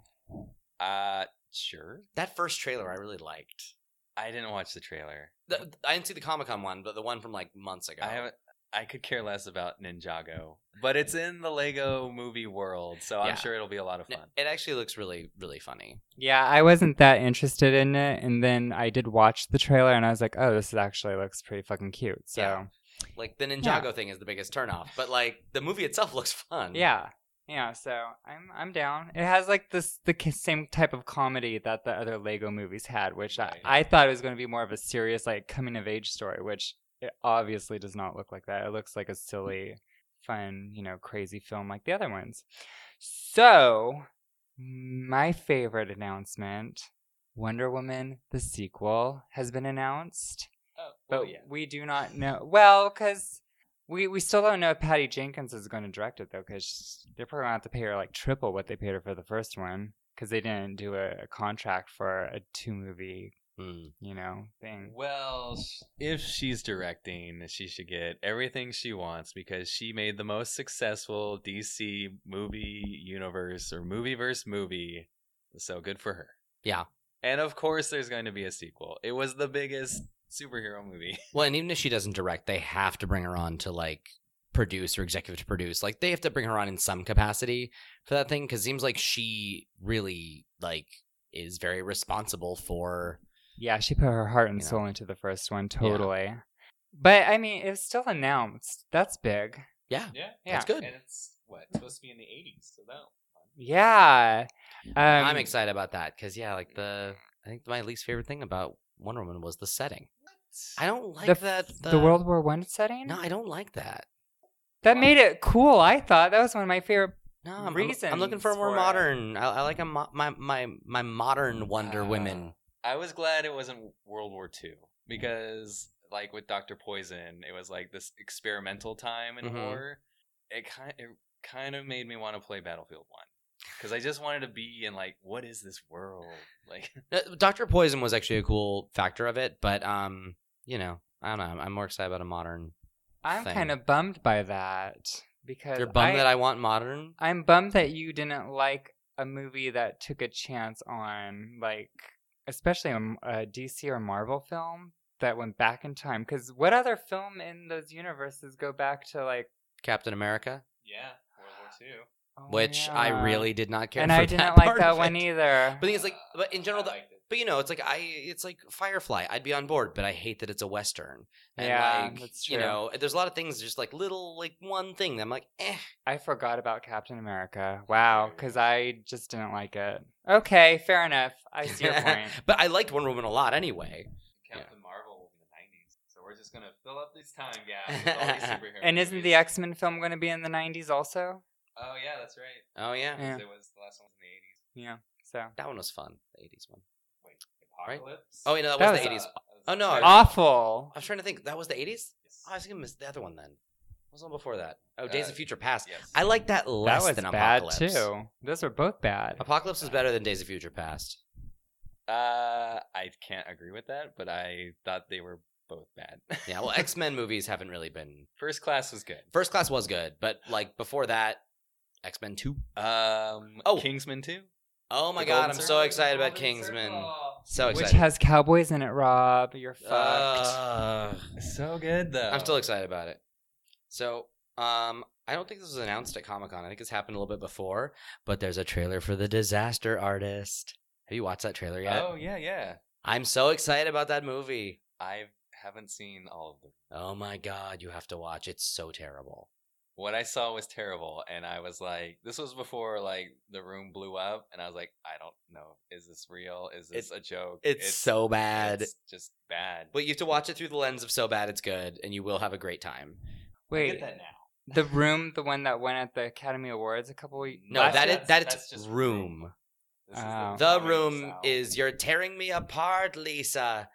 Speaker 3: Uh, sure.
Speaker 2: That first trailer I really liked.
Speaker 3: I didn't watch the trailer.
Speaker 2: The, I didn't see the Comic Con one, but the one from like months ago.
Speaker 3: I haven't. I could care less about Ninjago, but it's in the Lego Movie world, so
Speaker 2: Yeah.
Speaker 3: I'm sure it'll be a lot of
Speaker 2: N-
Speaker 3: fun.
Speaker 2: It actually looks really really funny.
Speaker 1: Yeah, I wasn't that interested in it, and then I did watch the trailer, and I was like, "Oh, this actually looks pretty fucking cute." So,
Speaker 2: Yeah.
Speaker 1: yeah,
Speaker 2: Like the Ninjago thing is the biggest turnoff, but like the movie itself looks fun.
Speaker 1: yeah, so I'm I'm down. It has like this the k- same type of comedy that the other Lego movies had, which
Speaker 3: Right.
Speaker 1: I, I thought it was going to be more of a serious like coming of age story, which it obviously does not look like that. It looks like a silly, fun, you know, crazy film like the other ones. So, my favorite announcement. Wonder Woman, the sequel, has been announced.
Speaker 3: Oh,
Speaker 1: but we do not know. Well, because we we still don't know if Patty Jenkins is going to direct it though, because they're probably going to have to pay her like triple what they paid her for the first one, because they didn't do a, a contract for a two movie,
Speaker 2: Hmm.
Speaker 1: you know, thing.
Speaker 3: Mm. Well, sh- if she's directing, she should get everything she wants because she made the most successful DC movie universe or movieverse movie. So good for her.
Speaker 2: Yeah.
Speaker 3: And of course, there's going to be a sequel. It was the biggest superhero
Speaker 2: <laughs>
Speaker 3: movie.
Speaker 2: Well, and even if she doesn't direct, they have to bring her on to like produce or executive to produce. Like they have to bring her on in some capacity for that thing because seems like she really like is very responsible for.
Speaker 1: Yeah, she put her heart and
Speaker 2: You know.
Speaker 1: soul into the first one, totally. But I mean, it's still announced. That's big.
Speaker 2: Yeah,
Speaker 3: Yeah.
Speaker 1: Yeah. That's
Speaker 2: good.
Speaker 3: And it's what? It's supposed to be in the 80s. So that.
Speaker 1: Yeah. Um,
Speaker 2: I'm excited about that because yeah, like the I think my least favorite thing about Wonder Woman was the setting. I don't like
Speaker 1: The-
Speaker 2: that
Speaker 1: The World War One setting.
Speaker 2: No, I don't like that.
Speaker 1: that made it cool. I thought that was one of my favorite
Speaker 2: No, I'm, I'm- I'm looking for a
Speaker 1: Reasons
Speaker 2: more
Speaker 1: for it.
Speaker 2: modern. I, I like a mo- my my my modern Wonder
Speaker 3: Ah.
Speaker 2: Women.
Speaker 3: I was glad it wasn't World War II because, like with Doctor Poison, it was like this experimental time in
Speaker 2: Mhm.
Speaker 3: war. It kind it kind of made me want to play Battlefield One because I just wanted to be in like, what is this world <laughs> like?
Speaker 2: Doctor Poison was actually a cool factor of it, but um, you know, I don't know. I'm- I'm more excited about a modern.
Speaker 1: I'm
Speaker 2: thing.
Speaker 1: kind of bummed by that because
Speaker 2: You're bummed
Speaker 1: I,
Speaker 2: that I want modern.
Speaker 1: am bummed that you didn't like a movie that took a chance on like especially a, m- a DC or Marvel film that went back in time cuz what other film in those universes go back to like
Speaker 2: Captain America,
Speaker 3: yeah, World War Two.
Speaker 1: oh,
Speaker 2: which I
Speaker 1: yeah.
Speaker 2: really did not care.
Speaker 1: and
Speaker 2: for
Speaker 1: I didn't
Speaker 2: <laughs> that
Speaker 1: like
Speaker 2: part
Speaker 1: that
Speaker 2: of
Speaker 1: one
Speaker 2: it.
Speaker 1: either.
Speaker 2: But the thing is, like, but in general, the- But you know, it's like I, it's like Firefly. I'd be on board, but I hate that it's a western. And
Speaker 1: Yeah,
Speaker 2: like,
Speaker 1: that's
Speaker 2: You
Speaker 1: true.
Speaker 2: know, there's a lot of things, just like little, like one thing. That I'm like, eh.
Speaker 1: I forgot about Captain America. Wow, cuz I just didn't like it. Okay, fair enough. I see
Speaker 2: <laughs>
Speaker 1: your point.
Speaker 2: but I liked Wonder Woman a lot anyway.
Speaker 3: Captain Marvel in the nineties. So we're just gonna fill up this time gap. With all <laughs> these superhero
Speaker 1: And isn't the
Speaker 3: movies.
Speaker 1: X-Men film going to be in the 90s also?
Speaker 3: Oh yeah, that's right.
Speaker 2: Oh yeah,
Speaker 1: Yeah.
Speaker 3: It was the last one in the eighties.
Speaker 1: Yeah. So
Speaker 2: that one was fun. The '80s one. Right?
Speaker 3: Apocalypse.
Speaker 2: Oh wait, no, that,
Speaker 1: That
Speaker 2: was, the
Speaker 1: was, uh,
Speaker 2: '80s. oh, no, I-
Speaker 1: awful.
Speaker 2: I was trying to think. That was the '80s. Oh, I was gonna miss the other one then. What was the one before that? Oh, Days
Speaker 3: Uh,
Speaker 2: of Future Past.
Speaker 3: Yes.
Speaker 2: I like that less
Speaker 1: that was
Speaker 2: than
Speaker 1: bad
Speaker 2: Apocalypse.
Speaker 1: too. Those are both bad.
Speaker 2: Apocalypse is better than Days of Future Past.
Speaker 3: Uh, I can't agree with that, but I thought they were both bad.
Speaker 2: Yeah, well, X Men movies haven't really been.
Speaker 3: <laughs> First Class was good.
Speaker 2: First Class was good, but like before that, X Men Two.
Speaker 3: Um,
Speaker 2: Oh.
Speaker 3: Kingsman too.
Speaker 2: Oh my
Speaker 3: The
Speaker 2: god,
Speaker 3: Golden
Speaker 2: I'm so
Speaker 3: Circle.
Speaker 2: excited about
Speaker 3: Golden
Speaker 2: Kingsman.
Speaker 3: Circle.
Speaker 2: So
Speaker 1: Which
Speaker 2: excited.
Speaker 1: has cowboys in it, Rob. You're fucked.
Speaker 2: Ugh.
Speaker 3: So good though.
Speaker 2: I'm still excited about it. So, um, I don't think this was announced at Comic Con. I think it's happened a little bit before, but there's a trailer for The Disaster Artist. Have you watched that trailer yet?
Speaker 3: Oh yeah, yeah.
Speaker 2: I'm so excited about that movie.
Speaker 3: I haven't seen all of them.
Speaker 2: Oh my god, you have to watch. It's so terrible.
Speaker 3: What I saw was terrible, and I was like, this was before like the room blew up, and I was like, I don't know, is this real? Is this
Speaker 2: It's-
Speaker 3: a joke?
Speaker 2: It's, so bad.
Speaker 3: it's just bad.
Speaker 2: but you have to watch it through the lens of so bad it's good, and you will have a great time.
Speaker 3: I
Speaker 1: Wait,
Speaker 3: get that now.
Speaker 1: the room, the one that won at the Academy Awards a couple weeks.
Speaker 2: No,
Speaker 3: That's-
Speaker 2: that is
Speaker 3: that's-
Speaker 2: that it's
Speaker 3: that's just
Speaker 2: room.
Speaker 3: Room. This is
Speaker 1: Oh.
Speaker 2: The
Speaker 3: comedy
Speaker 2: room
Speaker 3: style.
Speaker 2: is you're tearing me apart, Lisa.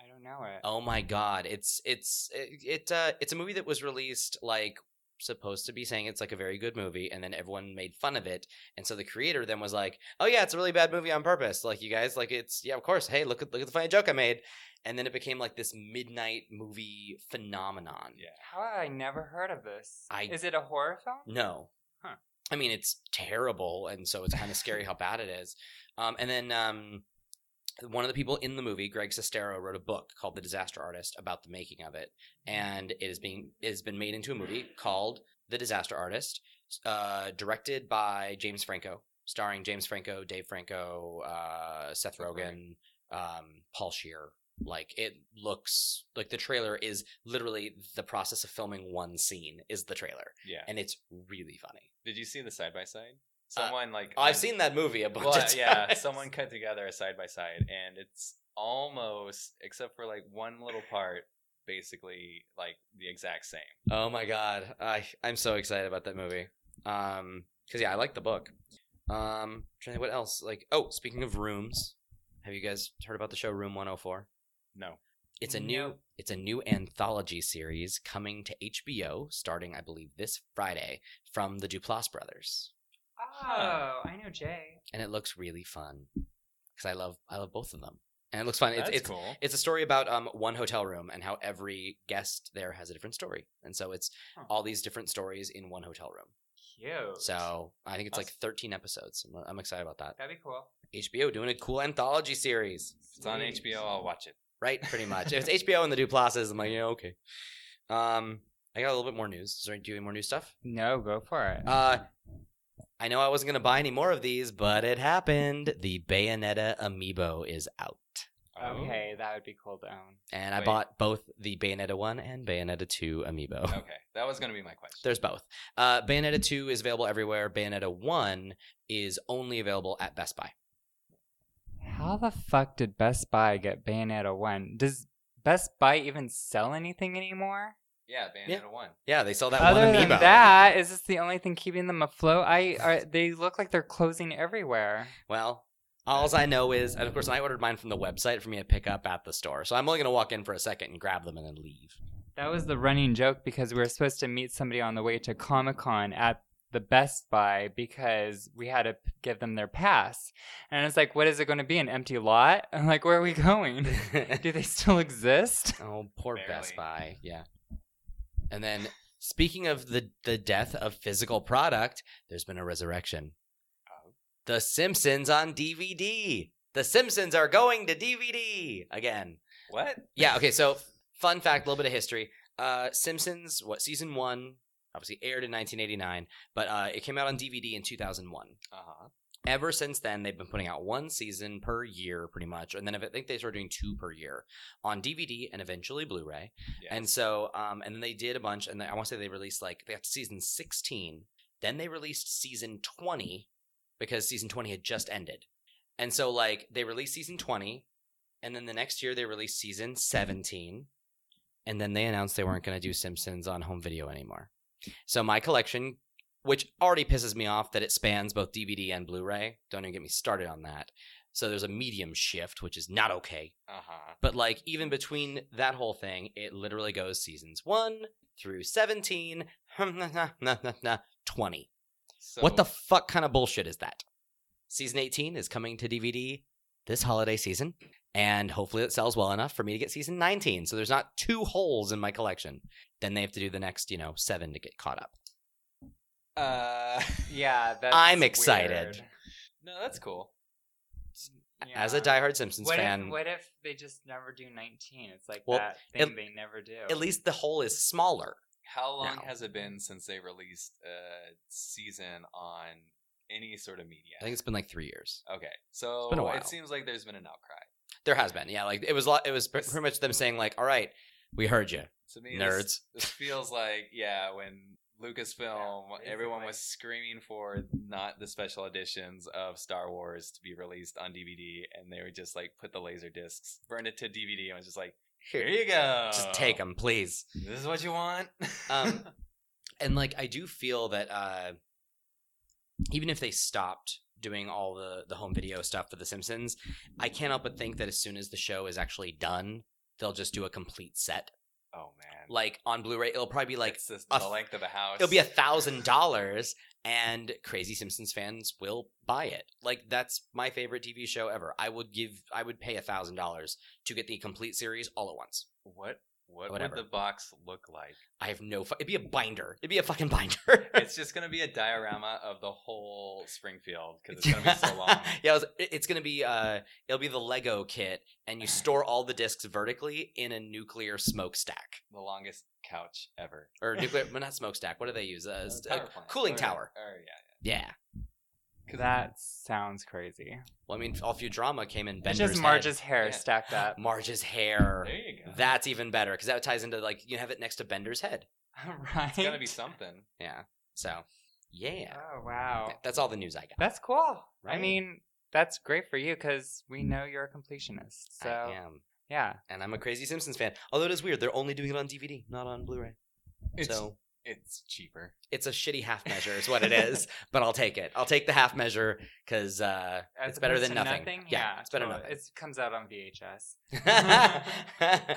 Speaker 1: I don't know it.
Speaker 2: Oh my god, it's it's it, it uh it's a movie that was released like supposed to be saying it's like a very good movie, and then everyone made fun of it, and so the creator then was like, "Oh yeah, it's a really bad movie on purpose." Like you guys, like it's yeah, of course. Hey, look at look at the funny joke I made, and then it became like this midnight movie phenomenon.
Speaker 3: Yeah.
Speaker 1: How have I never heard of this?
Speaker 2: I-
Speaker 1: Is it a horror film?
Speaker 2: No.
Speaker 1: Huh.
Speaker 2: I mean, it's terrible, and so it's kind of scary how bad it is. Um, and then um, one of the people in the movie, Greg Sestero, wrote a book called "The Disaster Artist" about the making of it, and it is being it has been made into a movie called "The Disaster Artist," uh, directed by James Franco, starring James Franco, Dave Franco, uh, Seth Rogen, um, Paul Shear. Like it looks like the trailer is literally the process of filming one scene is the trailer
Speaker 3: Yeah.
Speaker 2: and it's really funny.
Speaker 3: Did you see the side by side?
Speaker 2: Uh,
Speaker 3: Someone like
Speaker 2: I've seen that movie a bunch
Speaker 3: Well,
Speaker 2: of <laughs> times.
Speaker 3: yeah, someone cut together a side by side, and it's almost except for like one little part, basically like the exact same.
Speaker 2: Oh my god, I I'm so excited about that movie. Um, because yeah, I like the book. Um, trying to think what else? Like, oh, speaking of rooms, have you guys heard about the show Room 104?
Speaker 3: No,
Speaker 2: It's a new
Speaker 1: No.
Speaker 2: it's a new anthology series coming to HBO starting, I believe, this Friday from the Duplass brothers,
Speaker 1: Oh, I know Jay.
Speaker 2: and it looks really fun because I love I love both of them, and it looks fun. It's,
Speaker 3: that's
Speaker 2: it's
Speaker 3: cool.
Speaker 2: It's a story about um, one hotel room and how every guest there has a different story. And so it's
Speaker 1: Huh.
Speaker 2: all these different stories in one hotel room.
Speaker 1: Cute.
Speaker 2: So I think it's like
Speaker 3: Awesome.
Speaker 2: 13 episodes. I'm, I'm excited about that.
Speaker 1: that'd be cool.
Speaker 2: HBO doing a cool anthology series,
Speaker 3: It's on
Speaker 1: Sweet.
Speaker 3: HBO. I'll watch it.
Speaker 2: right? Pretty much.
Speaker 3: <laughs>
Speaker 2: if it's HBO and the Duplaces, I'm like, yeah, okay. Um, I got a little bit more news. Is there do you have more new stuff?
Speaker 1: No, go for it.
Speaker 2: Uh, I know I wasn't going to buy any more of these, but it happened. The Bayonetta amiibo is out.
Speaker 3: Oh.
Speaker 1: okay, that would be cool to own.
Speaker 2: And I
Speaker 3: Wait.
Speaker 2: bought both the Bayonetta 1 and Bayonetta 2 amiibo.
Speaker 3: Okay, that was gonna be my question.
Speaker 2: There's both. Uh, Bayonetta 2 is available everywhere. Bayonetta 1 is only available at Best Buy.
Speaker 1: How the fuck did Best Buy get Bayonetta 1? Does Best Buy even sell anything anymore?
Speaker 3: yeah, Bayonetta one.
Speaker 2: Yeah, they sell that
Speaker 1: Other
Speaker 2: one
Speaker 1: than
Speaker 2: amiibo.
Speaker 1: that, is this the only thing keeping them afloat? I are, they look like they're closing everywhere.
Speaker 2: Well, alls I know is, and of course, I ordered mine from the website for me to pick up at the store. So I'm only going to walk in for a second and grab them and then leave.
Speaker 1: That was the running joke because we were supposed to meet somebody on the way to Comic Con at the Best Buy because we had to p- give them their pass. And it's like, what is it going to be? An empty lot? <laughs> I'm like, where are we <laughs> going? Do they still exist?
Speaker 2: oh, poor Best
Speaker 3: Barely.
Speaker 2: Buy. Yeah. And then, speaking of the, the death of physical product, there's been a resurrection. The Simpsons on DVD. The Simpsons are going to DVD again.
Speaker 3: What?
Speaker 2: Yeah. Okay. So, fun fact, a little bit of history. Uh, Simpsons, what season one? Obviously aired in 1989, but uh, it came out on DVD in 2001.
Speaker 3: Uh huh.
Speaker 2: Ever since then, they've been putting out one season per year, pretty much, and then I think they started doing two per year on DVD and eventually Blu-ray.
Speaker 3: Yeah.
Speaker 2: And so, um, and then they did a bunch, and I want to say they released like they got to season sixteen, then they released season twenty because season twenty had just ended, and so like they released season twenty, and then the next year they released season seventeen, and then they announced they weren't going to do Simpsons on home video anymore. So my collection, which already pisses me off that it spans both DVD and Blu-ray, don't even get me started on that. So there's a medium shift, which is not okay.
Speaker 3: uh huh.
Speaker 2: But like even between that whole thing, it literally goes seasons one through seventeen, hmm, twenty.
Speaker 3: So,
Speaker 2: What the fuck kind of bullshit is that? Season eighteen is coming to DVD this holiday season, and hopefully it sells well enough for me to get season nineteen. So there's not two holes in my collection. Then they have to do the next, you know, seven to get caught up.
Speaker 3: uh, <laughs>
Speaker 1: Yeah, that's
Speaker 2: I'm excited.
Speaker 1: weird.
Speaker 3: no, that's cool.
Speaker 2: As a
Speaker 1: Yeah.
Speaker 2: diehard Simpsons
Speaker 1: what
Speaker 2: fan,
Speaker 1: If, what if they just never do 19? It's like
Speaker 2: Well,
Speaker 1: that thing
Speaker 2: at-
Speaker 1: they never do.
Speaker 2: at least the hole is smaller.
Speaker 3: How long
Speaker 2: No.
Speaker 3: has it been since they released a season on any sort of media?
Speaker 2: I think it's been like three years.
Speaker 3: Okay, so
Speaker 2: been a while.
Speaker 3: it seems like there's been an outcry.
Speaker 2: There has been, yeah. Like it was, lo- it was pre- pretty much them saying like, "All right, we heard you."
Speaker 3: To me, this-
Speaker 2: Nerds.
Speaker 3: This, feels like yeah, when Lucasfilm,
Speaker 1: Yeah,
Speaker 3: everyone
Speaker 1: basically.
Speaker 3: was screaming for not the special editions of Star Wars to be released on DVD, and they would just like put the laser discs, burn it to DVD, and was just like, here you go,
Speaker 2: Just take them, please.
Speaker 3: This is what you want.
Speaker 2: Um, And like, I do feel that uh, even if they stopped doing all the the home video stuff for The Simpsons, I can't help but think that as soon as the show is actually done, they'll just do a complete set
Speaker 3: <laughs> Oh man.
Speaker 2: like on Blu-ray. It'll probably be like
Speaker 3: It's just
Speaker 2: a
Speaker 3: the
Speaker 2: th-
Speaker 3: length of a house.
Speaker 2: it'll be a thousand dollars, and crazy Simpsons fans will buy it. Like that's my favorite TV show ever. I would give, I would pay a thousand dollars to get the complete series all at once.
Speaker 3: what what
Speaker 2: Whatever.
Speaker 3: would the box look like?
Speaker 2: I have no. Fu- it'd be a binder. It'd be a fucking binder.
Speaker 3: it's just
Speaker 2: <laughs>
Speaker 3: gonna be a diorama of the whole Springfield because <laughs> it's gonna be
Speaker 2: <laughs>
Speaker 3: so long.
Speaker 2: yeah, it was- it- it's gonna be uh, it'll be the Lego kit,
Speaker 3: <sighs>
Speaker 2: and you store all the discs vertically in a nuclear smokestack
Speaker 3: the longest couch ever.
Speaker 2: or nuclear, well, not smokestack. What do they use? Uh, s-
Speaker 3: Or power
Speaker 2: uh,
Speaker 3: plant.
Speaker 2: cooling
Speaker 3: Or-
Speaker 2: tower.
Speaker 3: or, yeah.
Speaker 2: Yeah.
Speaker 1: That sounds crazy.
Speaker 2: Well, I mean, all Futurama came in.
Speaker 1: It's
Speaker 2: Bender's
Speaker 1: just Marge's hair
Speaker 3: Yeah.
Speaker 1: stacked
Speaker 2: head. <laughs>
Speaker 1: up.
Speaker 2: Marge's hair.
Speaker 3: There you go.
Speaker 2: That's even better because that ties into like you have it next to Bender's head.
Speaker 1: <laughs> right.
Speaker 3: It's gonna be something.
Speaker 2: Yeah. So, yeah,
Speaker 1: Oh wow,
Speaker 2: that's all the news I got.
Speaker 1: that's cool. I
Speaker 2: Right?
Speaker 1: mean, that's great for you because we know you're a completionist. So
Speaker 2: I
Speaker 1: yeah.
Speaker 2: am, and I'm a crazy Simpsons fan. Although it is weird, they're only doing it on DVD, not on Blu-ray.
Speaker 3: It's
Speaker 2: so
Speaker 3: it's cheaper.
Speaker 2: it's a shitty half measure, is what it is. but I'll take it. I'll take the half measure because uh, <laughs>
Speaker 1: As
Speaker 2: it's better
Speaker 1: opposed
Speaker 2: than
Speaker 1: to
Speaker 2: nothing. Yeah, it's better than
Speaker 1: totally. It comes out on VHS.
Speaker 2: nothing.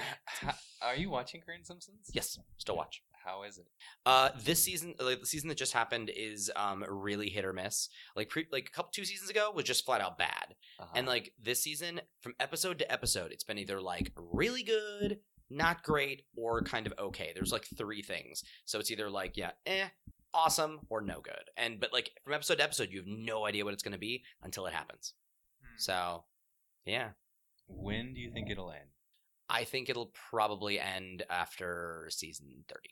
Speaker 3: Are you watching current Simpsons?
Speaker 2: yes, still watch.
Speaker 3: How is it?
Speaker 2: Uh, this season, like the season that just happened, is um really hit or miss. Like pre- like a couple two seasons ago was just flat out bad.
Speaker 3: Uh-huh.
Speaker 2: And like this season, from episode to episode, it's been either like really good, not great, or kind of okay. There's like three things. So it's either like, yeah, eh, awesome, or no good. And but like from episode to episode, you have no idea what it's gonna be until it happens.
Speaker 1: Hmm.
Speaker 2: So yeah.
Speaker 3: when do you think it'll end?
Speaker 2: I think it'll probably end after season thirty.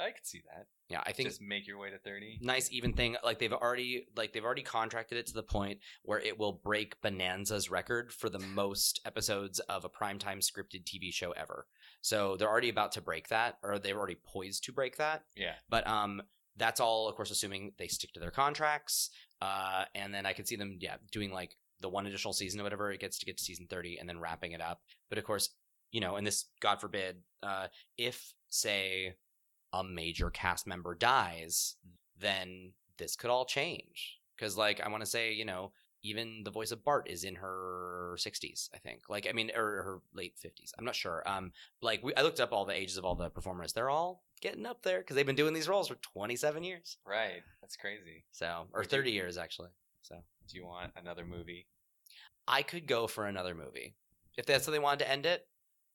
Speaker 3: I could see that.
Speaker 2: Yeah, I think Mm.
Speaker 3: Just make your way to thirty.
Speaker 2: nice even thing like they've already like they've already contracted it to the point where it will break bonanza's record for the most episodes of a primetime scripted tv show ever so they're already about to break that or they're already poised to break that
Speaker 3: Yeah.
Speaker 2: but um that's all of course assuming they stick to their contracts uh and then i could see them yeah doing like the one additional season or whatever it gets to get to season 30 and then wrapping it up but of course you know and this god forbid uh if say a major cast member dies then this could all change because like i want to say you know even the voice of bart is in her 60s i think like i mean or her late 50s i'm not sure um like we, i looked up all the ages of all the performers they're all getting up there because they've been doing these roles for 27 years
Speaker 3: Right. That's crazy.
Speaker 2: so or
Speaker 3: Would you-
Speaker 2: 30 years actually so
Speaker 3: Do you want another movie?
Speaker 2: I could go for another movie if that's how they wanted to end it.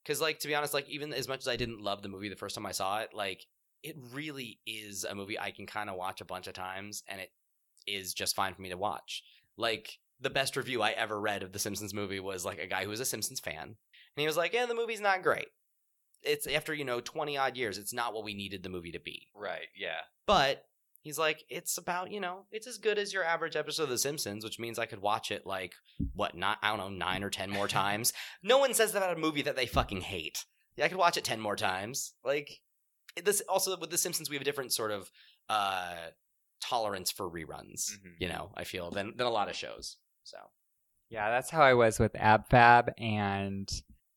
Speaker 2: Because, like, to be honest, like even as much as I didn't love the movie the first time I saw it, like it really is a movie I can kind of watch a bunch of times, and it is just fine for me to watch. Like the best review I ever read of the Simpsons movie was like a guy who was a Simpsons fan, and he was like, "Yeah, the movie's not great. It's after you know twenty odd years, it's not what we needed the movie to be."
Speaker 3: Right. Yeah.
Speaker 2: But he's like, it's about, you know, it's as good as your average episode of The Simpsons, which means I could watch it like, what, not, I don't know, nine or 10
Speaker 1: <laughs>
Speaker 2: more times. no one says that about a movie that they fucking hate. Yeah, I could watch it 10 more times. Like, it- this also with The Simpsons, we have a different sort of uh, tolerance for reruns,
Speaker 1: Mm-hmm.
Speaker 3: Mhm.
Speaker 2: you know, I feel, than, than a lot of shows. So,
Speaker 1: Yeah, that's how I was with Ab Fab and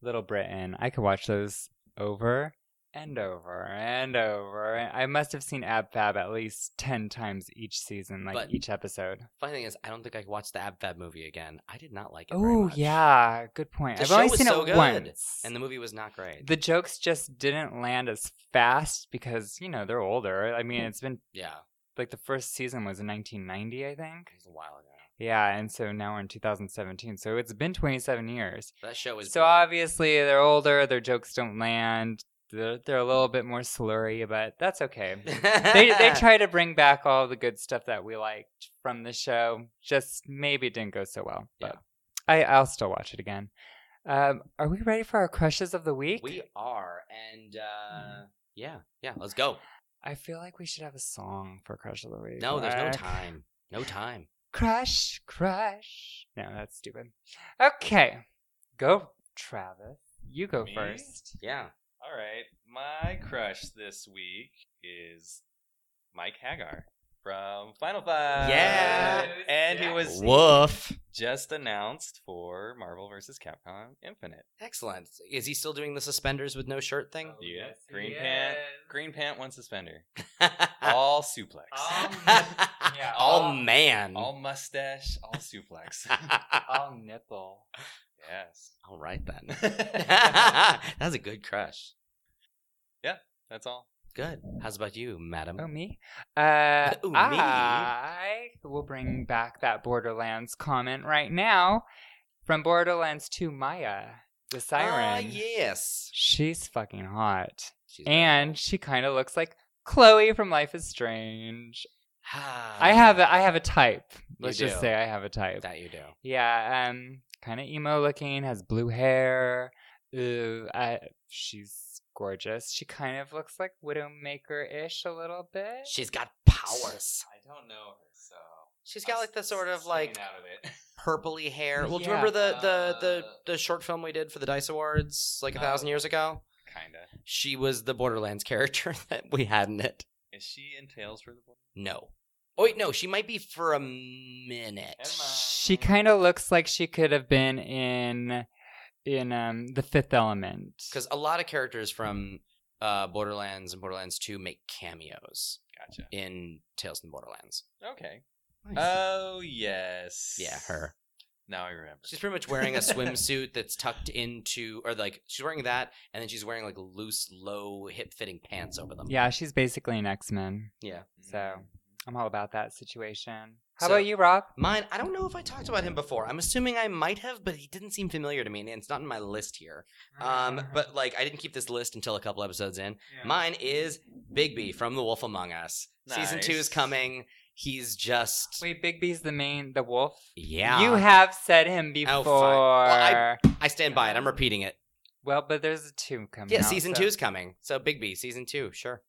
Speaker 1: Little Britain. I could watch those over and over and over. And I must have seen Ab Fab at least 10 times each season, like
Speaker 2: But-
Speaker 1: each episode.
Speaker 2: funny thing is, I don't think I could watch the Ab Fab movie again. I did not like it. very
Speaker 1: Oh,
Speaker 2: much.
Speaker 1: yeah. Good point.
Speaker 2: The
Speaker 1: I've
Speaker 2: show
Speaker 1: only
Speaker 2: was
Speaker 1: seen
Speaker 2: so
Speaker 1: it
Speaker 2: good,
Speaker 1: once.
Speaker 2: And the movie was not great.
Speaker 1: the jokes just didn't land as fast because, you know, they're older. I mean, it's been
Speaker 2: yeah,
Speaker 1: like the first season was in 1990, I think.
Speaker 2: it was a while ago.
Speaker 1: Yeah, and so now we're in 2017. So it's been 27 years.
Speaker 2: That show was
Speaker 1: So uh,
Speaker 2: bad.
Speaker 1: obviously they're older, their jokes don't land. They're, they're a little bit more slurry, but that's okay. they
Speaker 2: <laughs>
Speaker 1: they try to bring back all the good stuff that we liked from the show. Just maybe it didn't go so well. But I I'll still watch it again. Um, are we ready for our crushes of the week?
Speaker 2: We are, and
Speaker 1: Mm-hmm.
Speaker 2: uh, yeah, yeah, let's go.
Speaker 1: I feel like we should have a song for crush of the week.
Speaker 2: No, there's no
Speaker 1: Like,
Speaker 2: time. No time.
Speaker 1: Crush, crush. No, that's stupid. Okay, go Travis. You go
Speaker 3: Me?
Speaker 1: first.
Speaker 2: Yeah.
Speaker 3: All right. My crush this week is Mike Hagar from Final Five.
Speaker 2: Yeah.
Speaker 3: And he
Speaker 1: Yeah.
Speaker 3: was
Speaker 2: Woof.
Speaker 3: just announced for Marvel vs. Capcom Infinite.
Speaker 2: Excellent. Is he still doing the suspenders with no shirt thing?
Speaker 1: Oh,
Speaker 3: Yeah.
Speaker 1: yes,
Speaker 3: Green
Speaker 1: he
Speaker 3: pant.
Speaker 1: is.
Speaker 3: Green pant, one suspender.
Speaker 1: Oh,
Speaker 2: <laughs> Ah.
Speaker 3: All suplex.
Speaker 1: All-
Speaker 2: Oh
Speaker 1: yeah, <laughs>
Speaker 2: all
Speaker 1: all-
Speaker 2: Oh, man.
Speaker 1: oh.
Speaker 2: <laughs>
Speaker 3: All mustache, all suplex.
Speaker 1: All nipple.
Speaker 3: yes.
Speaker 1: <laughs>
Speaker 2: <laughs> all right then. That's a good crush.
Speaker 3: That's all.
Speaker 2: Good. How's about you, madam?
Speaker 1: Oh me? <laughs> Uh,
Speaker 2: Ooh, me?
Speaker 1: I will bring back that Borderlands comment right now from Borderlands to Maya, the
Speaker 2: Ah,
Speaker 1: siren.
Speaker 2: yes.
Speaker 1: She's fucking hot,
Speaker 2: She's <sighs>
Speaker 1: and she kind of looks like Chloe from Life is Strange.
Speaker 2: Ah,
Speaker 1: I have a, I have a type. Let's
Speaker 2: do.
Speaker 1: just say I have a type.
Speaker 2: that you do.
Speaker 1: Yeah, um, kind of emo looking, has blue hair. Ooh, I, she's gorgeous. She kind of looks like Widowmaker ish a little bit.
Speaker 2: She's got powers.
Speaker 3: I don't know her, so
Speaker 2: She's got like the sort of like
Speaker 3: out of it. <laughs>
Speaker 2: purpley hair. Well, do you
Speaker 1: Yeah.
Speaker 2: remember the the the
Speaker 3: Uh,
Speaker 2: the short film we did for the Dice Awards like a
Speaker 3: No.
Speaker 2: thousand years ago?
Speaker 3: Kinda.
Speaker 2: She was the Borderlands character <laughs> that we had in it.
Speaker 3: Is she in Tales for the Boy?
Speaker 2: No. Oh wait, no. She might be for a minute.
Speaker 3: Emma.
Speaker 1: She kind of looks like she could have been in in um the Fifth Element.
Speaker 2: because a lot of characters from uh, Borderlands and Borderlands 2 make cameos
Speaker 3: Gotcha.
Speaker 2: in Tales from the Borderlands. <laughs> Uh,
Speaker 3: Okay. Oh yes.
Speaker 2: yeah, her.
Speaker 3: Now I remember.
Speaker 2: She's pretty much wearing a swimsuit that's tucked into, or like she's wearing that, and then she's wearing like loose, low, hip-fitting pants over them.
Speaker 1: Yeah, she's basically an X Men.
Speaker 2: yeah.
Speaker 3: Mm.
Speaker 1: So I'm all about that situation. How
Speaker 2: So-
Speaker 1: about you, Rob?
Speaker 2: Mine. I don't know if I talked about him before. I'm assuming I might have, but he didn't seem familiar to me, and it's not in my list here. Um,
Speaker 1: <laughs>
Speaker 2: but like I didn't keep this list until a couple episodes in. Mine is Bigby from The Wolf Among Us. Season two is
Speaker 3: Nice.
Speaker 2: coming. He's just
Speaker 1: wait, Bigby's the main the wolf.
Speaker 2: yeah.
Speaker 1: You have said him before.
Speaker 2: Oh, fine. Well, I stand by it. I'm repeating it.
Speaker 1: Well, but there's a two coming.
Speaker 2: Yeah,
Speaker 1: out,
Speaker 2: season
Speaker 1: so
Speaker 2: two is coming. So Bigby, season
Speaker 1: <laughs>
Speaker 2: two, sure.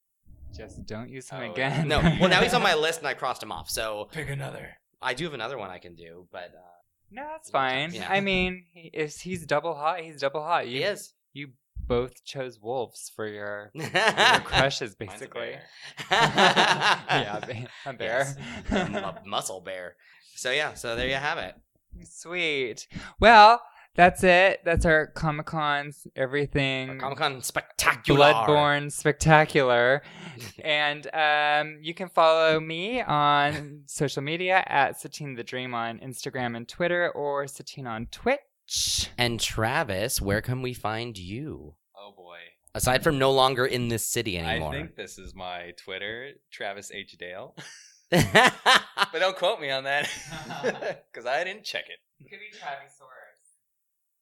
Speaker 1: Just don't use him
Speaker 3: Oh,
Speaker 1: again.
Speaker 2: No, well now he's on my list and I crossed him off. So
Speaker 3: pick another.
Speaker 2: I do have another one I can do, but uh,
Speaker 1: <laughs> No, that's fine.
Speaker 2: Yeah.
Speaker 1: I mean, he- if he's double hot, he's double hot. You
Speaker 2: he is.
Speaker 1: you both chose wolves for
Speaker 2: <laughs>
Speaker 1: your, your
Speaker 2: yeah,
Speaker 1: crushes, basically. <laughs> yeah,
Speaker 2: a
Speaker 1: ba- a bear. <laughs>
Speaker 2: muscle bear. So yeah, so there you have it.
Speaker 1: Sweet. Well, that's it. That's our Comic Cons, everything.
Speaker 2: Comic Con spectacular.
Speaker 1: Mm. Bloodborne Spectacular. and um, you can follow me on social media at Satine the Dream on Instagram and Twitter or Satine on Twitch.
Speaker 2: And Travis, where can we find you?
Speaker 3: Oh boy.
Speaker 2: Aside from no longer in this city anymore.
Speaker 3: I think this is my Twitter, Travis H Dale. <laughs> But don't quote me on that <laughs> because I didn't check it.
Speaker 1: Could be Travisaurus.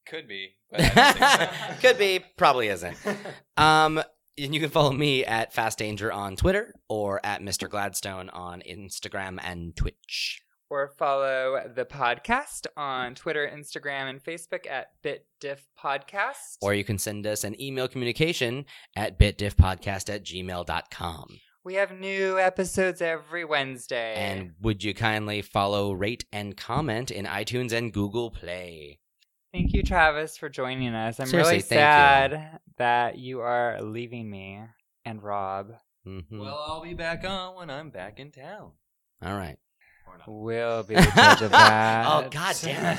Speaker 3: Could be. But I <laughs>
Speaker 2: <laughs>
Speaker 3: don't
Speaker 2: Could be, probably isn't.
Speaker 3: <laughs> think so.
Speaker 2: Um, and you can follow me at Fast Danger on Twitter or at Mr. Gladstone on Instagram and Twitch.
Speaker 1: Or follow the podcast on Twitter, Instagram, and Facebook at BitDiff Podcast.
Speaker 2: Or you can send us an email communication at bitdiffpodcast at gmail.com.
Speaker 1: we have new episodes every Wednesday.
Speaker 2: And would you kindly follow, rate, and comment in iTunes and Google Play?
Speaker 1: Thank you, Travis, for joining us. I'm
Speaker 2: Seriously,
Speaker 1: really
Speaker 2: thank you.
Speaker 1: sad that you are leaving me and Rob.
Speaker 2: hmm
Speaker 3: well, I'll be back on when I'm back in town.
Speaker 2: All right.
Speaker 3: Or not.
Speaker 1: We'll be the judge of that.
Speaker 2: Oh, God
Speaker 1: damn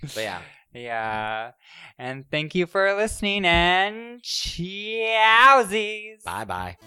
Speaker 2: But yeah.
Speaker 1: <laughs> yeah. And thank you for listening and chowsies.
Speaker 2: Bye bye.